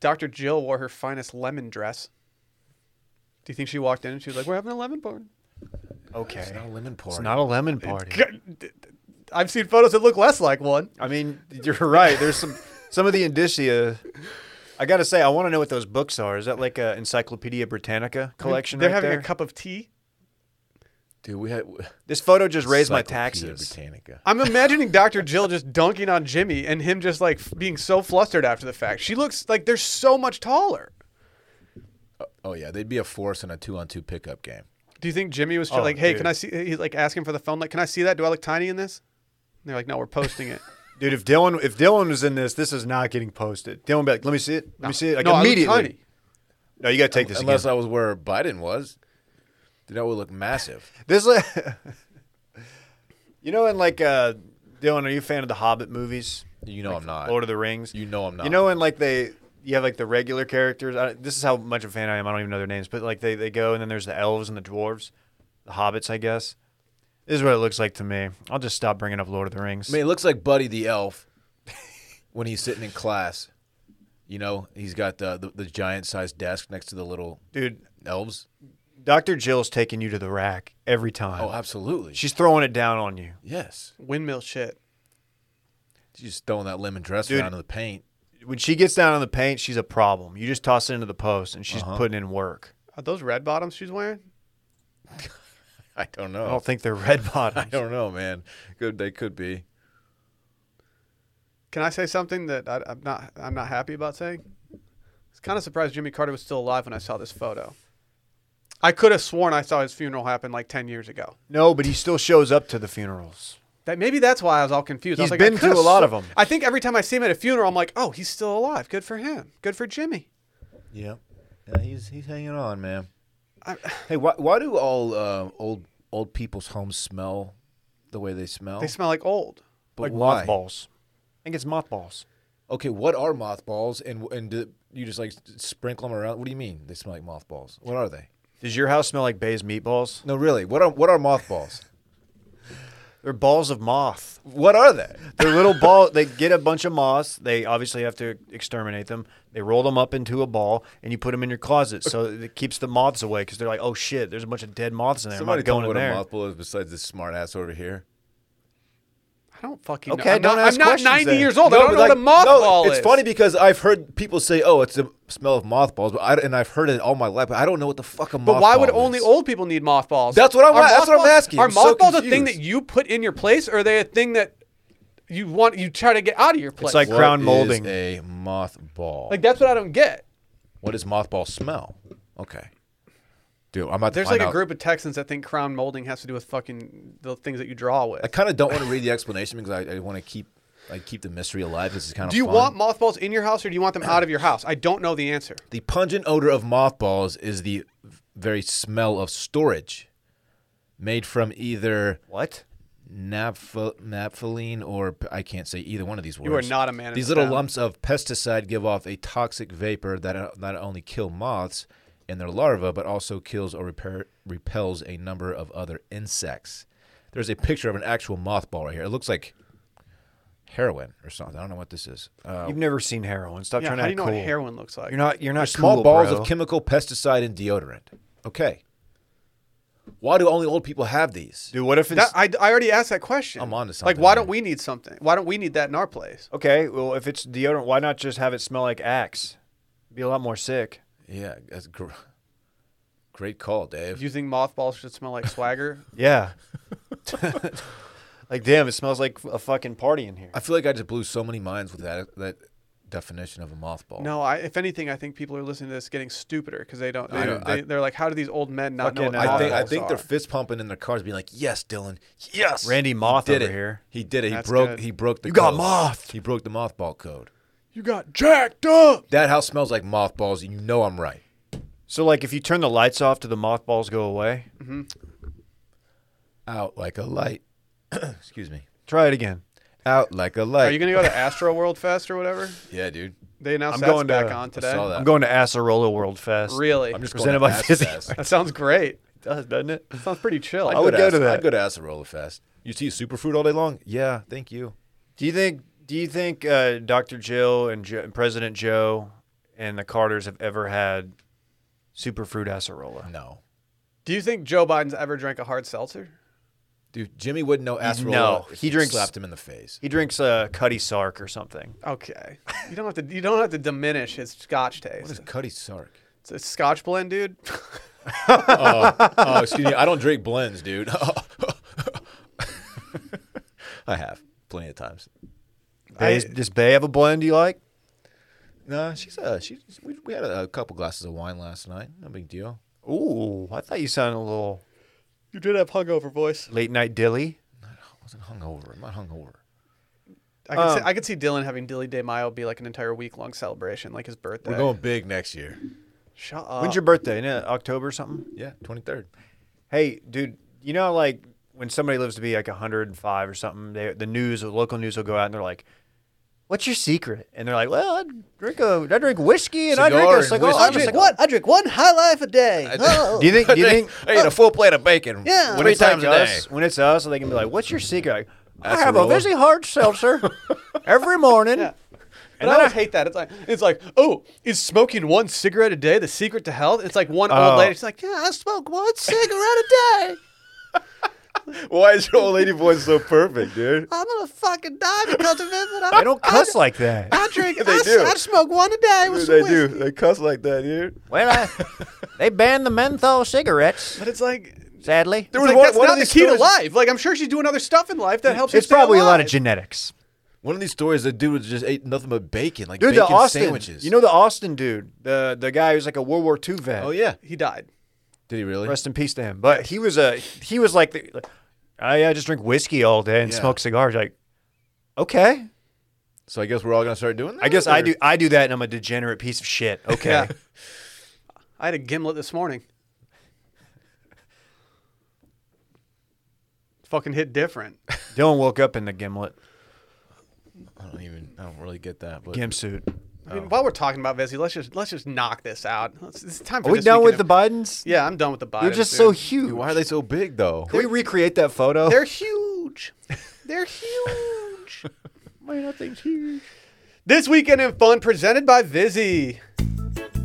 [SPEAKER 1] Dr. Jill wore her finest lemon dress. Do you think she walked in and she was like, "We're having a lemon party"?
[SPEAKER 2] Okay. It's
[SPEAKER 3] Not a lemon party.
[SPEAKER 2] not a lemon party.
[SPEAKER 1] I've seen photos that look less like one.
[SPEAKER 2] I mean, you're right. There's some some of the indicia. I gotta say, I want to know what those books are. Is that like a Encyclopedia Britannica collection?
[SPEAKER 1] They're
[SPEAKER 2] right
[SPEAKER 1] having
[SPEAKER 2] there?
[SPEAKER 1] a cup of tea.
[SPEAKER 3] Dude, we had
[SPEAKER 2] This photo just raised my
[SPEAKER 3] Encyclopedia
[SPEAKER 2] taxes.
[SPEAKER 3] Britannica.
[SPEAKER 1] I'm imagining Dr. Jill just dunking on Jimmy and him just like f- being so flustered after the fact. She looks like they're so much taller.
[SPEAKER 3] Oh yeah, they'd be a force in a two-on-two pickup game.
[SPEAKER 1] Do you think Jimmy was tr-
[SPEAKER 2] Oh,
[SPEAKER 1] like, "Hey,
[SPEAKER 2] dude.
[SPEAKER 1] can I see?" He's like asking for the phone, like, "Can I see that? Do I look tiny in this?" And they're like, "No, we're posting it."
[SPEAKER 2] Dude, if Dylan if Dylan was in this, this is not getting posted. Dylan, would be like, let me see it. Let me see it. Like
[SPEAKER 1] no, I look
[SPEAKER 2] immediately.
[SPEAKER 1] tiny.
[SPEAKER 2] No, you gotta take this.
[SPEAKER 3] Unless
[SPEAKER 2] again.
[SPEAKER 3] I was where Biden was, then I would look massive.
[SPEAKER 2] This, li- you know, in like uh, Dylan, are you a fan of the Hobbit movies?
[SPEAKER 3] You know I'm not.
[SPEAKER 2] Lord of the Rings.
[SPEAKER 3] You know I'm not.
[SPEAKER 2] You know, when like they, you have like the regular characters. I, this is how much of a fan I am. I don't even know their names, but like they, they go and then there's the elves and the dwarves, the hobbits, I guess. This is what it looks like to me. I'll just stop bringing up Lord of the Rings.
[SPEAKER 3] I mean, it looks like Buddy the Elf when he's sitting in class. You know, he's got the the, the giant-sized desk next to the little
[SPEAKER 2] Dude,
[SPEAKER 3] elves.
[SPEAKER 2] Dr. Jill's taking you to the rack every time.
[SPEAKER 3] Oh, absolutely.
[SPEAKER 2] She's throwing it down on you.
[SPEAKER 3] yes.
[SPEAKER 1] Windmill shit.
[SPEAKER 3] She's just throwing that lemon dress
[SPEAKER 2] Dude.
[SPEAKER 3] around in the paint.
[SPEAKER 2] When she gets down on the paint, she's a problem. You just toss it into the post and
[SPEAKER 3] Uh-huh.
[SPEAKER 2] she's putting in work.
[SPEAKER 1] Are those red bottoms she's wearing?
[SPEAKER 3] I don't know.
[SPEAKER 2] I don't think they're red
[SPEAKER 3] I
[SPEAKER 2] bottoms.
[SPEAKER 3] don't know, man. Good, they could be.
[SPEAKER 1] Can I say something that I, I'm not I'm not happy about saying? I was kind of surprised Jimmy Carter was still alive when I saw this photo. I could have sworn I saw his funeral happen like ten years ago.
[SPEAKER 2] No, but he still shows up to the funerals.
[SPEAKER 1] That maybe that's why I was all confused. I was
[SPEAKER 2] He's
[SPEAKER 1] like,
[SPEAKER 2] been
[SPEAKER 1] I could
[SPEAKER 2] to a
[SPEAKER 1] have
[SPEAKER 2] lot
[SPEAKER 1] sw-
[SPEAKER 2] of 'em.
[SPEAKER 1] I think every time I see him at a funeral, I'm like, oh, he's still alive. Good for him. Good for Jimmy.
[SPEAKER 3] Yeah. Yeah, he's he's hanging on, man.
[SPEAKER 1] I-
[SPEAKER 3] hey, why why do all uh, old old people's homes smell the way they smell?
[SPEAKER 1] They smell like old.
[SPEAKER 3] but
[SPEAKER 2] like
[SPEAKER 3] why?
[SPEAKER 2] mothballs. I think it's mothballs.
[SPEAKER 3] Okay, what are mothballs? And and do you just like s- sprinkle them around? What do you mean they smell like mothballs? What are they?
[SPEAKER 2] Does your house smell like Bay's meatballs?
[SPEAKER 3] No, really. What are what are mothballs?
[SPEAKER 2] They're balls of moth.
[SPEAKER 3] what are they?
[SPEAKER 2] They're little ball. They get a bunch of moths. They obviously have to exterminate them. They roll them up into a ball, and you put them in your closet, so it keeps the moths away. Because they're like, oh shit, there's a bunch of dead moths in there.
[SPEAKER 3] Somebody
[SPEAKER 2] I'm not
[SPEAKER 3] tell
[SPEAKER 2] going
[SPEAKER 3] me
[SPEAKER 2] in
[SPEAKER 3] what
[SPEAKER 2] there.
[SPEAKER 3] a mothball is besides this smart ass over here.
[SPEAKER 1] I don't fucking
[SPEAKER 2] Okay,
[SPEAKER 1] know. I'm
[SPEAKER 2] don't
[SPEAKER 1] not,
[SPEAKER 2] ask
[SPEAKER 1] I'm not
[SPEAKER 2] questions
[SPEAKER 1] 90
[SPEAKER 2] then.
[SPEAKER 1] years old. I
[SPEAKER 3] No,
[SPEAKER 1] don't know
[SPEAKER 3] but
[SPEAKER 1] what a
[SPEAKER 3] like- no,
[SPEAKER 1] mothball is.
[SPEAKER 3] It's funny because I've heard people say, "Oh, it's the smell of mothballs," but I, and I've heard it all my life. But I don't know what the fuck a mothball.
[SPEAKER 1] But why would only
[SPEAKER 3] is.
[SPEAKER 1] old people need mothballs?
[SPEAKER 3] That's what I'm-
[SPEAKER 1] Are
[SPEAKER 3] that's what I'm
[SPEAKER 1] mothballs-
[SPEAKER 3] asking.
[SPEAKER 1] Are
[SPEAKER 3] I'm so
[SPEAKER 1] mothballs a thing that
[SPEAKER 3] confused.
[SPEAKER 1] you put in your place, or are they a thing that you want you try to get out of your place?
[SPEAKER 2] like-
[SPEAKER 3] What
[SPEAKER 2] Crown
[SPEAKER 3] is
[SPEAKER 2] molding.
[SPEAKER 3] a mothball?
[SPEAKER 1] Like, that's what I don't get.
[SPEAKER 3] what does mothball smell? Okay, dude, I'm about to
[SPEAKER 1] There's
[SPEAKER 3] find
[SPEAKER 1] like a
[SPEAKER 3] out.
[SPEAKER 1] group of Texans that think crown molding has to do with fucking the things that you draw with.
[SPEAKER 3] I kind of don't want to read the explanation because I, I want to keep like keep the mystery alive. This is kind of
[SPEAKER 1] do you want mothballs in your house, or do you want them out of your house? I don't know the answer.
[SPEAKER 3] the pungent odor of mothballs is the very smell of storage, made from either
[SPEAKER 2] What?
[SPEAKER 3] naphtha- naphthalene or p- I can't say either one of these words.
[SPEAKER 1] are not a man in
[SPEAKER 3] These
[SPEAKER 1] this
[SPEAKER 3] little
[SPEAKER 1] town.
[SPEAKER 3] lumps of pesticide give off a toxic vapor that o- not only kill moths and their larvae, but also kills or repair, repels a number of other insects. There's a picture of an actual mothball right here. It looks like heroin or something. I don't know what this is. Uh,
[SPEAKER 2] You've never seen heroin. Stop
[SPEAKER 1] Yeah,
[SPEAKER 2] trying
[SPEAKER 1] how
[SPEAKER 2] to
[SPEAKER 1] do
[SPEAKER 2] act
[SPEAKER 1] you know
[SPEAKER 2] cool.
[SPEAKER 1] what heroin looks like?
[SPEAKER 2] You're not. You're not
[SPEAKER 3] small
[SPEAKER 2] cool,
[SPEAKER 3] balls
[SPEAKER 2] bro.
[SPEAKER 3] of chemical pesticide and deodorant. Okay. Why do only old people have these?
[SPEAKER 2] Dude, what if it's
[SPEAKER 1] That- I, I already asked that question.
[SPEAKER 3] I'm onto
[SPEAKER 1] Like,
[SPEAKER 3] something
[SPEAKER 1] why
[SPEAKER 3] here.
[SPEAKER 1] don't we need something? Why don't we need that in our place?
[SPEAKER 2] okay? Well, if it's deodorant, why not just have it smell like Axe? Be a lot more sick.
[SPEAKER 3] Yeah, that's gr- great call, Dave.
[SPEAKER 1] Do you think mothballs should smell like swagger?
[SPEAKER 2] Yeah. like damn, it smells like a fucking party in here.
[SPEAKER 3] I feel like I just blew so many minds with that that definition of a mothball.
[SPEAKER 1] No, I, if anything, I think people are listening to this getting stupider because they don't. They,
[SPEAKER 3] I don't-
[SPEAKER 1] they,
[SPEAKER 3] I-
[SPEAKER 1] they're like, how do these old men not know?
[SPEAKER 2] Fucking
[SPEAKER 1] What
[SPEAKER 2] hell.
[SPEAKER 3] I think I
[SPEAKER 1] mothballs
[SPEAKER 3] think
[SPEAKER 1] are?
[SPEAKER 3] they're fist pumping in their cars, being like, "Yes, Dylan, yes."
[SPEAKER 2] Randy Moth
[SPEAKER 3] did
[SPEAKER 2] over
[SPEAKER 3] it.
[SPEAKER 2] here.
[SPEAKER 3] He did it.
[SPEAKER 1] That's
[SPEAKER 3] he broke.
[SPEAKER 1] good.
[SPEAKER 3] He broke the.
[SPEAKER 2] You got
[SPEAKER 3] code.
[SPEAKER 2] mothed.
[SPEAKER 3] He broke the mothball code.
[SPEAKER 1] You got jacked up.
[SPEAKER 3] That house smells like mothballs, and you know I'm right.
[SPEAKER 2] So, like, if you turn the lights off, do the mothballs go away?
[SPEAKER 3] Out like a light. Excuse me.
[SPEAKER 2] Try it again.
[SPEAKER 3] Out like a light.
[SPEAKER 1] Are you gonna go to Astro World Fest or whatever?
[SPEAKER 3] yeah, dude.
[SPEAKER 1] They announced
[SPEAKER 2] I'm
[SPEAKER 1] that's
[SPEAKER 2] going to-
[SPEAKER 1] back on today.
[SPEAKER 3] saw
[SPEAKER 2] I'm
[SPEAKER 3] that.
[SPEAKER 2] going to Acerola World Fest.
[SPEAKER 1] Really?
[SPEAKER 3] I'm just
[SPEAKER 2] Presented
[SPEAKER 3] going
[SPEAKER 2] by
[SPEAKER 3] to
[SPEAKER 2] Disney.
[SPEAKER 3] Fest.
[SPEAKER 1] that sounds great.
[SPEAKER 2] It does, doesn't it?
[SPEAKER 1] Sounds pretty chill.
[SPEAKER 2] I would
[SPEAKER 3] I'd
[SPEAKER 2] go
[SPEAKER 3] Ac-
[SPEAKER 2] to that.
[SPEAKER 3] I'd go to Acerola Fest. You see superfruit all day long? Yeah, thank you.
[SPEAKER 2] Do you think? Do you think uh, Dr. Jill and, jo- and President Joe and the Carters have ever had superfruit acerola?
[SPEAKER 3] No.
[SPEAKER 1] Do you think Joe Biden's ever drank a hard seltzer?
[SPEAKER 3] Dude, Jimmy wouldn't know Acerola.
[SPEAKER 2] No,
[SPEAKER 3] if
[SPEAKER 2] he drinks-
[SPEAKER 3] slapped him in the face.
[SPEAKER 2] He drinks uh, Cuddy Sark or something.
[SPEAKER 1] Okay, you don't have to. You don't have to diminish his Scotch
[SPEAKER 3] What is
[SPEAKER 1] taste.
[SPEAKER 3] Cuddy Sark?
[SPEAKER 1] It's a Scotch blend, dude.
[SPEAKER 3] oh, excuse me. I don't drink blends, dude. I have plenty of times.
[SPEAKER 2] Bay, does Bay have a blend you like?
[SPEAKER 3] No, she's uh, she. We, we had a, a couple glasses of wine last night. No big deal.
[SPEAKER 2] Ooh, I thought you sounded a little
[SPEAKER 1] You did have hungover voice.
[SPEAKER 2] late night dilly.
[SPEAKER 3] I wasn't hungover. I'm not hungover.
[SPEAKER 1] I could,
[SPEAKER 2] Um.
[SPEAKER 1] see, I could see Dylan having Dilly Day Mayo be like an entire week long celebration, like his birthday.
[SPEAKER 3] We're going big next year.
[SPEAKER 1] Shut up.
[SPEAKER 2] When's your birthday? In uh, October or something?
[SPEAKER 3] Yeah, 23rd.
[SPEAKER 2] Hey, dude, you know, like when somebody lives to be like 105 or something, they, the news, the local news will go out and they're like, "What's your secret?" And they're like, "Well, I drink a, I drink whiskey and I
[SPEAKER 3] Cigar
[SPEAKER 2] drink a
[SPEAKER 3] and
[SPEAKER 2] cigar.
[SPEAKER 3] whiskey.
[SPEAKER 2] I drink what? I drink one high life a day." Oh. Do you think? Do you think?
[SPEAKER 3] I ate a full plate of bacon.
[SPEAKER 2] Yeah,
[SPEAKER 3] many times a day.
[SPEAKER 2] us, when it's us, they can be like, "What's your secret?" Like, I have a
[SPEAKER 3] Acerola.
[SPEAKER 2] busy hard seltzer every morning.
[SPEAKER 1] And I always hate that. It's like it's like, oh, is smoking one cigarette a day the secret to health? It's like one
[SPEAKER 2] Oh.
[SPEAKER 1] old lady. She's like, yeah, I smoke one cigarette a day.
[SPEAKER 3] Why is your old lady voice so perfect, dude?
[SPEAKER 1] I'm gonna fucking die because of it. But
[SPEAKER 2] They don't cuss like that.
[SPEAKER 1] I drink.
[SPEAKER 3] They
[SPEAKER 1] I,
[SPEAKER 3] do.
[SPEAKER 1] I smoke one a day with some whiskey.
[SPEAKER 3] They cuss like that, dude.
[SPEAKER 2] Well, I, they banned the menthol cigarettes.
[SPEAKER 1] But it's like,
[SPEAKER 2] Sadly,
[SPEAKER 3] There
[SPEAKER 1] it's
[SPEAKER 3] was
[SPEAKER 1] like
[SPEAKER 3] one-
[SPEAKER 1] that's
[SPEAKER 3] one of
[SPEAKER 1] not the
[SPEAKER 3] these
[SPEAKER 1] key
[SPEAKER 3] stories-
[SPEAKER 1] to life. Like I'm sure she's doing other stuff in life that helps. her
[SPEAKER 2] it's
[SPEAKER 1] stay
[SPEAKER 2] probably a lot
[SPEAKER 1] alive.
[SPEAKER 2] of genetics.
[SPEAKER 3] One of these stories, the dude just ate nothing but bacon, like
[SPEAKER 2] Dude,
[SPEAKER 3] bacon
[SPEAKER 2] the Austin,
[SPEAKER 3] sandwiches.
[SPEAKER 2] you know the Austin dude, the the guy who's like a World War II vet.
[SPEAKER 3] Oh yeah.
[SPEAKER 1] He died.
[SPEAKER 3] Did he really?
[SPEAKER 2] rest in peace to him. But he was a he was like, the, like I, I just drink whiskey all day and
[SPEAKER 3] Yeah.
[SPEAKER 2] smoke cigars. Like, okay,
[SPEAKER 3] So I guess we're all gonna start doing that.
[SPEAKER 2] I guess I
[SPEAKER 3] or-
[SPEAKER 2] do I do that, and I'm a degenerate piece of shit. Okay,
[SPEAKER 1] Yeah. I had a gimlet this morning. Fucking hit different.
[SPEAKER 2] Dylan woke up in the gimlet
[SPEAKER 3] I don't even. I don't really get that. But
[SPEAKER 2] gim suit.
[SPEAKER 1] I
[SPEAKER 2] Oh.
[SPEAKER 1] mean, while we're talking about Vizzy, let's just let's just knock this out. Let's, it's time for
[SPEAKER 2] Are we
[SPEAKER 1] This
[SPEAKER 2] done
[SPEAKER 1] Week
[SPEAKER 2] with
[SPEAKER 1] in
[SPEAKER 2] the
[SPEAKER 1] Am-
[SPEAKER 2] Bidens?
[SPEAKER 1] Yeah, I'm done with the Biden.
[SPEAKER 2] they're just so
[SPEAKER 3] Dude,
[SPEAKER 2] huge.
[SPEAKER 3] why are they so big though?
[SPEAKER 2] Can we recreate that photo?
[SPEAKER 1] They're huge. They're huge.
[SPEAKER 2] Man, that thing's huge.
[SPEAKER 1] this weekend in fun presented by Vizzy.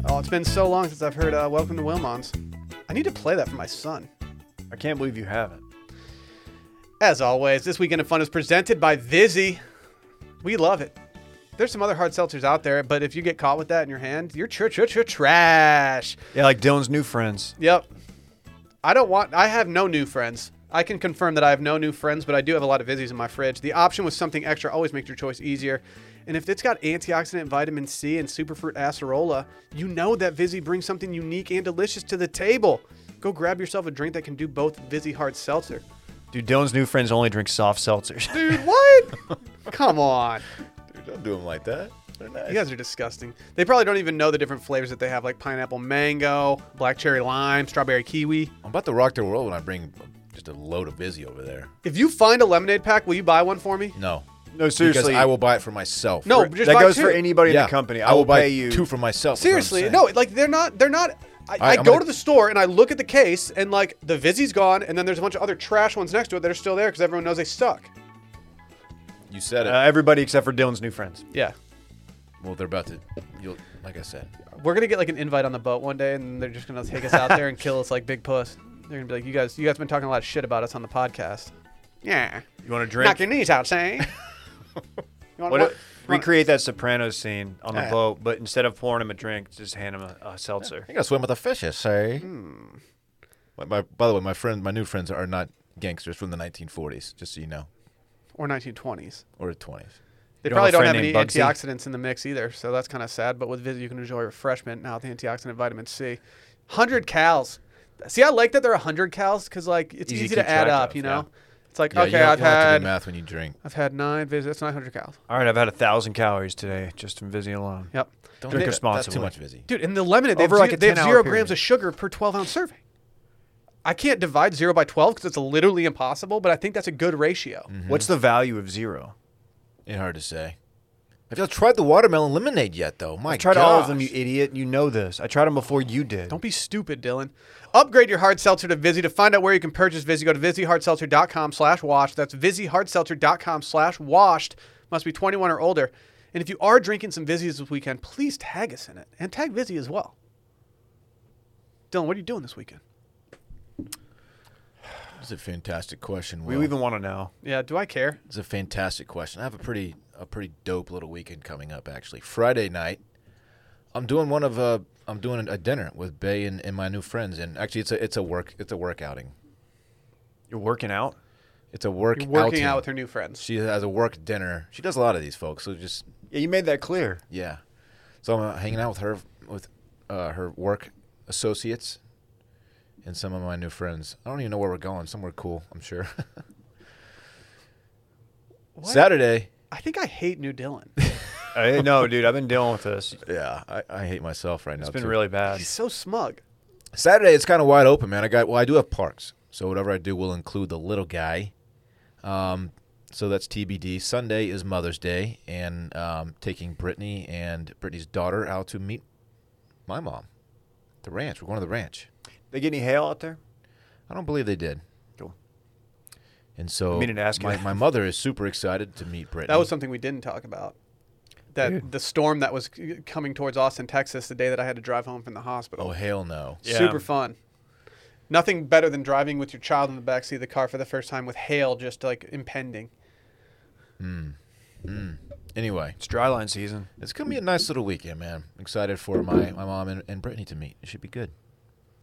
[SPEAKER 1] Oh, it's been so long since I've heard uh, "Welcome to Wilmons." I need to play that for my son.
[SPEAKER 2] I can't believe you haven't.
[SPEAKER 1] As always, this weekend of fun is presented by Vizzy. We love it. There's some other hard seltzers out there, but if you get caught with that in your hand, you're tr- tr- tr- trash.
[SPEAKER 2] Yeah, like Dylan's new friends.
[SPEAKER 1] Yep. I don't want. I have no new friends. I can confirm that I have no new friends, but I do have a lot of Vizzies in my fridge. The option with something extra always makes your choice easier. And if it's got antioxidant vitamin C and superfruit acerola, you know that Vizzy brings something unique and delicious to the table. Go grab yourself a drink that can do both Vizzy hard seltzer.
[SPEAKER 2] Dude, Dylan's new friends only drink soft seltzers.
[SPEAKER 1] Dude, what? Come on.
[SPEAKER 3] Dude, don't do them like that. They're nice.
[SPEAKER 1] You guys are disgusting. They probably don't even know the different flavors that they have, like pineapple mango, black cherry lime, strawberry kiwi.
[SPEAKER 3] I'm about to rock the world when I bring just a load of busy over there.
[SPEAKER 1] If you find a lemonade pack, will you buy one for me?
[SPEAKER 3] No,
[SPEAKER 2] No, seriously.
[SPEAKER 3] because I will buy it for myself.
[SPEAKER 1] No,
[SPEAKER 3] For-
[SPEAKER 1] just
[SPEAKER 2] that
[SPEAKER 1] buy
[SPEAKER 2] goes
[SPEAKER 1] two.
[SPEAKER 2] for anybody
[SPEAKER 3] yeah,
[SPEAKER 2] in the company. I,
[SPEAKER 3] I will,
[SPEAKER 2] pay
[SPEAKER 3] buy
[SPEAKER 2] you
[SPEAKER 3] two for myself. is what I'm
[SPEAKER 1] Seriously,
[SPEAKER 3] saying.
[SPEAKER 1] no, like they're not. They're not. I, I
[SPEAKER 3] right, I'm
[SPEAKER 1] go
[SPEAKER 3] gonna-
[SPEAKER 1] to the store and I look at the case and like the Vizzy's gone, and then there's a bunch of other trash ones next to it that are still there because everyone knows they suck.
[SPEAKER 3] you said
[SPEAKER 2] uh,
[SPEAKER 3] it.
[SPEAKER 2] everybody except for Dylan's new friends.
[SPEAKER 1] Yeah,
[SPEAKER 3] well, they're about to. You'll, like I said,
[SPEAKER 1] we're gonna get like an invite on the boat one day, and they're just gonna take us out there and kill us like big puss. They're gonna be like, you guys, you guys been talking a lot of shit about us on the podcast. Yeah,
[SPEAKER 2] You want to
[SPEAKER 1] knock
[SPEAKER 2] drink?
[SPEAKER 1] your knees out, Shane. you want
[SPEAKER 2] What if- recreate that Sopranos scene on the
[SPEAKER 3] Yeah.
[SPEAKER 2] boat, but instead of pouring him a drink, just hand him a, a seltzer.
[SPEAKER 3] I gotta swim with the fishes. Say. Hmm. My, my, by the way, my friend, my new friends are not gangsters from the 1940s. Just so you know,
[SPEAKER 1] or 1920s.
[SPEAKER 3] or the 20s.
[SPEAKER 1] They
[SPEAKER 2] You have
[SPEAKER 1] probably
[SPEAKER 2] a
[SPEAKER 1] don't have
[SPEAKER 2] friend
[SPEAKER 1] any
[SPEAKER 2] named Bugsy?
[SPEAKER 1] antioxidants in the mix either, so that's kind of sad. But with Visit, you can enjoy refreshment now with the antioxidant vitamin C. 100 cals. See, I like that they're 100 cals because like it's
[SPEAKER 2] Easy to
[SPEAKER 1] easy,
[SPEAKER 2] keep
[SPEAKER 1] to add
[SPEAKER 2] track
[SPEAKER 1] up,
[SPEAKER 2] of,
[SPEAKER 1] you
[SPEAKER 2] yeah.
[SPEAKER 1] know? It's like,
[SPEAKER 3] Yeah, you
[SPEAKER 1] okay,
[SPEAKER 3] don't-
[SPEAKER 1] I've
[SPEAKER 3] you don't have to
[SPEAKER 1] had
[SPEAKER 3] do math when you drink.
[SPEAKER 1] I've had nine Visit. That's 900 cals.
[SPEAKER 2] All right, I've had a thousand calories today just from Vizzy alone.
[SPEAKER 1] Yep.
[SPEAKER 2] Drink
[SPEAKER 3] Don't do that. That's
[SPEAKER 2] responsibly.
[SPEAKER 3] too much, Vizzy.
[SPEAKER 1] Dude, in the lemonade, they have,
[SPEAKER 2] Over, like,
[SPEAKER 1] ze-
[SPEAKER 2] a
[SPEAKER 1] they have
[SPEAKER 2] 10 hour
[SPEAKER 1] zero
[SPEAKER 2] period.
[SPEAKER 1] grams of sugar per 12 ounce serving. I can't divide zero by 12 because it's literally impossible, but I think that's a good ratio.
[SPEAKER 2] What's the value of zero?
[SPEAKER 3] It's hard to say. Have y'all tried the watermelon lemonade yet, though? My
[SPEAKER 2] I tried all of them, you
[SPEAKER 3] gosh.
[SPEAKER 2] idiot. You know this. I tried them before you did.
[SPEAKER 1] Don't be stupid, Dylan. Upgrade your hard seltzer to Vizzy. To find out where you can purchase Vizzy, go to VizzyHardSeltzer.com slash washed. That's VizzyHardSeltzer.com slash washed. Must be 21 or older. And if you are drinking some Vizzies this weekend, please tag us in it. And tag Vizzy as well. Dylan, what are you doing this weekend?
[SPEAKER 3] It's a fantastic question.
[SPEAKER 2] we
[SPEAKER 3] Will.
[SPEAKER 2] even want to know.
[SPEAKER 1] Yeah, do I care?
[SPEAKER 3] It's a fantastic question. I have a pretty a pretty dope little weekend coming up actually. Friday night, I'm doing one of uh I'm doing a dinner with Bay and, and my new friends and actually it's a it's a work it's a work outing.
[SPEAKER 2] You're working out.
[SPEAKER 3] It's a work
[SPEAKER 1] You're working
[SPEAKER 3] outing.
[SPEAKER 1] out with her new friends.
[SPEAKER 3] She has a work dinner. She does a lot of these folks, so just
[SPEAKER 2] Yeah, you made that clear.
[SPEAKER 3] yeah. So I'm uh, hanging out with her with uh, her work associates and some of my new friends. I don't even know where we're going. Somewhere cool, I'm sure.
[SPEAKER 1] What?
[SPEAKER 3] Saturday.
[SPEAKER 1] I think I hate new Dylan.
[SPEAKER 2] I, no, dude, I've been dealing with this. It's
[SPEAKER 3] Yeah, I, I hate myself right now.
[SPEAKER 2] been
[SPEAKER 3] too.
[SPEAKER 2] really bad.
[SPEAKER 1] He's so smug.
[SPEAKER 3] Saturday it's kind of wide open, man. I got well, I do have parks, so whatever I do will include the little guy. Um, so that's TBD. Sunday is Mother's Day, and um, taking Brittany and Brittany's daughter out to meet my mom, the ranch. We're going to the ranch.
[SPEAKER 2] They get any hail out there?
[SPEAKER 3] I don't believe they did.
[SPEAKER 2] Cool.
[SPEAKER 3] And so
[SPEAKER 2] I mean to ask you
[SPEAKER 3] my,
[SPEAKER 2] that.
[SPEAKER 3] my mother is super excited to meet Brittany.
[SPEAKER 1] That was something we didn't talk about. That the storm that was c- coming towards Austin, Texas, the day that I had to drive home from the hospital.
[SPEAKER 3] oh hell no.
[SPEAKER 2] Yeah.
[SPEAKER 1] Super fun. Nothing better than driving with your child in the backseat of the car for the first time with hail just like impending.
[SPEAKER 3] Anyway,
[SPEAKER 2] It's dry line season.
[SPEAKER 3] it's gonna be a nice little weekend, man. Excited for my, my mom and, and Brittany to meet. It should be good.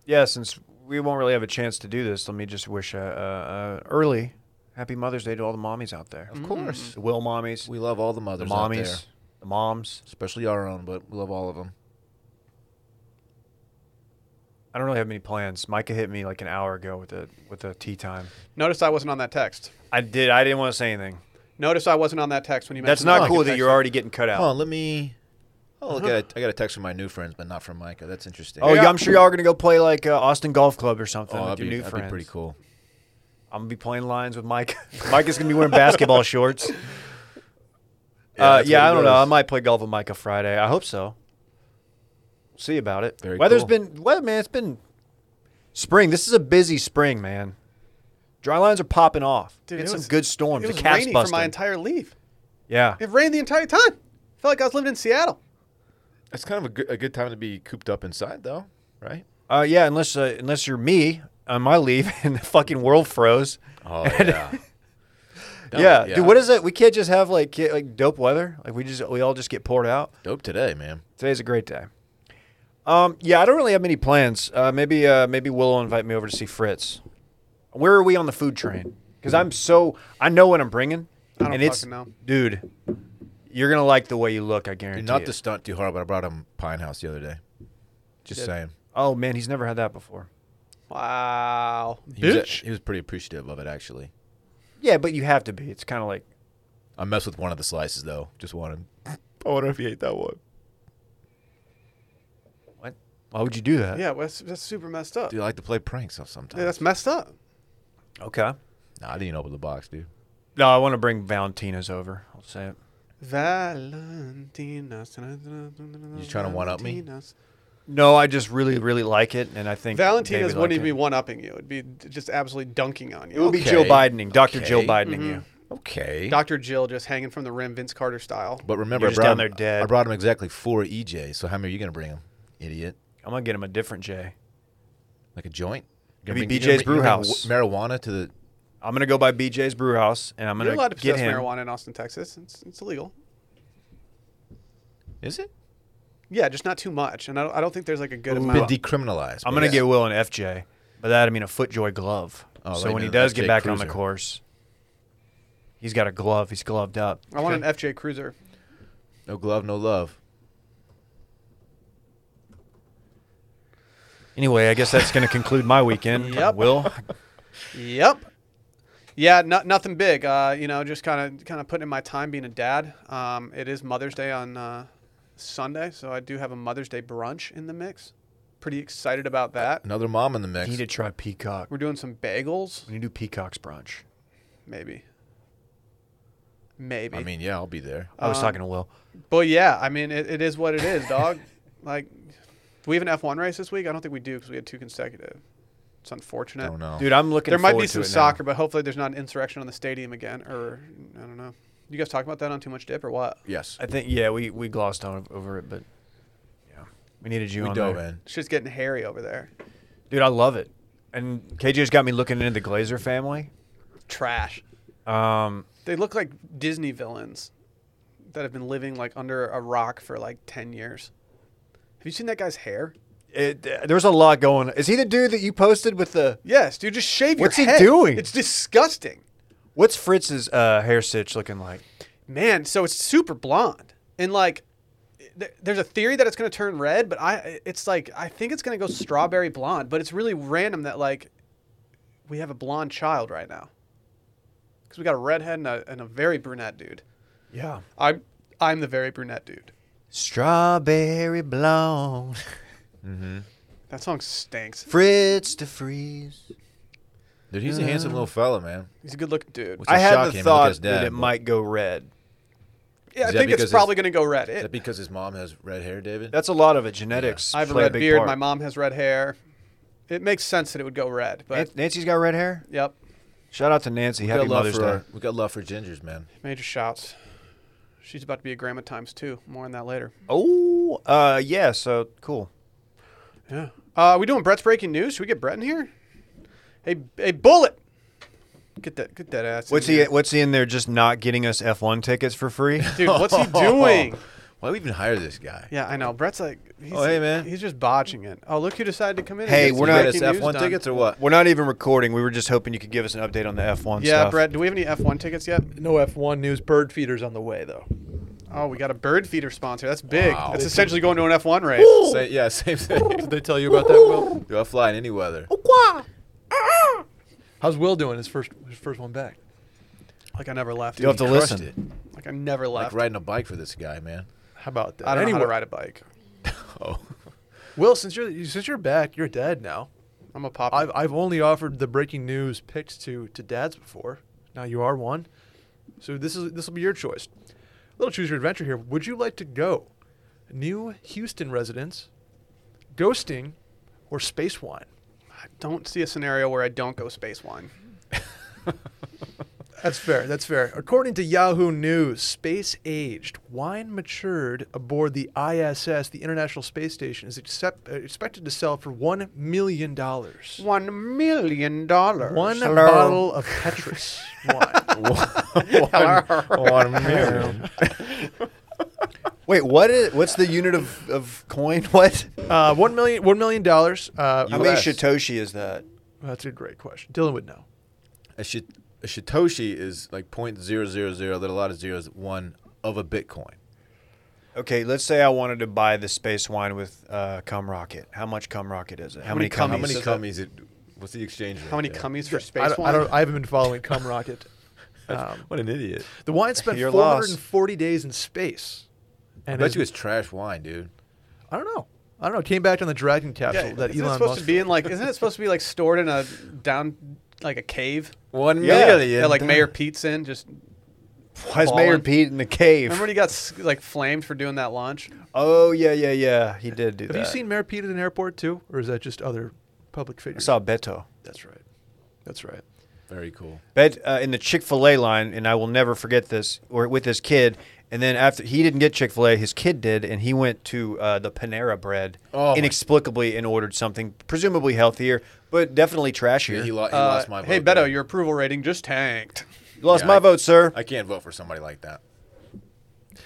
[SPEAKER 2] Yeah, since we won't really have a chance to do this, let me just wish a, a, a early happy Mother's Day to all the mommies out there.
[SPEAKER 3] Of course,
[SPEAKER 2] The Will mommies,
[SPEAKER 3] we love all the
[SPEAKER 2] the
[SPEAKER 3] mothers. out there.
[SPEAKER 2] mommies, the moms.
[SPEAKER 3] especially our own, but we love all of them.
[SPEAKER 2] I don't really have any plans. Micah hit me like an hour ago with a with a tea time.
[SPEAKER 1] Notice I wasn't on that text.
[SPEAKER 2] I did. I didn't want to say anything.
[SPEAKER 1] Notice I wasn't on that text when you
[SPEAKER 2] That's
[SPEAKER 1] mentioned
[SPEAKER 2] not
[SPEAKER 1] the
[SPEAKER 2] cool
[SPEAKER 1] fucking
[SPEAKER 2] that
[SPEAKER 1] text.
[SPEAKER 2] you're already getting cut out.
[SPEAKER 3] Hold on, let me. Oh, look, I, got a, I got a text from my new friends, but not from Micah. That's interesting.
[SPEAKER 2] Oh,
[SPEAKER 1] Yeah.
[SPEAKER 2] yeah. I'm sure y'all are gonna go play like uh, Austin Golf Club or something
[SPEAKER 3] Oh,
[SPEAKER 2] with
[SPEAKER 3] that'd,
[SPEAKER 2] your new
[SPEAKER 3] be, that'd
[SPEAKER 2] friends.
[SPEAKER 3] be pretty cool.
[SPEAKER 2] I'm gonna be playing lines with Mike. Mike is gonna be wearing basketball shorts. Yeah, uh,
[SPEAKER 3] that's
[SPEAKER 2] yeah
[SPEAKER 3] what
[SPEAKER 2] I
[SPEAKER 3] he
[SPEAKER 2] don't know. I
[SPEAKER 3] does.
[SPEAKER 2] might play golf with Micah Friday. I hope so. We'll see about it.
[SPEAKER 3] Very
[SPEAKER 2] Weather's
[SPEAKER 3] cool.
[SPEAKER 2] been weather, man. It's been spring. This is a busy spring, man. Dry lines are popping off.
[SPEAKER 1] Dude,
[SPEAKER 2] Get
[SPEAKER 1] it
[SPEAKER 2] some
[SPEAKER 1] was-
[SPEAKER 2] good storms.
[SPEAKER 1] It was
[SPEAKER 2] the cat's
[SPEAKER 1] raining
[SPEAKER 2] busting.
[SPEAKER 1] for my entire leave.
[SPEAKER 2] yeah,
[SPEAKER 1] It rained the entire time. felt like I was living in Seattle.
[SPEAKER 3] It's kind of a good, a good time to be cooped up inside, though, right?
[SPEAKER 2] uh, yeah. Unless uh, unless you're me on my leave and the fucking world froze.
[SPEAKER 3] Oh, yeah.
[SPEAKER 2] yeah. dude. What is it? We can't just have like ki- like dope weather. Like we just we all just get poured out.
[SPEAKER 3] Dope today, man.
[SPEAKER 2] Today's a great day. Um, yeah, I don't really have many plans. Uh, maybe uh, maybe Will will invite me over to see Fritz. Where are we on the food train? Because I'm so I know what I'm bringing.
[SPEAKER 1] I don't
[SPEAKER 2] and it's,
[SPEAKER 1] fucking know.
[SPEAKER 2] dude. You're gonna like the way you look. I guarantee.
[SPEAKER 3] Dude, not
[SPEAKER 2] it.
[SPEAKER 3] to stunt too hard, but I brought him Pine House the other day. Just
[SPEAKER 1] Did.
[SPEAKER 3] saying.
[SPEAKER 2] Oh man, he's never had that before.
[SPEAKER 1] Wow.
[SPEAKER 3] He was,
[SPEAKER 1] Bitch.
[SPEAKER 3] he was pretty appreciative of it, actually.
[SPEAKER 2] Yeah, but you have to be. It's kind of like
[SPEAKER 3] I messed with one of the slices, though. Just one. I wonder if he ate that one.
[SPEAKER 2] what? Why would you do that?
[SPEAKER 1] Yeah, well, that's, that's super messed up.
[SPEAKER 3] Dude, I like to play pranks sometimes.
[SPEAKER 1] Yeah, that's messed up.
[SPEAKER 2] Okay.
[SPEAKER 3] nah, I didn't even open the box, dude.
[SPEAKER 2] No, I want to bring Valentina's over. I'll say it.
[SPEAKER 1] Valentinas.
[SPEAKER 3] You trying to one-up me?
[SPEAKER 1] Valentinas.
[SPEAKER 2] No, I just really really like it, and I think
[SPEAKER 1] Valentinas wouldn't
[SPEAKER 2] Baby like
[SPEAKER 1] even
[SPEAKER 2] it.
[SPEAKER 1] be one upping you. It'd be d- just absolutely dunking on you.
[SPEAKER 2] It would be
[SPEAKER 3] Okay.
[SPEAKER 2] Jill Bidening, Doctor Jill
[SPEAKER 3] Okay.
[SPEAKER 2] Bidening. You.
[SPEAKER 1] Mm-hmm.
[SPEAKER 3] Okay.
[SPEAKER 1] Dr. Jill just hanging from the rim, Vince Carter style.
[SPEAKER 3] But remember,
[SPEAKER 2] You're
[SPEAKER 3] I
[SPEAKER 2] just
[SPEAKER 3] brought,
[SPEAKER 2] down
[SPEAKER 3] him,
[SPEAKER 2] there dead.
[SPEAKER 3] I brought him exactly four EJ. So how many are you gonna bring him, idiot?
[SPEAKER 2] I'm gonna get him a different J.
[SPEAKER 3] Like a joint? You
[SPEAKER 2] Maybe
[SPEAKER 3] bring- you
[SPEAKER 2] BJ's
[SPEAKER 3] bring- you bring
[SPEAKER 2] Brewhouse.
[SPEAKER 3] w- marijuana to the.
[SPEAKER 2] I'm gonna go by BJ's Brew House, and I'm gonna
[SPEAKER 1] You're allowed to
[SPEAKER 2] get
[SPEAKER 1] possess
[SPEAKER 2] him.
[SPEAKER 1] marijuana in Austin, Texas. It's, it's illegal.
[SPEAKER 3] Is it?
[SPEAKER 1] Yeah, just not too much. And I don't, I don't think there's like a good
[SPEAKER 3] It's
[SPEAKER 1] amount.
[SPEAKER 3] been decriminalized.
[SPEAKER 2] I'm
[SPEAKER 3] but
[SPEAKER 2] gonna
[SPEAKER 3] yeah.
[SPEAKER 2] get Will an FJ, but that I mean a FootJoy glove.
[SPEAKER 3] Oh,
[SPEAKER 2] so
[SPEAKER 3] like
[SPEAKER 2] when he
[SPEAKER 3] an
[SPEAKER 2] does
[SPEAKER 3] FJ
[SPEAKER 2] get back on the
[SPEAKER 3] Cruiser.
[SPEAKER 2] course, He's got a glove. He's gloved up.
[SPEAKER 1] I want an FJ Cruiser.
[SPEAKER 3] No glove, no love.
[SPEAKER 2] Anyway, I guess that's going to conclude my weekend.
[SPEAKER 1] Yep.
[SPEAKER 2] Will,
[SPEAKER 1] Yep. Yeah, no, nothing big. Uh, you know, just kind of kind of putting in my time being a dad. Um, it is Mother's Day on uh, Sunday, so I do have a Mother's Day brunch in the mix. Pretty excited about that.
[SPEAKER 3] Another mom in the
[SPEAKER 2] I
[SPEAKER 3] mix.
[SPEAKER 2] need to try peacock.
[SPEAKER 1] We're doing some bagels,
[SPEAKER 2] We need to do peacock's brunch.
[SPEAKER 1] maybe. Maybe.
[SPEAKER 3] I mean, yeah, I'll be there.
[SPEAKER 2] I was
[SPEAKER 1] Um,
[SPEAKER 2] talking to Will.
[SPEAKER 1] but yeah, I mean, it, it is what it is, dog. like, do we have an F1 race this week? I don't think we do because we had two consecutive. It's unfortunate.
[SPEAKER 3] I don't know.
[SPEAKER 2] Dude, I'm looking.
[SPEAKER 1] There might
[SPEAKER 2] forward
[SPEAKER 1] be
[SPEAKER 2] to
[SPEAKER 1] some
[SPEAKER 2] it now.
[SPEAKER 1] soccer, but hopefully there's not an insurrection on the stadium again, or I don't know. You guys talk about that on Too Much Dip or what?
[SPEAKER 3] Yes.
[SPEAKER 2] I think yeah, we we glossed on over it, but yeah, we needed you
[SPEAKER 3] We
[SPEAKER 2] on
[SPEAKER 3] dove
[SPEAKER 2] there.
[SPEAKER 3] in.
[SPEAKER 1] Shit's getting hairy over there.
[SPEAKER 2] dude. I love it, and KJ's got me looking into the Glazer family.
[SPEAKER 1] Trash.
[SPEAKER 2] Um,
[SPEAKER 1] They look like Disney villains that have been living like under a rock for like ten years. Have you seen that guy's hair?
[SPEAKER 2] it, there's a lot going. Is he the dude that you posted with the?
[SPEAKER 1] Yes, dude. Just shave your
[SPEAKER 2] What's he
[SPEAKER 1] head.
[SPEAKER 2] doing?
[SPEAKER 1] It's disgusting,
[SPEAKER 2] What's Fritz's uh, hair stitch looking like?
[SPEAKER 1] man. So it's super blonde, and like, th- there's a theory that it's gonna turn red, but I, it's like I think it's gonna go strawberry blonde. But it's really random that like, we have a blonde child right now, because we got a redhead and a, and a very brunette dude.
[SPEAKER 2] Yeah,
[SPEAKER 1] I'm I'm the very brunette dude.
[SPEAKER 2] strawberry blonde,
[SPEAKER 1] That song stinks.
[SPEAKER 2] Fritz to freeze.
[SPEAKER 3] Dude, he's a handsome little fella, man.
[SPEAKER 1] He's a good looking dude.
[SPEAKER 3] Which
[SPEAKER 2] I
[SPEAKER 3] is
[SPEAKER 2] had
[SPEAKER 3] shocking.
[SPEAKER 2] the
[SPEAKER 3] Look at
[SPEAKER 2] thought
[SPEAKER 3] his dad,
[SPEAKER 2] that it
[SPEAKER 3] but-
[SPEAKER 2] might go red.
[SPEAKER 1] yeah, I
[SPEAKER 3] that
[SPEAKER 1] think
[SPEAKER 3] because
[SPEAKER 1] it's
[SPEAKER 3] his-
[SPEAKER 1] probably going to go red.
[SPEAKER 3] Is
[SPEAKER 1] It-
[SPEAKER 3] that because his mom has red hair, David?
[SPEAKER 2] That's a lot of it. Genetics.
[SPEAKER 1] I have a
[SPEAKER 2] play
[SPEAKER 1] red
[SPEAKER 2] big
[SPEAKER 1] beard.
[SPEAKER 2] part.
[SPEAKER 1] My mom has red hair. It makes sense that it would go red, but
[SPEAKER 2] Nan- Nancy's got red hair.
[SPEAKER 1] yep,
[SPEAKER 2] Shout out to Nancy.
[SPEAKER 3] we
[SPEAKER 2] Happy
[SPEAKER 3] got love
[SPEAKER 2] Mother's
[SPEAKER 3] for
[SPEAKER 2] Day.
[SPEAKER 3] our- we got love for gingers, man.
[SPEAKER 1] major shouts. She's about to be a grandma times two. More on that later.
[SPEAKER 2] Oh, uh, yeah. So cool.
[SPEAKER 1] Yeah. Uh, we doing Brett's breaking news? Should we get Brett in here? Hey, hey, bullet! Get that, get that ass. in
[SPEAKER 2] What's he?
[SPEAKER 1] here.
[SPEAKER 2] What's he in there? Just not getting us F one tickets for free?
[SPEAKER 1] Dude, what's he doing?
[SPEAKER 3] Why do we even hire this guy?
[SPEAKER 1] Yeah, I know. Brett's like, he's,
[SPEAKER 3] Oh, hey, man.
[SPEAKER 1] he's just botching it. Oh, look who decided to come in. and
[SPEAKER 2] Hey,
[SPEAKER 1] get
[SPEAKER 2] we're
[SPEAKER 1] some
[SPEAKER 2] not-
[SPEAKER 3] Get us
[SPEAKER 1] breaking news
[SPEAKER 3] F1
[SPEAKER 1] done.
[SPEAKER 3] tickets or what?
[SPEAKER 2] We're not even recording. We were just hoping you could give us an update on the F one.
[SPEAKER 1] Yeah,
[SPEAKER 2] stuff.
[SPEAKER 1] Brett. Do we have any F1 tickets yet?
[SPEAKER 6] No F1 news. Bird feeders on the way though.
[SPEAKER 1] Oh, we got a bird feeder sponsor. That's big.
[SPEAKER 3] Wow.
[SPEAKER 1] That's essentially going to an F1 race.
[SPEAKER 3] Say, yeah, same thing.
[SPEAKER 6] Did they tell you about that, Will?
[SPEAKER 3] Do I fly in any weather?
[SPEAKER 6] How's Will doing? His first his first one back.
[SPEAKER 1] Like I never left.
[SPEAKER 2] You have to
[SPEAKER 3] Crushed
[SPEAKER 2] listen.
[SPEAKER 3] it.
[SPEAKER 1] Like I never
[SPEAKER 3] Like
[SPEAKER 1] left.
[SPEAKER 3] riding a bike for this guy, man.
[SPEAKER 6] How about that?
[SPEAKER 1] I don't know how to
[SPEAKER 6] Anyway,
[SPEAKER 1] ride a bike.
[SPEAKER 3] Oh,
[SPEAKER 6] Will, since you're you- since you're back, you're dad now.
[SPEAKER 1] I'm a pop.
[SPEAKER 6] I've I've only offered the breaking news picks to to dads before. Now you are one, so this is this will be your choice. little choose your adventure here. Would you like to go, new Houston residents, ghosting, or space wine?
[SPEAKER 1] I don't see a scenario where I don't go space wine.
[SPEAKER 6] That's fair. That's fair. According to Yahoo News, space aged wine matured aboard the ISS, the International Space Station, is accept, uh, expected to sell for one million dollars.
[SPEAKER 1] One million dollars.
[SPEAKER 6] One
[SPEAKER 2] Hello.
[SPEAKER 6] bottle of Petrus wine.
[SPEAKER 3] one million.
[SPEAKER 2] Wait, what is? What's the unit of, of coin? What?
[SPEAKER 6] Uh, one million. One million dollars.
[SPEAKER 2] How
[SPEAKER 6] Uh, I'm-
[SPEAKER 2] many
[SPEAKER 3] US.
[SPEAKER 2] shitoshi is that?
[SPEAKER 6] that's a great question. Dylan would know.
[SPEAKER 3] A, shit, a shitoshi is like point zero zero zero. That a lot of zeros. One of a bitcoin.
[SPEAKER 2] Okay, let's say I wanted to buy the space wine with uh, cum rocket. How much cum rocket is it? How,
[SPEAKER 1] many
[SPEAKER 2] cum?
[SPEAKER 1] cum-
[SPEAKER 3] How many
[SPEAKER 1] is
[SPEAKER 3] cummies? It. What's the exchange rate?
[SPEAKER 1] How many
[SPEAKER 3] there?
[SPEAKER 1] cummies for
[SPEAKER 6] I
[SPEAKER 1] space
[SPEAKER 6] don't,
[SPEAKER 1] wine?
[SPEAKER 6] I, don't, I haven't been following Cum Rocket. Um,
[SPEAKER 3] What an idiot!
[SPEAKER 6] the wine spent
[SPEAKER 2] You're
[SPEAKER 6] 440 days in space.
[SPEAKER 3] I
[SPEAKER 6] And
[SPEAKER 3] bet
[SPEAKER 6] is-
[SPEAKER 3] you it's trash wine, dude.
[SPEAKER 6] I don't know. I don't know. It Came back on the Dragon capsule
[SPEAKER 1] yeah,
[SPEAKER 6] that
[SPEAKER 1] isn't it
[SPEAKER 6] Elon
[SPEAKER 1] supposed
[SPEAKER 6] Musk.
[SPEAKER 1] to be in like? Isn't it supposed to be like stored in a down like a cave?
[SPEAKER 3] One
[SPEAKER 1] That, like Mayor Pete's in. Just
[SPEAKER 2] Why is Mayor
[SPEAKER 1] Ballin'.
[SPEAKER 2] Pete in the cave?
[SPEAKER 1] remember when he got s- like flamed for doing that lunch?
[SPEAKER 2] oh yeah, yeah, yeah. He did do
[SPEAKER 6] Have
[SPEAKER 2] that.
[SPEAKER 6] you seen Mayor Pete at an airport too, or is that just other public
[SPEAKER 2] I
[SPEAKER 6] figures?
[SPEAKER 2] saw Beto.
[SPEAKER 6] That's right. That's right.
[SPEAKER 3] Very cool.
[SPEAKER 2] bet uh, in the Chick Fil A line, and I will never forget this. Or with his kid, and then after he didn't get Chick Fil A, his kid did, and he went to uh, the Panera Bread
[SPEAKER 3] Oh, my-
[SPEAKER 2] inexplicably and ordered something presumably healthier, but definitely trashier.
[SPEAKER 3] Yeah, he,
[SPEAKER 2] you
[SPEAKER 3] lo- he
[SPEAKER 1] Uh,
[SPEAKER 3] lost my vote.
[SPEAKER 1] hey Beto,
[SPEAKER 3] there.
[SPEAKER 1] your approval rating just tanked.
[SPEAKER 2] lost
[SPEAKER 3] Yeah,
[SPEAKER 2] my
[SPEAKER 3] I-
[SPEAKER 2] vote, sir.
[SPEAKER 3] I can't vote for somebody like that.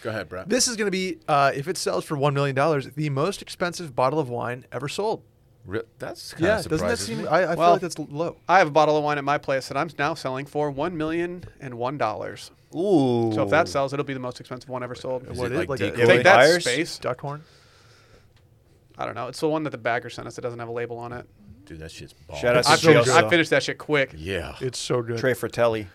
[SPEAKER 3] Go ahead, bro.
[SPEAKER 6] This is going to be, uh, if it sells for one million dollars, the most expensive bottle of wine ever sold.
[SPEAKER 3] Re- that's kind
[SPEAKER 6] Yeah,
[SPEAKER 3] of
[SPEAKER 6] doesn't that
[SPEAKER 3] surprises
[SPEAKER 6] seem?
[SPEAKER 3] me.
[SPEAKER 6] I, I feel
[SPEAKER 1] Well-
[SPEAKER 6] like that's l- low.
[SPEAKER 1] I have a bottle of wine at my place that I'm now selling for one million and one dollars.
[SPEAKER 2] Ooh.
[SPEAKER 1] So if that sells, it'll be the most expensive one ever sold.
[SPEAKER 3] Is
[SPEAKER 6] What
[SPEAKER 3] it
[SPEAKER 6] is-
[SPEAKER 3] like,
[SPEAKER 6] like a-
[SPEAKER 3] decoy?
[SPEAKER 2] Yeah,
[SPEAKER 1] Take
[SPEAKER 2] Billy
[SPEAKER 1] that
[SPEAKER 2] Myers?
[SPEAKER 1] space.
[SPEAKER 6] Duck horn.
[SPEAKER 1] I don't know. It's the one that the bagger sent us that doesn't have a label on it.
[SPEAKER 3] Dude, that shit's bomb.
[SPEAKER 2] Shout out That's
[SPEAKER 1] I
[SPEAKER 2] to so
[SPEAKER 1] finished,
[SPEAKER 2] good.
[SPEAKER 1] I finished that shit quick.
[SPEAKER 3] Yeah.
[SPEAKER 6] It's so good.
[SPEAKER 2] Trey Fratelli.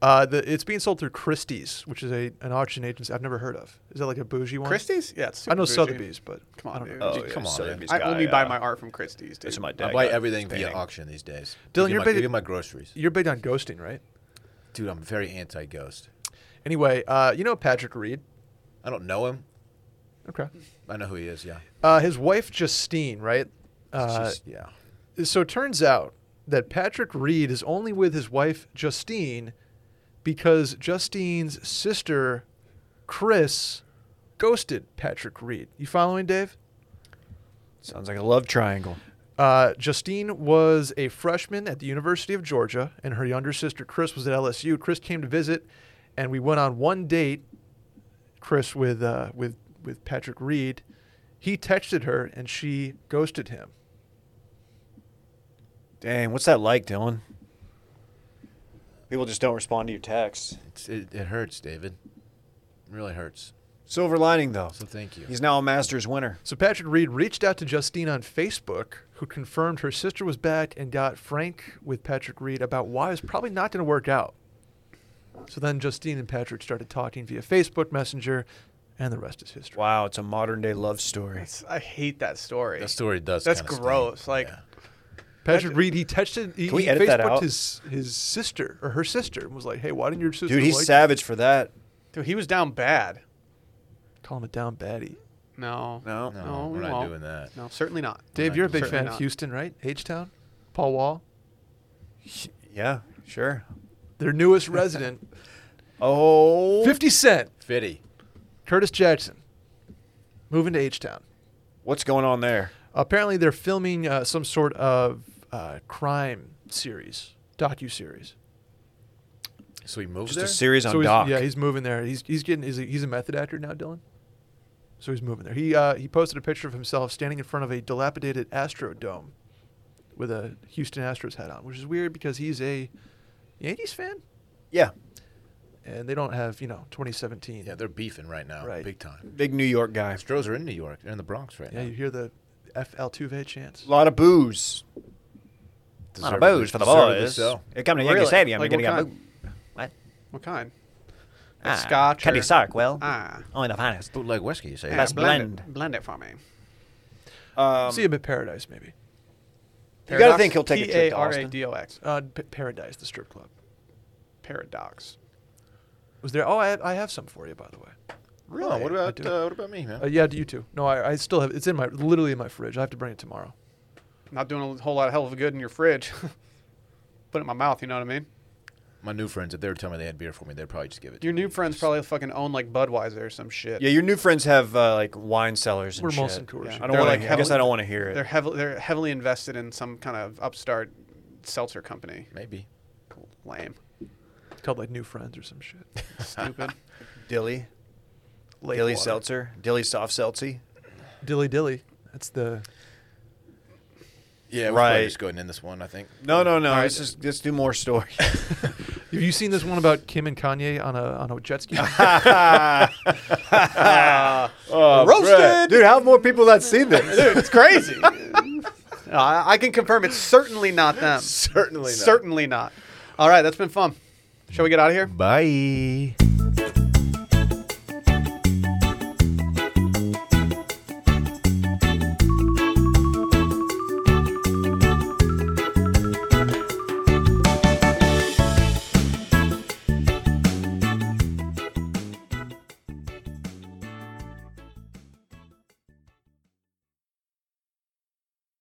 [SPEAKER 6] Uh, the, it's being sold through Christie's, which is a an auction agency I've never heard of. Is that like a bougie one?
[SPEAKER 1] Christie's? Yeah, it's super
[SPEAKER 6] I know
[SPEAKER 1] bougie.
[SPEAKER 6] Sotheby's, but
[SPEAKER 1] Come on,
[SPEAKER 6] I don't
[SPEAKER 1] dude.
[SPEAKER 6] know.
[SPEAKER 1] Oh,
[SPEAKER 3] come on,
[SPEAKER 2] Sotheby's
[SPEAKER 1] I
[SPEAKER 2] guy,
[SPEAKER 1] only buy
[SPEAKER 2] uh,
[SPEAKER 1] my art from Christie's, dude.
[SPEAKER 2] That's what my dad.
[SPEAKER 3] I buy
[SPEAKER 2] got
[SPEAKER 3] everything via
[SPEAKER 2] painting.
[SPEAKER 3] auction these days.
[SPEAKER 6] Dylan,
[SPEAKER 3] Even
[SPEAKER 6] you're
[SPEAKER 3] my,
[SPEAKER 6] big-
[SPEAKER 3] even my groceries.
[SPEAKER 6] You're big on ghosting, right?
[SPEAKER 3] Dude, I'm very anti-ghost.
[SPEAKER 6] Anyway, uh, you know Patrick Reed.
[SPEAKER 3] I don't know him.
[SPEAKER 1] Mm-hmm.
[SPEAKER 6] Okay.
[SPEAKER 3] I know who he is. Yeah.
[SPEAKER 6] Uh, his wife Justine, right? Uh,
[SPEAKER 3] She's- yeah.
[SPEAKER 6] so it turns out that Patrick Reed is only with his wife Justine because Justine's sister, Chris, ghosted Patrick Reed. You following, Dave?
[SPEAKER 2] Sounds like a love triangle.
[SPEAKER 6] Uh, Justine was a freshman at the University of Georgia, and her younger sister Chris was at LSU. Chris came to visit, and we went on one date. Chris with uh, with with Patrick Reed, he texted her, and she ghosted him.
[SPEAKER 2] Dang, what's that like, Dylan? People just don't respond to your texts.
[SPEAKER 3] It's, it, it hurts, David. It really hurts.
[SPEAKER 2] Silver lining, though.
[SPEAKER 3] So thank you.
[SPEAKER 2] He's now a Masters winner.
[SPEAKER 6] So Patrick Reed reached out to Justine on Facebook, who confirmed her sister was back and got frank with Patrick Reed about why it was probably not going to work out. So then Justine and Patrick started talking via Facebook Messenger, and the rest is history.
[SPEAKER 2] Wow, it's a modern day love story.
[SPEAKER 1] That's- I hate that story.
[SPEAKER 3] That story does.
[SPEAKER 1] That's
[SPEAKER 3] kinda sting.
[SPEAKER 1] gross. Like,
[SPEAKER 3] Yeah.
[SPEAKER 6] Patrick Reed, he texted, he,
[SPEAKER 2] Can we
[SPEAKER 6] he
[SPEAKER 2] edit that
[SPEAKER 6] Facebooked
[SPEAKER 2] out?
[SPEAKER 6] his his sister or her sister and was like, "Hey, why didn't your sister?"
[SPEAKER 2] Dude, he's
[SPEAKER 6] like
[SPEAKER 2] savage for that.
[SPEAKER 1] dude, he was down bad.
[SPEAKER 6] Calm it down, baddie.
[SPEAKER 1] No.
[SPEAKER 2] No.
[SPEAKER 3] No,
[SPEAKER 1] No,
[SPEAKER 3] we're
[SPEAKER 1] we
[SPEAKER 3] not
[SPEAKER 1] won't.
[SPEAKER 3] doing that.
[SPEAKER 1] No, certainly not.
[SPEAKER 6] Dave, you're a big
[SPEAKER 1] Certainly
[SPEAKER 6] fan of
[SPEAKER 1] not.
[SPEAKER 6] Houston, right? H Town, Paul Wall,
[SPEAKER 2] Yeah, sure.
[SPEAKER 6] their newest resident,
[SPEAKER 2] Oh.
[SPEAKER 6] Fifty Cent,
[SPEAKER 3] Fitty.
[SPEAKER 6] Curtis Jackson, moving to H Town.
[SPEAKER 2] What's going on there?
[SPEAKER 6] Apparently, they're filming uh, some sort of uh, crime series, docu series.
[SPEAKER 3] So he moved
[SPEAKER 2] Just
[SPEAKER 3] there.
[SPEAKER 2] a series on
[SPEAKER 6] so he's,
[SPEAKER 2] Doc.
[SPEAKER 6] Yeah, he's moving there. He's he's getting he's a, he's a method actor now, Dylan. So he's moving there. He uh, he posted a picture of himself standing in front of a dilapidated Astrodome with a Houston Astros hat on, which is weird because he's a Yankees fan
[SPEAKER 2] yeah,
[SPEAKER 6] and they don't have you know 2017.
[SPEAKER 3] yeah, they're beefing right now,
[SPEAKER 6] Right.
[SPEAKER 3] big time.
[SPEAKER 2] big New York guy.
[SPEAKER 3] Astros are in New York. They're in the Bronx right
[SPEAKER 6] yeah.
[SPEAKER 3] now.
[SPEAKER 6] You hear the F. Altuve chants.
[SPEAKER 2] A lot of booze. A lot of
[SPEAKER 3] Deservedly-
[SPEAKER 2] booze for the
[SPEAKER 3] deservedly
[SPEAKER 2] boys.
[SPEAKER 3] So.
[SPEAKER 2] They're coming to
[SPEAKER 1] Really?
[SPEAKER 2] Yankee Stadium.
[SPEAKER 1] Like
[SPEAKER 2] You're going
[SPEAKER 1] what
[SPEAKER 2] to get booze. What?
[SPEAKER 1] What kind?
[SPEAKER 2] Ah,
[SPEAKER 1] Scotch
[SPEAKER 2] Cutty
[SPEAKER 1] or-
[SPEAKER 2] Sark, well.
[SPEAKER 1] Ah.
[SPEAKER 2] Only the finest.
[SPEAKER 3] Bootleg whiskey, you say?
[SPEAKER 1] Yeah,
[SPEAKER 2] That's
[SPEAKER 1] blend,
[SPEAKER 2] blend.
[SPEAKER 1] It, blend it for me.
[SPEAKER 2] Um,
[SPEAKER 6] See him at Paradise maybe.
[SPEAKER 2] You gotta think he'll take a trip to Austin.
[SPEAKER 1] P-A-R-A-D-O-X.
[SPEAKER 6] Uh, P- Paradise, the strip club.
[SPEAKER 1] Paradox.
[SPEAKER 6] Was there? Oh, I, I have some for you by the way.
[SPEAKER 3] Oh, what
[SPEAKER 6] I
[SPEAKER 3] about
[SPEAKER 6] do.
[SPEAKER 3] uh, what about me, man?
[SPEAKER 6] Uh, yeah, you too. No, I, I still have. It's in my literally in my fridge. I have to bring it tomorrow.
[SPEAKER 1] Not doing a whole lot of hell of a good in your fridge. Put it in my mouth, you know what I mean?
[SPEAKER 3] My new friends, if they were telling me they had beer for me, they'd probably just give it. to
[SPEAKER 1] Your
[SPEAKER 3] me.
[SPEAKER 1] new friends probably fucking own like Budweiser or some shit.
[SPEAKER 2] yeah, your new friends have uh, like wine cellars and
[SPEAKER 6] We're
[SPEAKER 2] shit.
[SPEAKER 6] Molson Coors.
[SPEAKER 1] Yeah.
[SPEAKER 2] I don't
[SPEAKER 1] They're,
[SPEAKER 2] want
[SPEAKER 1] like,
[SPEAKER 2] to. I guess
[SPEAKER 1] heavily-
[SPEAKER 2] I don't want to hear
[SPEAKER 1] They're
[SPEAKER 2] it.
[SPEAKER 1] heavily they're heavily invested in some kind of upstart seltzer company.
[SPEAKER 3] Maybe.
[SPEAKER 1] Lame.
[SPEAKER 6] It's called like New Friends or some shit.
[SPEAKER 1] Stupid.
[SPEAKER 2] Dilly,
[SPEAKER 6] Lake
[SPEAKER 2] Dilly
[SPEAKER 6] water.
[SPEAKER 2] Seltzer, Dilly Soft Seltzy.
[SPEAKER 6] Dilly Dilly. That's the.
[SPEAKER 3] Yeah, we're
[SPEAKER 2] Right.
[SPEAKER 3] probably just going in this one, I think.
[SPEAKER 2] No, no, no.
[SPEAKER 1] All right.
[SPEAKER 2] Let's just let's do more stories.
[SPEAKER 6] Have you seen this one about Kim and Kanye on a on a jet ski?
[SPEAKER 2] oh,
[SPEAKER 1] Roasted!
[SPEAKER 2] Brett. dude. How have more people not seen this?
[SPEAKER 1] Dude, it's crazy. No, I, I can confirm it's certainly not them.
[SPEAKER 3] Certainly not.
[SPEAKER 1] Certainly not. All right, that's been fun. Shall we get out of here?
[SPEAKER 3] Bye.